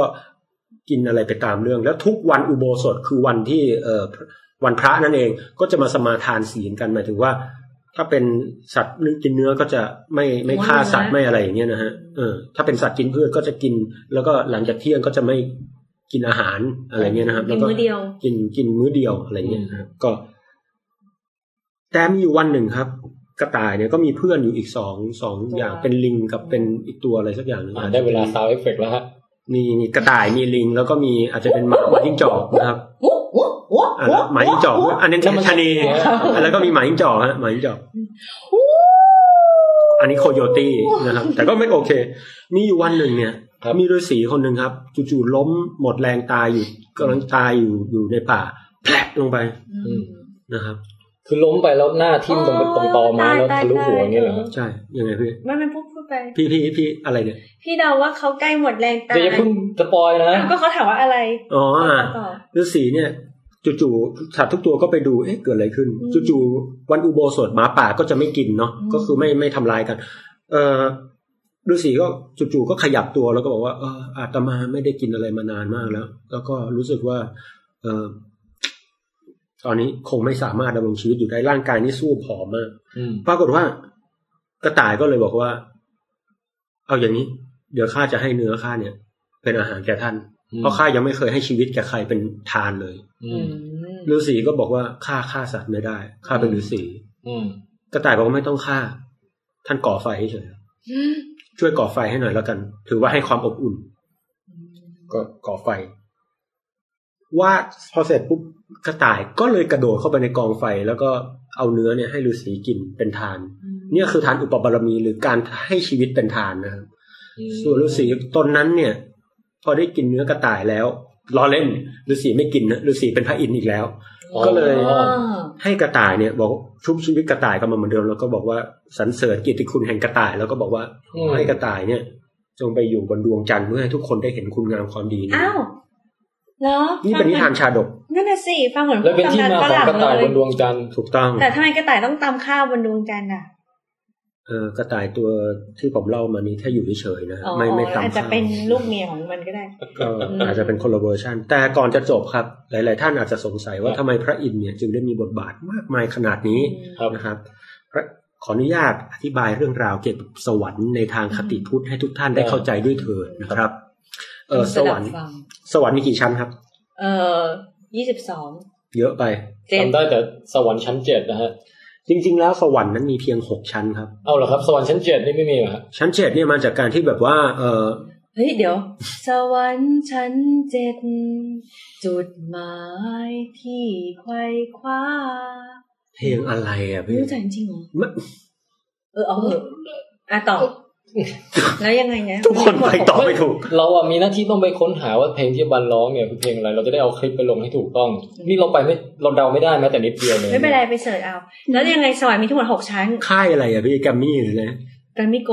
Speaker 8: กินอะไรไปตามเรื่อง แล้วทุกวันอุโบสถคือวันที่ เออวันพระนั่นเองก็จะมาสมาทานศีลกันหมายถึงว่า ถ้าเป็นสัตว์กินเนื้อก็จะไม่ไม่ฆ่าสัตว์ไม่อะไรอย่างเงี้ยนะฮะเออถ้าเป็นสัตว์กินพืชก็จะกิน แล้วก็หลังจากเที่ยงก็จะไม่กินอาหารอะไรเงี้ยนะครับ
Speaker 9: กิ
Speaker 8: แล้ว
Speaker 9: น
Speaker 8: ก็
Speaker 9: มือเดียว
Speaker 8: กินกินมื้อเดียวอะไรเงี้ยนะครับก็ แต่มีอยู่วันหนึ่งครับ กระต่ายเนี่ยก็มีเพื่อนอยู่อีกสองสองอย่างเป็นลิงกับเป็นอีกตัวอะไรสักอย่างหนึง
Speaker 7: อ่าได้เวลาซาวเอฟเฟกแล้วฮะ
Speaker 8: มีมีกระต่ายมีลิง แล้วก็มีอาจจะเป็นหมาหมาจิ้งจอกนะครับอ่ะแล้วหมาจิ้งจอกอันนั้นชะ นีแล้วก็มีหมาจิ้งจอกฮะหมาจิ้งจอก อันนี้โคโยตี้นะครับ แต่ก็ไม่โอเค มีอยู่วันหนึ่งเนี่ย
Speaker 7: ครับ
Speaker 8: มีฤาษีคนหนึ่งครับจู่ๆล้มหมดแรงตายอยู่กำลังตายอยู่อยู่ในป่าแผลบลงไป
Speaker 7: อืม
Speaker 8: นะครับ
Speaker 7: คือล้มไปแล้วหน้าทิ่มตรงตรงตอไม้แล้วทะลุหัวอย่างเงี้ยเหรอฮะ
Speaker 8: ใช่ยังไงพี่
Speaker 9: ไม่ไม่พูดพูดไป
Speaker 8: พี่พี่พี่อะไรเนี่ย
Speaker 9: พี่เดาว่าเขาใกล้หมดแรงตา
Speaker 7: เดี๋ยวยอย่าเพิ่งสปอยนะ
Speaker 9: ก็เขาถามว่าอะไร
Speaker 8: อ๋ออ่ะ
Speaker 9: ต่อ
Speaker 8: ฤาษีเนี่ยจู่ๆสัตว์ทุกตัวก็ไปดูเอ๊ะเกิดอะไรขึ้น
Speaker 9: อืม
Speaker 8: จู่ๆวันอุโบสถหมาป่าก็จะไม่กินเนาะ
Speaker 2: อืม
Speaker 8: ก็คือไม่ไม่ทำลายกัน เออฤาษีก็จู่ๆก็ขยับตัวแล้วก็บอกว่าเอออาตมาไม่ได้กินอะไรมานานมากแล้ว แล้วก็รู้สึกว่า เออตอนนี้คงไม่สามารถดำรงชีวิตอยู่ได้ร่างกายนี่สู้ผอมมาก
Speaker 7: อืม
Speaker 8: ปรากฏว่า กระต่ายก็เลยบอกว่า เอาอย่างนี้ เดี๋ยวข้าจะให้เนื้อข้าเนี่ย เป็นอาหารแก่ท่าน เพราะข้ายังไม่เคยให้ชีวิตแก่ใครเป็นทานเลย
Speaker 7: อืม
Speaker 8: ฤาษีก็บอกว่าข้าฆ่าสัตว์ไม่ได้ข้าเป็นฤาษี
Speaker 7: อืม
Speaker 8: กระต่ายบอกว่าไม่ต้องฆ่า ท่านก่อไฟให้เฉยช่วยก่อไฟให้หน่อยแล้วกัน ถือว่าให้ความอบอุ่น ก็ก่อไฟ ว่าดพอเสร็จปุ๊บกระต่ายก็เลยกระโดดเข้าไปในกองไฟ แล้วก็เอาเนื้อเนี่ยให้ฤาษีกินเป็นทาน เนี่ยคือทานอุปบารมีหรือการให้ชีวิตเป็นทานนะครับ
Speaker 7: อืม
Speaker 8: ส่วนฤาษีตนนั้นเนี่ย พอได้กินเนื้อกระต่ายแล้วล้อเล่นฤาษีไม่กินนะฤาษีเป็นพระอินทร์อีกแล้ว
Speaker 7: อ๋อ
Speaker 8: ก็เลย
Speaker 7: อ๋อ
Speaker 8: ให้กระต่ายเนี่ย บอกชุบชีวิตกระต่ายกลับมาเหมือนเดิมแล้วก็บอกว่าสรรเสริญกิตติคุณแห่งกระต่าย แล้วก็บอกว่า
Speaker 7: อืม
Speaker 8: ให้กระต่ายเนี่ย จงไปอยู่บนดวงจันทร์เพื่อให้ทุกคนได้เห็นคุณงามความดีนี้
Speaker 9: อ้าวเหรอ
Speaker 8: นี่เป็นนิทานชาดก
Speaker 9: นั่นน่ะสิฟังเหมือน
Speaker 7: แล้วเป็นที่มาของกระต่ายบนดวงจันทร์
Speaker 8: ถูกต้อง
Speaker 9: แต่ทำไมกระต่ายต้องตำข้าวบนดวงจันทร์อ่ะ
Speaker 8: เออกระต่ายตัวที่ผมเล่ามานี้ถ้าอยู่เฉยๆนะ
Speaker 9: อ๋อ
Speaker 8: ไม่ไม่
Speaker 9: อาจ
Speaker 8: ตำ
Speaker 9: จะ
Speaker 8: ข้าว
Speaker 9: เป็นลูกเมียของมันก็ได้
Speaker 8: ก็อาจจะเป็นคนละเวอร์ชันแต่ก่อนจะจบครับ หลาย ๆ ท่านอาจจะสงสัยว่าทำไมพระอินทร์เนี่ยจึงได้มีบทบาทมากมายขนาดนี้
Speaker 7: ครับ
Speaker 8: นะครับพระขออนุญาตอธิบายเรื่องราวเกี่ยวกับสวรรค์ในทางคติพุทธให้ทุกท่านได้เข้าใจด้วยเถิดนะครับเออสวรรค์
Speaker 9: ฟัง
Speaker 8: สวรรค์มีกี่ชั้นครับ
Speaker 9: เออยี่สิบสอง
Speaker 8: เยอะไป
Speaker 9: เจ็ด
Speaker 7: จำได้แต่สวรรค์ชั้นเจ็ดนะฮะ
Speaker 8: จริง ๆ แล้วสวรรค์นั้นมีเพียงหกชั้นครับ
Speaker 7: เอาเหรอครับ สวรรค์ชั้นเจ็ดนี่ไม่มีเหรอฮะ
Speaker 8: ชั้นเจ็ดเนี่ยมาจากการที่แบบว่าเออ
Speaker 9: เฮ้ยเดี๋ยว สวรรค์ชั้นเจ็ดจุดหมายที่ไขว้คว้า
Speaker 8: เพลงอะไรอ่ะพี่
Speaker 9: รู้จักจริงเหรอ
Speaker 8: ไม่
Speaker 9: เออเอาเถอะอ่ะ ต่อ แล้วยังไงนะ
Speaker 8: ทุกคนไปต่อไม่ถูก
Speaker 7: เราอะมีหน้าที่ต้องไปค้นหาว่าเพลงที่บันร้องเนี่ยคือเพลงอะไร เราจะได้เอาคลิปไปลงให้ถูกต้อง นี่เราไปไม่เราเดาไม่ได้แม้แต่นิดเดียวเลย
Speaker 9: ไม่เป็นไรไปเสิร์ชเอา แล้วยังไงสวรรค์มีทั้งหมดหกชั้น
Speaker 8: ค่ายอะไรอ่ะพี่แกรมมี่หรืออะไร
Speaker 9: กันมิโก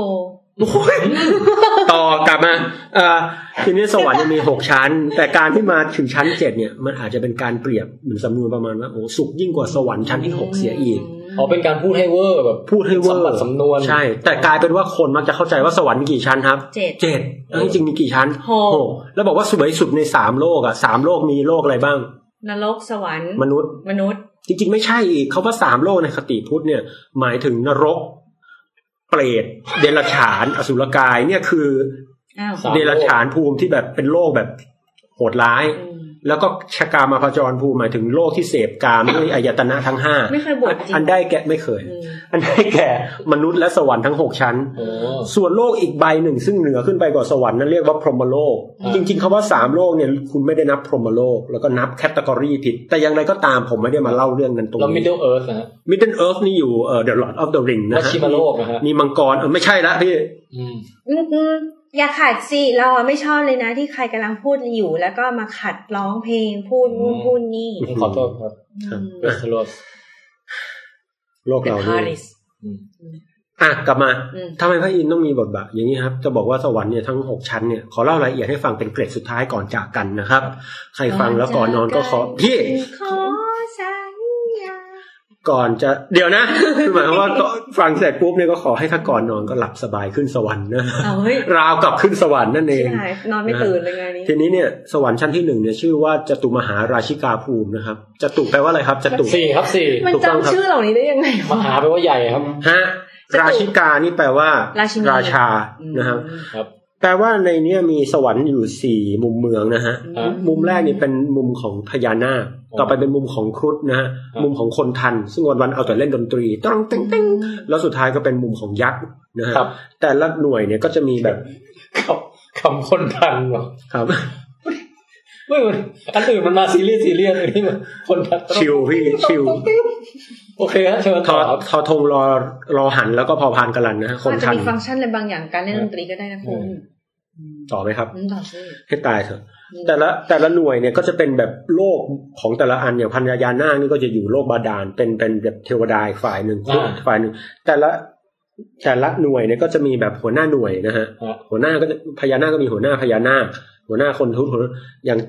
Speaker 8: ต่อกลับมาเอ่อทีนี้สวรรค์ยังมีหกชั้น แต่การที่มาถึงชั้นเจ็ดเนี่ย มันอาจจะเป็นการเปรียบเหมือนสำนวนประมาณว่าโอ้สุขยิ่งกว่าสวรรค์ชั้นที่หกเสียอีก
Speaker 7: อ๋อเป็นการพูดให้เวอร์แบบ
Speaker 8: พูดให้เวอ
Speaker 7: สัมผัส
Speaker 8: ร์
Speaker 7: สำนวน
Speaker 8: ใช่ แต่กลายเป็นว่าคนมักจะเข้าใจว่าสวรรค์มีกี่ชั้นครับ
Speaker 9: เจ็ด
Speaker 8: เจ็ดแล้วจริงๆมีกี่ชั้น
Speaker 9: หก
Speaker 8: แล้วบอกว่าสวยสุดในสามโลกอ่ะสามโลกมีโลกอะไรบ้าง
Speaker 9: นรกสวรรค์
Speaker 8: มนุษย์
Speaker 9: มนุษย์
Speaker 8: จริงๆไม่ใช่อีกเขาว่าสามโลกในคติพุทธเนี่ย หมายถึงนรก เปรตเดรัจฉาน อสุรกายเนี่ยคือ
Speaker 9: อ้าว
Speaker 7: สามโลก
Speaker 8: เดรัจฉานภูมิที่แบบเป็นโลกแบบโหดร้าย
Speaker 9: อืม
Speaker 8: แล้วก็ชกามาพจรภูมิหมายถึงโลกที่เสพกามด้วยอายตนะทั้งห้า
Speaker 9: ไม่เคยบวชจริง
Speaker 8: อันได้แก่ไม่เคย
Speaker 9: อืม
Speaker 8: อันได้แก่มนุษย์และสวรรค์ทั้งหกชั้น
Speaker 7: โอ้
Speaker 8: ส่วนโลกอีกใบหนึ่งซึ่งเหนือขึ้นไปกว่าสวรรค์นั้นเรียกว่าพรหมโลก
Speaker 7: อ่า
Speaker 8: จริงๆคำว่าสามโลกเนี่ยคุณไม่ได้นับพรหมโลก แล้วก็นับแคตตากรีผิด แต่อย่างไรก็ตามผมไม่ได้มาเล่าเรื่องกันตรง
Speaker 7: เรามิด
Speaker 8: นี้
Speaker 7: เดิลเอิร์ธนะฮะ
Speaker 8: Middle Earth นี่อยู่เอ่อ The Lord of the Ring นะ
Speaker 7: วชิ
Speaker 8: ฮะ
Speaker 7: มโลกนะฮะ
Speaker 8: มีมังกรเออไม่ใช่ละพี่
Speaker 7: อืม
Speaker 9: อืมอืมอย่าขัดสิ เราอะไม่ชอบเลยนะ ที่ใครกำลังพูดอยู่ แล้วก็มาขัดร้องเพลงพูดนู่น
Speaker 7: อืม
Speaker 9: พูดนี่
Speaker 7: ขอโทษครับ
Speaker 8: ครับ
Speaker 7: เวสเทอร์โรส
Speaker 8: โลก
Speaker 9: เด
Speaker 8: เรา
Speaker 9: อะ
Speaker 8: นี่
Speaker 9: พาริส
Speaker 8: อ่ะกลับมา
Speaker 9: อืม
Speaker 8: ทำไมพระอินทร์ต้องมีบทบาทอย่างนี้ครับ จะบอกว่าสวรรค์เนี่ยทั้งหกชั้นเนี่ยขอเล่ารายละเอียดให้ฟังเป็นเกรดสุดท้ายก่อนจากกันนะครับ ใครฟังแล้วก่อนนอนก็ขอพี่
Speaker 9: ขอสัญญา
Speaker 3: ก่อนจะเดี๋ยวนะ คือหมายความว่าก็ฟังเสร็จปุ๊บเนี่ยก็ขอให้ถ้าก่อนนอนก็หลับสบายขึ้นสวรรค์นะ
Speaker 9: เอาเฮ้ย
Speaker 3: ราวกับขึ้นสวรรค์นั่นเอง
Speaker 9: หายนอนไม่ตื่นเลยไงานนี้
Speaker 3: ทีนี้เนี่ยสวรรค์ชั้นที่หนึ่งเนี่ยชื่อว่าจตุมหาราชิกาภูมินะครับจตุแปลว่าอะไรครับจตุ
Speaker 7: สี่ครับสี่
Speaker 9: มัน
Speaker 3: ถูกต้องครับ
Speaker 9: จำชื่อเหล่านี้ได้ยังไง
Speaker 7: ม
Speaker 9: วะ
Speaker 7: หาแปลว่าใหญ่ครับ
Speaker 3: ฮะ
Speaker 9: จตุ
Speaker 3: ราชิกานี่แปลว่า
Speaker 9: ราชินี
Speaker 3: ชานะครับ
Speaker 9: อืม
Speaker 3: แปลว่าในเนี้มีสวรรค์อยู่สี่มุมเมืองนะฮะ
Speaker 7: อ่ามุ
Speaker 3: มุมแรกนี่เป็นมุมของพญานาค
Speaker 7: อ๋อ
Speaker 3: ต่อไปเป็นมุมของครุฑนะฮะ
Speaker 7: ครับ
Speaker 3: มุมของคนทัน ซึ่งวันวันๆเอาแต่เล่นดนตรีตองติงติงแล้วสุดท้ายก็เป็นมุมของยักษ์นะฮะ
Speaker 7: ครับ
Speaker 3: แต่ละหน่วยเนี่ยก็จะมีแบบ
Speaker 7: ครับคำคนทันวะ
Speaker 3: ครับ
Speaker 7: เว้ยมันอันอื่นมันมาซีเรียสซีเรียสอันนี้มันคนทัน
Speaker 3: ชิวพี่ชิว
Speaker 7: โอเคฮะเชิญ
Speaker 3: ท
Speaker 7: ต่
Speaker 3: อ
Speaker 7: อครับ
Speaker 3: ทอทงรอรอหันแล้วก็พอพานกันลันนะฮะคน
Speaker 9: อาจจะ
Speaker 3: ทัน
Speaker 9: มีฟังก์ชันอะไรบางอย่างการเล่นดนตรีก็ได้นะคุณ
Speaker 7: อืม
Speaker 3: ต่อไหมครับ
Speaker 9: อืมต่อสิ
Speaker 3: ให้ตายเถอะ แต่ละแต่ละหน่วยเนี่ยก็จะเป็นแบบโลกของแต่ละอันอย่างพันยานาคนี่ก็จะอยู่โลกบาดาลเป็นเป็นแบบเทวดาอีกฝ่ายหนึ่ง
Speaker 7: อ่า
Speaker 3: ฝ่ายหนึ่งแต่ละแต่ละหน่วยเนี่ยก็จะมีแบบหัวหน้าหน่วยนะฮะ
Speaker 7: ฮะ
Speaker 3: หัวหน้าก็จะพญานาคก็มีหัวหน้าพญานาคหัวหน้าคนทุกคนอย่าง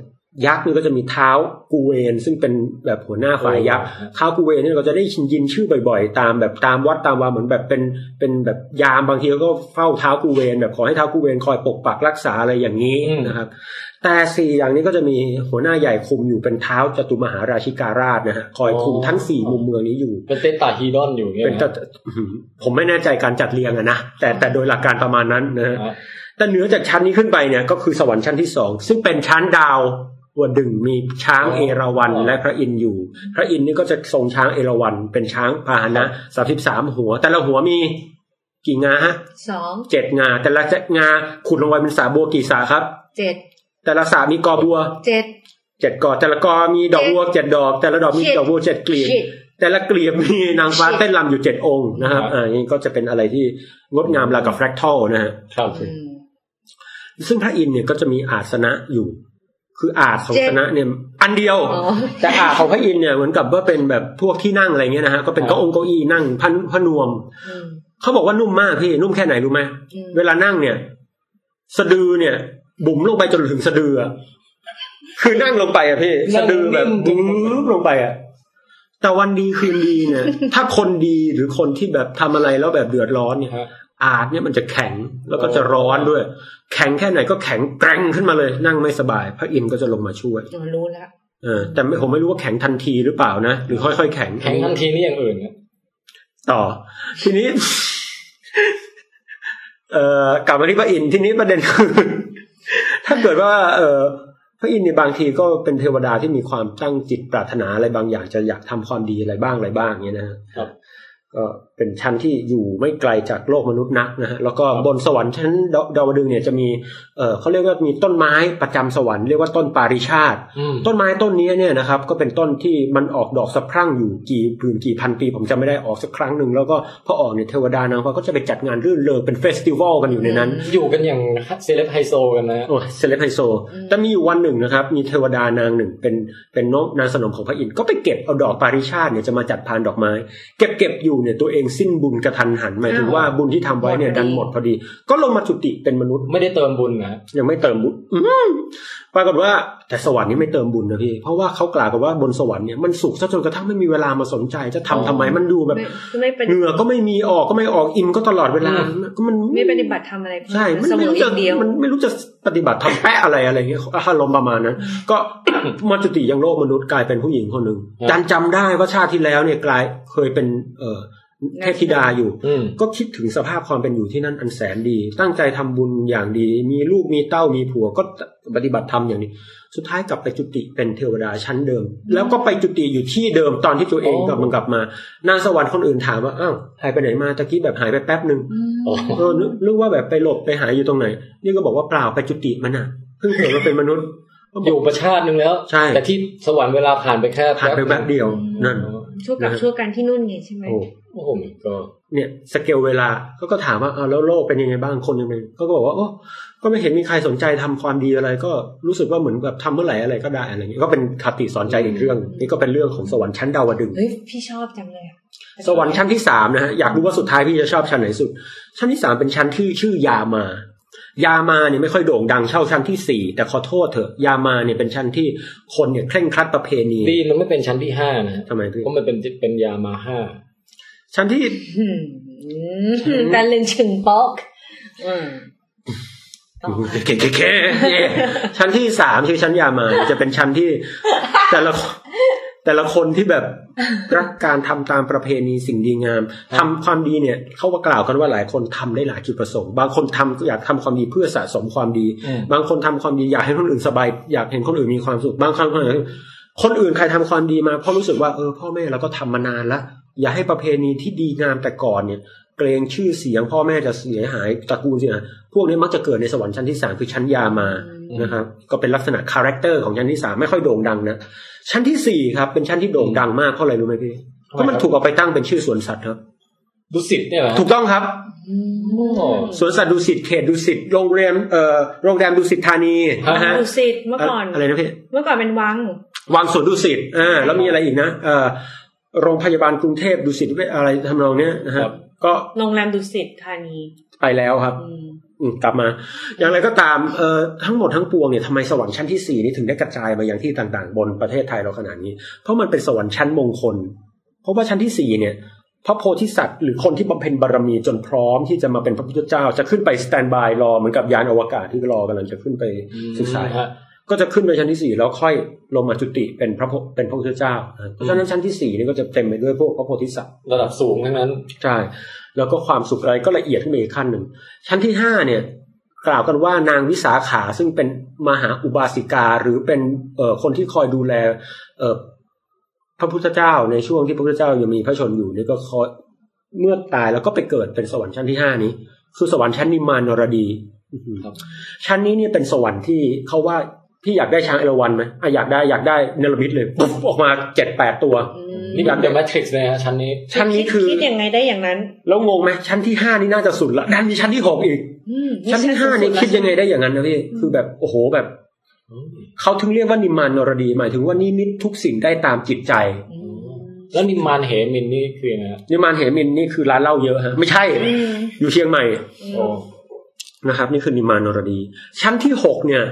Speaker 3: ยักษ์นี่ก็จะมีเท้ากูเวนซึ่งเป็นแบบหัวหน้าฝ่ายยักษ์เท้ากูเวนเนี่ยเราจะได้ยินชื่อบ่อย ๆ ตามแบบตามวัดตามวาเหมือนแบบเป็นเป็นแบบยามบางทีก็เฝ้าเท้ากูเวนแบบขอให้เท้ากูเวนคอยปกปักรักษาอะไรอย่างนี้
Speaker 7: อืม
Speaker 3: นะครับ แต่สี่อย่างนี้ก็จะมีหัวหน้าใหญ่คุมอยู่เป็นเท้าจตุมหาราชิการาชนะฮะคอยคุมทั้งสี่มุมเมืองนี้อยู่
Speaker 7: เป็นเตตาฮีดอนอยู่เงี้ย
Speaker 3: เป็นแต่ผมไม่แน่ใจการจัดเรียงอะนะแต่แต่โดยหลักการประมาณนั้นนะฮะ
Speaker 7: ฮะ
Speaker 3: แต่เหนือจากชั้นนี้ขึ้นไปเนี่ยก็คือสวรรค์ชั้นที่สองซึ่งเป็นชั้นดาววัวดึงมีช้างเอราวัณและพระอินทร์อยู่ พระอินทร์นี่ก็จะทรงช้างเอราวัณเป็นช้างพาหนะสามสิบสามหัว แต่ละหัวมีกี่งาฮะ
Speaker 9: สอง
Speaker 3: เจ็ดงา แต่ละงาขุดลงไปเป็นสาบัวกี่สาครับ
Speaker 9: เจ็ด
Speaker 3: แต่ละสามีกอบัว
Speaker 9: เจ็ด
Speaker 3: เจ็ดกอแต่ละกอมีดอกบัวเจ็ดดอก แต่ละดอกมี
Speaker 9: เจ็ด
Speaker 3: ดอกบัวเจ็ดกลีบ
Speaker 9: ชิด
Speaker 3: แต่ละกลีบมีนางฟ้า
Speaker 9: เจ็ด
Speaker 3: เต้นรำอยู่เจ็ดองค์นะครับอ่านี่ก็จะเป็นอะไรที่งดงามราวกับแฟกทัลนะฮะ
Speaker 7: ครับ
Speaker 9: อืม
Speaker 3: ซึ่งพระอินทร์เนี่ยก็จะมีอาสนะอยู่ คืออาสของ
Speaker 9: เจ็ด
Speaker 3: สนะเนี่ยอันเดียว
Speaker 9: อ๋อ
Speaker 3: แต่อาสของพระอินทร์เนี่ยเหมือนกับว่าเป็นแบบพวกที่นั่งอะไรเงี้ยนะฮะก็เป็นเก็องค์เก้าอี้นั่งพันพนวม
Speaker 9: อืม
Speaker 3: เขาบอกว่านุ่มมากพี่นุ่มแค่ไหนรู้ไหม
Speaker 9: อืม
Speaker 3: เวลานั่งเนี่ย สะดือเนี่ย บุ๋มลงไปจนถึงสะดืออะคือนั่งลงไปอะพี่สะดือแบบบุ๋มลงไปอะแต่วันดีคืนดี เนี่ย ถ้าคนดีหรือคนที่แบบทำอะไรแล้วแบบเดือดร้อนเนี่ย
Speaker 7: ฮะ
Speaker 3: อาจเนี่ยมันจะแข็งแล้วก็จะร้อนด้วย แข็งแค่ไหนก็แข็งแกร่งขึ้นมาเลย นั่งไม่สบาย พระอินทร์ก็จะลงมาช่วย
Speaker 9: เดี๋ยวรู้แล้ว
Speaker 3: เออแต่ไม่ผมไม่รู้ว่าแข็งทันทีหรือเปล่านะหรือค่อยๆแข็ง
Speaker 7: แข่งทันทีนี่อย่างอื่นนะ
Speaker 3: ต่อ ทีนี้ เอ่อกลับมาที่พระอินทร์ทีนี้ประเด็นคือ ถ้าเกิดว่า เอ่อพระอินทร์ในยบางทีก็เป็นเทวดาที่มีความตั้งจิตปรารถนาอะไรบางอย่างจะอยากทำความดีอะไรบ้างอะไรบ้างเนี้ยนะฮะ
Speaker 7: ครับ
Speaker 3: ก็เป็นชั้นที่อยู่ไม่ไกลจากโลกมนุษย์นักนะฮะแล้วก็บนสวรรค์ชั้นดาวดาวดึงส์เนี่ยจะมีเอ่อเขาเรียกว่ามีต้นไม้ประจำสวรรค์เรียกว่าต้นปาริชาติ
Speaker 7: อืม
Speaker 3: ต้นไม้ต้นนี้เนี่ยนะครับก็เป็นต้นที่มันออกดอกสะพรั่งอยู่กี่หมื่นกี่พันปี ผมจำไม่ได้ออกสักครั้งหนึ่งแล้วก็พอออกเนี่ยเทวดานางฟ้าก็จะไปจัดงานรื่นเริงเป็นเฟสติวัลกันอยู่ในนั้น
Speaker 7: อยู่กันอย่างเซเลบไฮโซกันนะฮะ
Speaker 3: โอ้เซเลบไฮโซ แต่มีอยู่วันหนึ่งนะครับ มีเทวดานางหนึ่งเป็นเป็นนกนางสนมของพระอินทร์ก็ไปเก็บเอาดอกปาริชาติเนี่ยจะมาจัดพานดอกไม้ เก็บเก็บอยู่เนี่ยตัวเองสิ้นบุญกระทันหันหมายถึงว่าบุญที่ทำไว้เนี่ยดันหมดพอดี ก็ลงมาจุติเป็นมนุษย์
Speaker 7: ไม่ได้เติมบุญนะฮะ
Speaker 3: ยังไม่เติมบุญอื้อหือปรากฏว่าแต่สวรรค์นี่ไม่เติมบุญนะพี่ เพราะว่าเขากล่าวกันว่าบนสวรรค์เนี่ยมันสุขซะจนกระทั่งไม่มีเวลามาสนใจจะทำทำไมมันดูแบบ
Speaker 9: ไม่ไม่เป็น
Speaker 3: เหงื่อก็ไม่มีออกก็ไม่ออกอิ่มก็ตลอดเวลาก็มัน
Speaker 9: ไม่ปฏิบัติทำอะไร
Speaker 3: ใช่มัน
Speaker 9: ส
Speaker 3: ไม่
Speaker 9: มุน
Speaker 3: รู้
Speaker 9: อ
Speaker 3: จะ
Speaker 9: ย่างเดียว
Speaker 3: มันไม่รู้จะปฏิบัติทำแปะอะไรอะไรเงี้ยอารมณ์ประมาณนั้น ก็ มาจุติยังโลกมนุษย์กลายเป็นผู้หญิงคนหนึ่งจันจำได้ว่าชาติที่แล้วเนี่ยกลายเคยเป็นเอ่อเทพธิดาอยู่
Speaker 7: อืม
Speaker 3: ก็คิดถึงสภาพความเป็นอยู่ที่นั่นอันแสนดี ตั้งใจทำบุญอย่างดี มีลูกมีเต้ามีผัวก็ปฏิบัติธรรมอย่างนี้ สุดท้ายกลับไปจุติเป็นเทวดาชั้นเดิม แล้วก็ไปจุติอยู่ที่เดิมตอนที่ตัวเอง
Speaker 7: อ๋อ
Speaker 3: กลับมันกลับมานางสวรรค์คนอื่นถามว่าอ้าวหายไปไหนมาตะกี้แบบหายไปแป๊บหนึ่ง
Speaker 7: อ๋อ
Speaker 3: เออนึกนึกว่าแบบไปหลบไปหายอยู่ตรงไหน นี่ก็บอกว่าเปล่าไปจุติมันน่ะเพิ่งเกิดมาเป็นมนุษย์ก็บก
Speaker 7: อยู่ประชาตินึงแล้ว
Speaker 3: ใช่
Speaker 7: แต่ที่สวรรค์เวลาผ่านไปแค่
Speaker 3: ผ่านไปแป๊บเดียวนั่น
Speaker 9: ชั่วกับ
Speaker 3: นะ
Speaker 9: ชั่วกันที่นู่นไงใช่ไหม
Speaker 3: โอ้
Speaker 7: โอ้โหมันก็
Speaker 3: เนี่ยสเกลเวลาก็ก็ถามว่าเอาวแล้วโลกเป็นยังไงบ้างคนยังไงเขาก็บอกว่าโอ้ก็ไม่เห็นมีใครสนใจทำความดีอะไร ก็รู้สึกว่าเหมือนแบบทำเมื่อไหร่อะไรก็ได้อะไรเงี้ยก็เป็นคติสอนใจอีกเรื่อง นี่ก็เป็นเรื่องของสวรรค์ชั้นดาวดึงส์
Speaker 9: เฮ้ยพี่ชอบจังเลยอะ
Speaker 3: สวรรค์ชั้นที่สามนะฮะอยากรู้ว่าสุดท้ายพี่จะชอบชั้นไหนสุด ชั้นที่สามเป็นชั้นที่ชื่อยามา
Speaker 8: ยามาเนี่ยไม่ค่อยโด่งดังเช่าชั้นที่สี่แต่ขอโทษเถอะยามาเนี่ยเป็นชั้นที่คนเนี่ยเคร่งครัดประเพณี
Speaker 7: ดีมันไม่เป็นชั้นที่ห้านะฮะ
Speaker 8: ทำไมพี่
Speaker 7: เพราะมันเป็นเป็นยามาห้า
Speaker 8: ชั้นที่
Speaker 9: อืม อืมการเล่นเชิงปอกอืมต่อ
Speaker 8: เก่งๆๆเนี่ยชั้นที่สามคือชั้นยามาจะเป็นชั้นที่ แต่ละคนแต่ละคนที่แบบรักการทำตามประเพณีสิ่งดีงามทำความดีเนี่ย เขาว่ากล่าวกันว่าหลายคนทำได้หลายจุดประสงค์ บางคนทำอยากทำความดีเพื่อสะสมความดี บางคนทำความดีอยากให้คนอื่นสบายอยากเห็นคนอื่นมีความสุขบางครั้งคนอื่นคนอื่นใครทำความดีมาเพราะรู้สึกว่าเออพ่อแม่เราก็ทำมานานละอย่าให้ประเพณีที่ดีงามแต่ก่อนเนี่ย เกรงชื่อเสียงพ่อแม่จะเสียหายตระกูลเสียหายพวกนี้มักจะเกิดในสวรรค์ชั้นที่สามคือชั้นยามานะครับก็เป็นลักษณะคาแรคเตอร์ของชั้นที่สามไม่ค่อยโด่งดังนะชั้นที่สี่ครับเป็นชั้นที่โด่งดังมากเพราะอะไรรู้ไหมพี่เพราะมันถูกเอาไปตั้งเป็นชื่อสวนสัตว์ครับ
Speaker 7: ดุสิตเนี่ยเหรอฮะ
Speaker 8: ถูกต้องครับ
Speaker 9: อืม
Speaker 8: สวนสัตว์ดุสิตเขตดุสิตโรงแรมเอ่อโรงแรมดุสิตธานีนะฮะ
Speaker 9: ดุสิตเมื่อก่อน
Speaker 8: อะไรนะพี่
Speaker 9: เมื่อก่อนเป็นวัง
Speaker 8: วังสวนดุสิตอ่า แล้วมีอะไรอีกนะเอ่อโรงพยาบาลกรุงเทพดุสิตเวชอะไรทำนองเนี้ยนะฮะก็
Speaker 9: โรงแรมดุสิตธานี
Speaker 8: ไปแล้วครับ
Speaker 9: อืม
Speaker 8: อืมกลับมา อย่างไรก็ตามเอ่อทั้งหมดทั้งปวงเนี่ยทำไมสวรรค์ชั้นที่สี่นี่ถึงได้กระจายมาอย่างที่ต่างๆ บนประเทศไทยเราขนาดนี้ เพราะมันเป็นสวรรค์ชั้นมงคล เพราะว่าชั้นที่สี่เนี่ย พระโพธิสัตว์หรือคนที่บำเพ็ญบารมีจนพร้อมที่จะมาเป็นพระพุทธเจ้า จะขึ้นไปสแตนบายรอเหมือนกับยานอวกาศที่รอกำลังจะขึ้นไปศึกษา
Speaker 7: ฮะ
Speaker 8: ก็จะขึ้นไปชั้นที่สี่แล้วค่อยลงมาจุติเป็นพระโพเป็นพระพุทธเจ้านะเพราะฉะนั้นชั้นที่สี่นี่ก็จะเต็มไปด้วยพวกพระโพธิสัตว
Speaker 7: ระดับสูงทั้งนั้น
Speaker 8: ใช่แล้วก็ความสุขอะไรก็ละเอียดขึ้นไปอีกขั้นหนึ่ง ชั้นที่ห้าเนี่ย กล่าวกันว่านางวิสาขาซึ่งเป็นมหาอุบาสิกาหรือเป็นเอ่อคนที่คอยดูแล เอ่อพระพุทธเจ้าในช่วงที่พระพุทธเจ้ายังมีพระชนอยู่นี่ก็คอยเมื่อตายแล้วก็ไปเกิดเป็นสวรรค์ชั้นที่ห้านี้ คือสวรรค์ชั้นนิมมานรดีอื้อหือ
Speaker 7: ครับ
Speaker 8: ชั้นนี้เนี่ยเป็นสวรรค์ที่เขาว่าพี่อยากได้ช้างเอราวัณไหมอ่ะอยากได้อยากได้เนลมิตเลยปุ๊บออกมาเจ็ดแปดตัว
Speaker 9: อืม
Speaker 7: นี่แบบเดอะแมทริกซ์เลยฮะชั้นนี้
Speaker 8: ชั้นนี้คือ
Speaker 9: ดยังไงได้อย่างนั้น
Speaker 8: แล้วงงไหมชั้นที่ห้านี่น่าจะสุดละดันมีชั้นที่หกอีก
Speaker 9: อืม
Speaker 8: ชั้นที่ห้านี่คิดยังไงได้อย่างนั้นนะพี่คือแบบโอ้โหแบบเขาถึงเรียกว่านิมมานนรดี หมายถึงว่านิมิตทุกสิ่งได้ตามจิตใจ
Speaker 9: อืม
Speaker 7: แล้วนิมมานเหมินนี่คือยังไงฮะ
Speaker 8: นิมมานเหมินนี่คือร้านเหล้าเยอะฮะไม่ใช่
Speaker 9: อืม
Speaker 8: อยู่เชียงใหม่
Speaker 9: อืม
Speaker 7: โอ้
Speaker 8: นะครับ นี่คือนิมมานนรดี ชั้นที่หกเนี่ย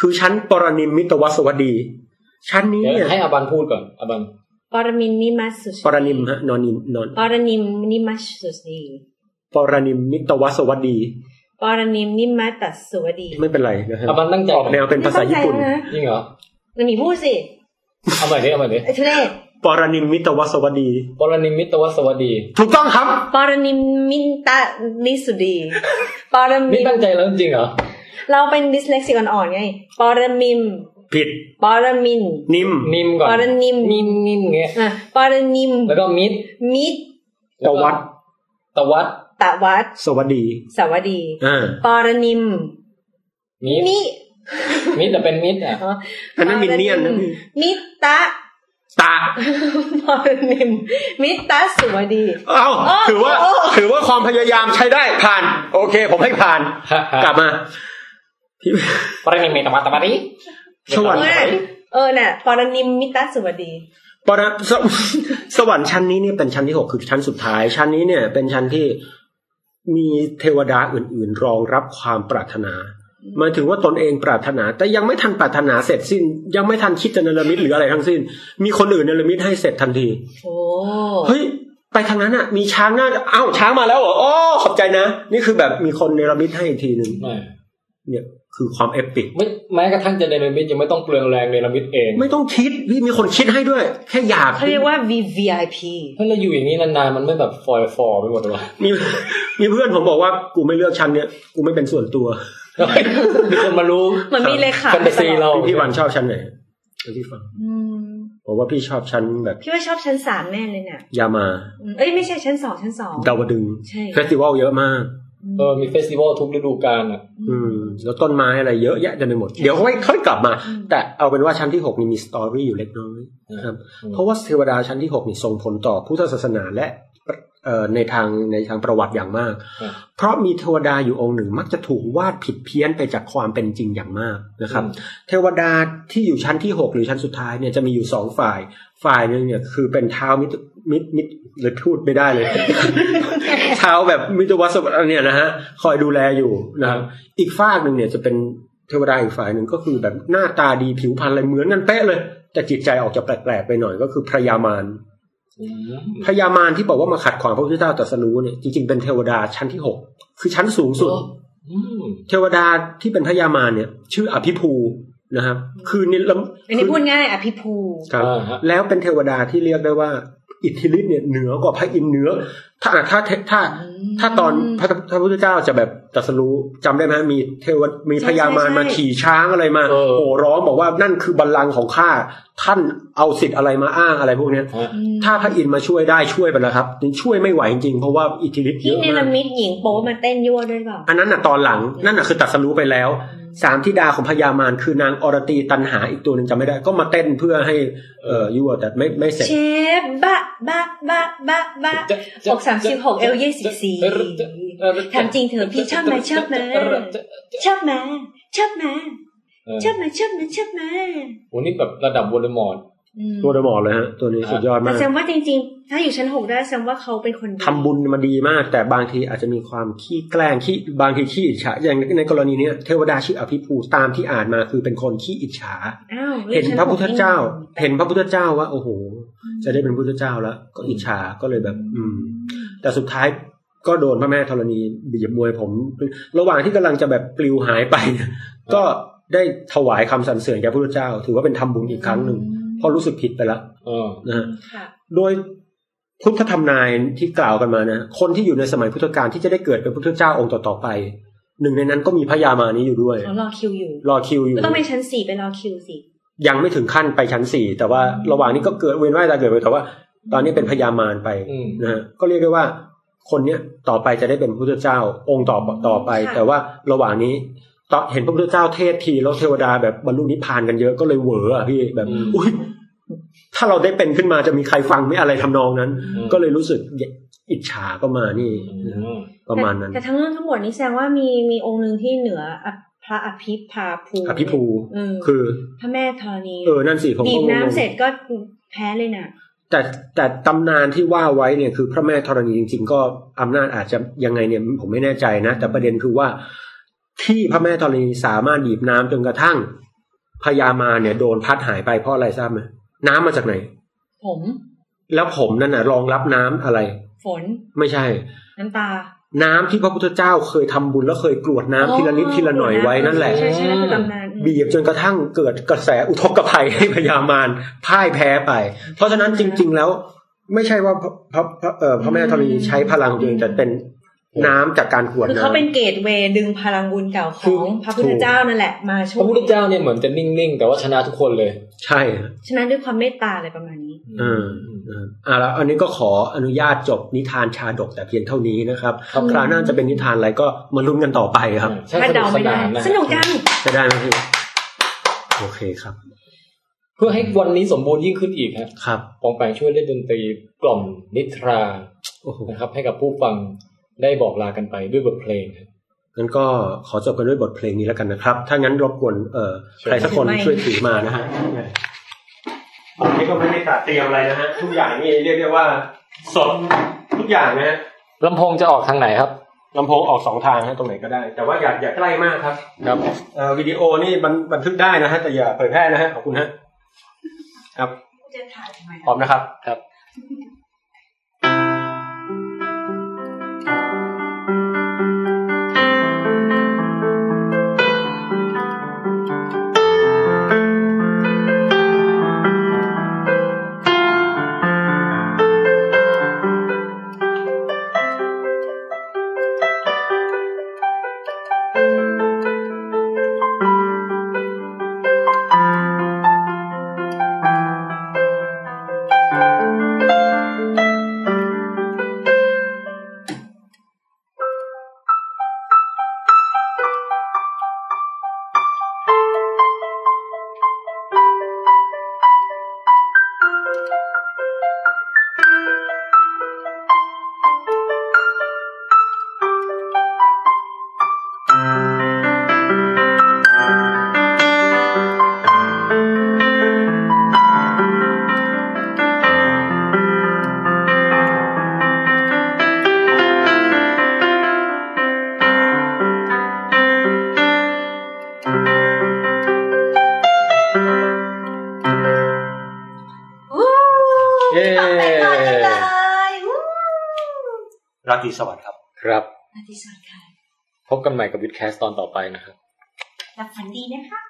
Speaker 8: คือชั้นปรนิมมิตวสวัสดี ชั้นนี้
Speaker 7: เดี๋ยว
Speaker 8: เนี่ย
Speaker 7: ให้อบันพูดก่อนอบัน
Speaker 9: ปรมินนิมัสสุสี
Speaker 8: ปรนิมฮะนอนิมนอน
Speaker 9: ปรนิมนิมัสสุสี
Speaker 8: ปรนิมมิตวสวัสดี
Speaker 9: ปรนิมนิมัตตสสวดี
Speaker 8: ไม่เป็นไรนะครับ
Speaker 7: อบันตั้งใจ
Speaker 8: ออกแนวเป็นภาษาญี่ปุ่น
Speaker 7: จริงเหรอ
Speaker 9: มันมีพูดสิ
Speaker 7: เอาใหม่ดิเอาใหม่ดิ
Speaker 9: ไอ้ทุเรศ
Speaker 8: ปรนิมมิตวสวัสดี
Speaker 7: ปรนิมมิตวสวัสดี
Speaker 8: ถูกต้องครับ
Speaker 9: ปรนิมมินตะนิสุดีปรมิ
Speaker 7: นี่
Speaker 9: ม
Speaker 7: ตั้งใจแล้วจริงเหรอ
Speaker 9: เราเป็นดิสเลกซิกอ่อนๆไงปรมิม
Speaker 8: ผิด
Speaker 9: ปรมิน
Speaker 8: นิม
Speaker 7: นิมก่อน
Speaker 9: ปรนิม
Speaker 7: นิมนิมเงี้ย
Speaker 9: อ่ะปรนิม
Speaker 7: แล้วก็มิตร
Speaker 9: มิต
Speaker 7: แล้ก็
Speaker 8: ตวัด
Speaker 7: ตวัด
Speaker 9: ตวัต
Speaker 8: สวัสดี
Speaker 9: สวดี
Speaker 8: อ่า
Speaker 9: ปรนิม
Speaker 7: มิตร
Speaker 9: มิ
Speaker 7: มิตรแต่เป็นมิตรอ่ะ
Speaker 9: อ๋อ
Speaker 8: อันนั้นมินเนี่ยนนะ
Speaker 9: มิตตะ
Speaker 8: ตา
Speaker 9: ปรนิมมิตตะสวดี
Speaker 8: เอ้า
Speaker 9: อ้อ
Speaker 8: ถือว่า
Speaker 9: โอ้
Speaker 8: ถือว่าความพยายามใช้ได้ผ่าน โอเค ผมให้ผ่าน
Speaker 7: ฮะฮะ
Speaker 8: กลับมาพี่
Speaker 7: ปรนิมมิตรตวัดตวัดนี้
Speaker 8: สวรรค์
Speaker 9: เออเออน่ะปรนิมมิตรสวัสดี
Speaker 8: ปรสวสวรรค์ชั้นนี้เนี่ยเป็นชั้นที่หกคือชั้นสุดท้าย ชั้นนี้เนี่ย เป็นชั้นที่มีเทวดาอื่น ๆ รองรับความปรารถนาหมายถึงว่าตนเองปรารถนา แต่ยังไม่ทันปรารถนาเสร็จสิ้น ยังไม่ทันคิดจะเนรมิตหรืออะไรทั้งสิ้น มีคนอื่นเนรมิตให้เสร็จทันที
Speaker 9: โอ้
Speaker 8: เฮ้ย ไปทางนั้นอ่ะ มีช้างหน้าอ้าวช้างมาแล้วเหรออ๋อขอบใจนะ นี่คือแบบมีคนเนรมิตให้อีกทีหนึ่ง
Speaker 7: ไม่
Speaker 8: เนี่ยคือความเอปิก
Speaker 7: ไม่แม้กระทั่งจะเนรมิตยังไม่ต้องเปลืองแรงเนรมิตเอง
Speaker 8: ไม่ต้องคิดพี่มีคนคิดให้ด้วย แค่อยาก
Speaker 9: เขาเรียกว่า VVIP
Speaker 7: เฮ้ยเราอยู่อย่างนี้นานๆมันไม่แบบฟอยฟอไปหมดเลยวะ
Speaker 8: มีมีเพื่อนผมบอกว่ากูไม่เลือกชั้นเนี่ย กูไม่เป็นส่วนตัว
Speaker 7: มีคนมารู้
Speaker 9: เหมือนมีเลขา
Speaker 7: แฟนตาซีเรา
Speaker 8: พี่พี่วันชอบชั้นไหนพี่ฟัง
Speaker 9: อืม
Speaker 8: ผมว่าพี่ชอบชั้นแบบ
Speaker 9: พี่ว่าชอบชั้นสามแน่เลยเนี่ย
Speaker 8: ยามา
Speaker 9: อืมเอ้ยไม่ใช่ชั้นสองชั้นสอง
Speaker 8: ดาวดึง
Speaker 9: ใช่
Speaker 8: เฟสติวัลเยอะมาก
Speaker 7: เออมีเฟสติวัลทุกฤดูกาลอ่ะ
Speaker 8: อืม แล้วต้นไม้อะไรเยอะแยะเต็มไปหมด เดี๋ยวค่อยค่อยกลับมา แต่เอาเป็นว่าชั้นที่หกนี่มีสตอรี่อยู่เล็กน้อยนะครับ
Speaker 7: อืม
Speaker 8: เพราะว่าเทวดาชั้นที่หกนี่ส่งผลต่อพุทธศาสนาและ เอ่อในทางในทางประวัติอย่างมาก
Speaker 7: ครับ
Speaker 8: เพราะมีเทวดาอยู่องค์หนึ่งมักจะถูกวาดผิดเพี้ยนไปจากความเป็นจริงอย่างมากนะครับ เทวดาที่อยู่ชั้นที่หกหรือชั้นสุดท้ายเนี่ยจะมีอยู่สองฝ่าย ฝ่ายหนึ่งเนี่ยคือเป็นเท้ามิตรมิตรมิตรเลยพูดไม่ได้เลย เท้าแบบมิตรวัสสอันเนี่ยนะฮะคอยดูแลอยู่นะครับอีกฝากหนึ่งเนี่ยจะเป็นเทวดาอีกฝ่ายหนึ่งก็คือแบบหน้าตาดีผิวพรรณอะไรเหมือนกันเป๊ะเลย แต่จิตใจออกจะแปลกๆไปหน่อยก็คือพระยามาร
Speaker 7: อืม
Speaker 8: พญามารที่บอกว่ามาขัดขวางพระพุทธเจ้าตรัสรู้เนี่ยจริงๆเป็นเทวดาชั้นที่หกคือชั้นสูงสุด
Speaker 7: อืม
Speaker 8: เทวดาที่เป็นพญามารเนี่ย ชื่ออภิภูนะครับ คือนิลำ
Speaker 9: อันนี้พูดง่ายอภิภู
Speaker 8: ครับ
Speaker 7: อ่าฮะ
Speaker 8: แล้วเป็นเทวดาที่เรียกได้ว่า อิทธิฤทธิ์เนี่ยเหนือกว่าพระอินทร์เหนือถ้าถ้าถ้าถ้าถ้าตอนพระพระพุทธเจ้าจะแบบตรัสรู้จำได้ไหมมีเทวมีพญามารมาขี่ช้างอะไรมาโห่ร้องบอกว่านั่นคือบัลลังก์ของข้าท่านเอาสิทธิ์อะไรมาอ้างอะไรพวกเนี้ย
Speaker 7: ฮะ
Speaker 8: ถ้าพระอินทร์มาช่วยได้ช่วยไปแล้วครับช่วยไม่ไหวจริงๆเพราะว่าอิทธิฤทธิ์เย
Speaker 9: ที่
Speaker 8: อะ
Speaker 9: เน
Speaker 8: มาร ก
Speaker 9: มิตหญิงโป๊มาเต้นยั่วด้วยหรือเปล่า
Speaker 8: อันนั้นน่ะตอนหลังนั่นน่ะคือตัดสรู้ไปแล้ว สามธิดาของพญามารคือนางอรตีตันหาอีกตัวหนึ่งจำไม่ได้ ก็มาเต้นเพื่อให้เอ่อยั่วแต่ไม่ไม่เสร็จ
Speaker 9: เชฟบะบะบะบะบะ
Speaker 7: จะจะ
Speaker 9: อก36เอว24
Speaker 7: เออจะเออ
Speaker 9: ถามจริงเถอะพี่ชอบไหมชอบไหม
Speaker 7: เออจะ
Speaker 9: ชอบไหมชอบไหม
Speaker 7: เออ
Speaker 9: ชอบไหมชอบไหมชอบไหม
Speaker 7: โหนี่แบบระดับวอลเลมอร์ด
Speaker 9: อืม
Speaker 8: ตัวเดอะหมอเลยฮะตัวนี้สุดยอด
Speaker 9: แต่
Speaker 8: มาก
Speaker 9: แซมว่าจริงๆ ถ้าอยู่ชั้นหกได้แซมว่าเขาเป็นคนดี
Speaker 8: ทำบุญมาดีมาก แต่บางทีอาจจะมีความขี้แกล้งขี้บางทีขี้อิจฉาอย่างในกรณีเนี้ยเทวดาชื่ออภิภูตามที่อ่านมาคือเป็นคนขี้อิจฉา
Speaker 9: อ้าว
Speaker 8: เห็นพระพุทธเจ้า เห็
Speaker 9: เห็น
Speaker 8: นพระพุทธเจ้าว่า โอ้โห จะได้เป็นพุทธเจ้าแล้ว ก็อิจฉาก็เลยแบบ อืม แต่สุดท้ายก็โดนพระแม่ธรณีบีบมวยผม ระหว่างที่กำลังจะแบบปลิวหายไปเนี่ยก็ได้ถวายคำสรรเสริญแก่พระพุทธเจ้า ถือว่าเป็นทำบุญอีกครั้งหนึ่งเพราะรู้สึกผิดไปแล้ว
Speaker 7: เออ
Speaker 8: นะฮะ
Speaker 9: ค่ะ
Speaker 8: โดยพุทธธรรมนายที่กล่าวกันมานะ คนที่อยู่ในสมัยพุทธกาลที่จะได้เกิดเป็นพุทธเจ้าองค์ต่อๆไป หนึ่งในนั้นก็มีพระยามานี้อยู่ด้วย
Speaker 9: เขารอคิวอยู่
Speaker 8: รอคิวอยู่
Speaker 9: ก็ต้องไปชั้นสี่ไปรอคิวสิ
Speaker 8: ยังไม่ถึงขั้นไปชั้นสี่แต่ว่าระหว่างนี้ก็เกิดเวียนว่ายตายเกิดไปแต่ว่า ตอนนี้เป็นพญามารไป
Speaker 7: อืม
Speaker 8: นะฮะก็เรียกได้ว่า คนเนี้ยต่อไปจะได้เป็นพระพุทธเจ้าองค์ต่อต่อไป
Speaker 9: ค่ะ
Speaker 8: แต่ว่าระหว่างนี้ตอนเห็นพระพุทธเจ้าเทศทีแล้วเทวดาแบบบรรลุนิพพานกันเยอะก็เลยเหวออะพี่แบบ
Speaker 7: อืม
Speaker 8: อุ้ยถ้าเราได้เป็นขึ้นมาจะมีใครฟังไหม่อะไรทำนองนั้น
Speaker 7: อืม
Speaker 8: ก็เลยรู้สึกอิจฉาก็มานี่นะฮะ
Speaker 7: อืม
Speaker 8: ประมาณนั้น
Speaker 9: แต่แต่ทั้งเรื่องทั้งหมดนี้แสดงว่ามีมีองค์หนึ่งที่เหนืออพระอภิพาภู
Speaker 8: อภิภู
Speaker 9: เออ
Speaker 8: คือ
Speaker 9: พระแม่ธรณี
Speaker 8: เออนั่นสิผม
Speaker 9: บี
Speaker 8: ก็
Speaker 9: บ
Speaker 8: งง
Speaker 9: น้ำเสร็จก็แพ้เลยน่ะ
Speaker 8: แต่แต่ตำนานที่ว่าไว้เนี่ยคือพระแม่ธรณีจริง ๆ ก็อำนาจอาจจะยังไงเนี่ยผมไม่แน่ใจนะ แต่ประเด็นคือว่าที่พระแม่ธรณีสามารถบีบน้ำจนกระทั่งพญามารเนี่ยโดนพัดหายไปเพราะอะไรทราบไหมน้ำมาจากไหน
Speaker 9: ผม
Speaker 8: แล้วผมนั่นน่ะรองรับน้ำอะไร
Speaker 9: ฝน
Speaker 8: ไม่ใช่
Speaker 9: น้ำตา
Speaker 8: น้ำที่พระพุทธเจ้าเคยทำบุญแล้วเคยกรวดน้ำทีละนิดทีละหน่อยไว้นั่นแหละ
Speaker 9: ใช่ใช่นั่นคือตำนาน
Speaker 8: บีบจนกระทั่งเกิดกระแสอุทกภัยให้พญามารพ่ายแพ้ไป เพราะฉะนั้นจริง ๆ แล้ว ไม่ใช่ว่าพระพระพระเอ่อพระแม่ธรณีใช้พลังของตัวเองแต่เป็นน้ำจากการขวด
Speaker 9: คือ
Speaker 8: น้
Speaker 9: เขาเป็นเกตเวย์ดึงพลังบุญเก่าของพระพุทธเจ้านั่นแหละมาช่ว
Speaker 7: พ
Speaker 9: ย
Speaker 7: ระพุทธเจ้าเนี่ยเหมือนจะนิ่งๆ แต่ว่าชนะทุกคนเลย
Speaker 8: ำใช่
Speaker 9: ฉะนั้นด้วยความเมตตาอะไรประมาณนี้
Speaker 8: เอออ่าแล้วอันนี้ก็ขออนุญาตจบนิทานชาดกแต่เพียงเท่านี้นะครับ
Speaker 7: ครับ
Speaker 8: คราวหน้าจะเป็นนิทานอะไรก็มาลุ้นกันต่อไปครับ
Speaker 7: ใช่
Speaker 9: ถ้า
Speaker 7: สนุ
Speaker 9: เดาก
Speaker 7: ส
Speaker 9: ไม่ได้
Speaker 7: นานนะ
Speaker 9: สนุกจัง
Speaker 8: จะได้ไหมพี่โอเคครับ
Speaker 7: เพื่อให้วันนี้สมบูรณ์ยิ่งขึ้นอีกฮะ
Speaker 8: ครับ
Speaker 7: ปองแปงช่วยเล่นดนตรีกล่อมนิทรา
Speaker 8: โอ้โห
Speaker 7: นะครับ ให้กับผู้ฟังได้บอกลากันไปด้วยบทเพลงฮะ
Speaker 8: งั้นก็ขอจบกันด้วยบทเพลงนี้แล้วกันนะครับ ถ้างั้นรบกวนเอ่อใครสักคนช่วยถือมานะฮะ ผมนี่ก็ไม่ได้ตัดเตรียมอะไรนะฮะ ทุกอย่างนี่เรียกได้ว่า สดทุกอย่างนะฮะ
Speaker 7: ลำโพงจะออกทางไหนครับ
Speaker 8: ลำโพงออกสองทางนะตรงไหนก็ได้ แต่ว่าอย่าอย่าใกล้มากครับ
Speaker 7: ครับ
Speaker 8: เอ่อวิดีโอนี่บันบันทึกได้นะฮะแต่อย่าเผยแพร่นะฮะขอบคุณฮะครับพร้อมนะครับ
Speaker 7: ครับ
Speaker 8: เ ราตรีสวัสดิ์ครับ
Speaker 7: ครับ
Speaker 9: อธิษฐานค่ะ
Speaker 7: พบกันใหม่กับวิดแคสตอนต่อไปนะครับ
Speaker 9: หลับฝันดีนะคะ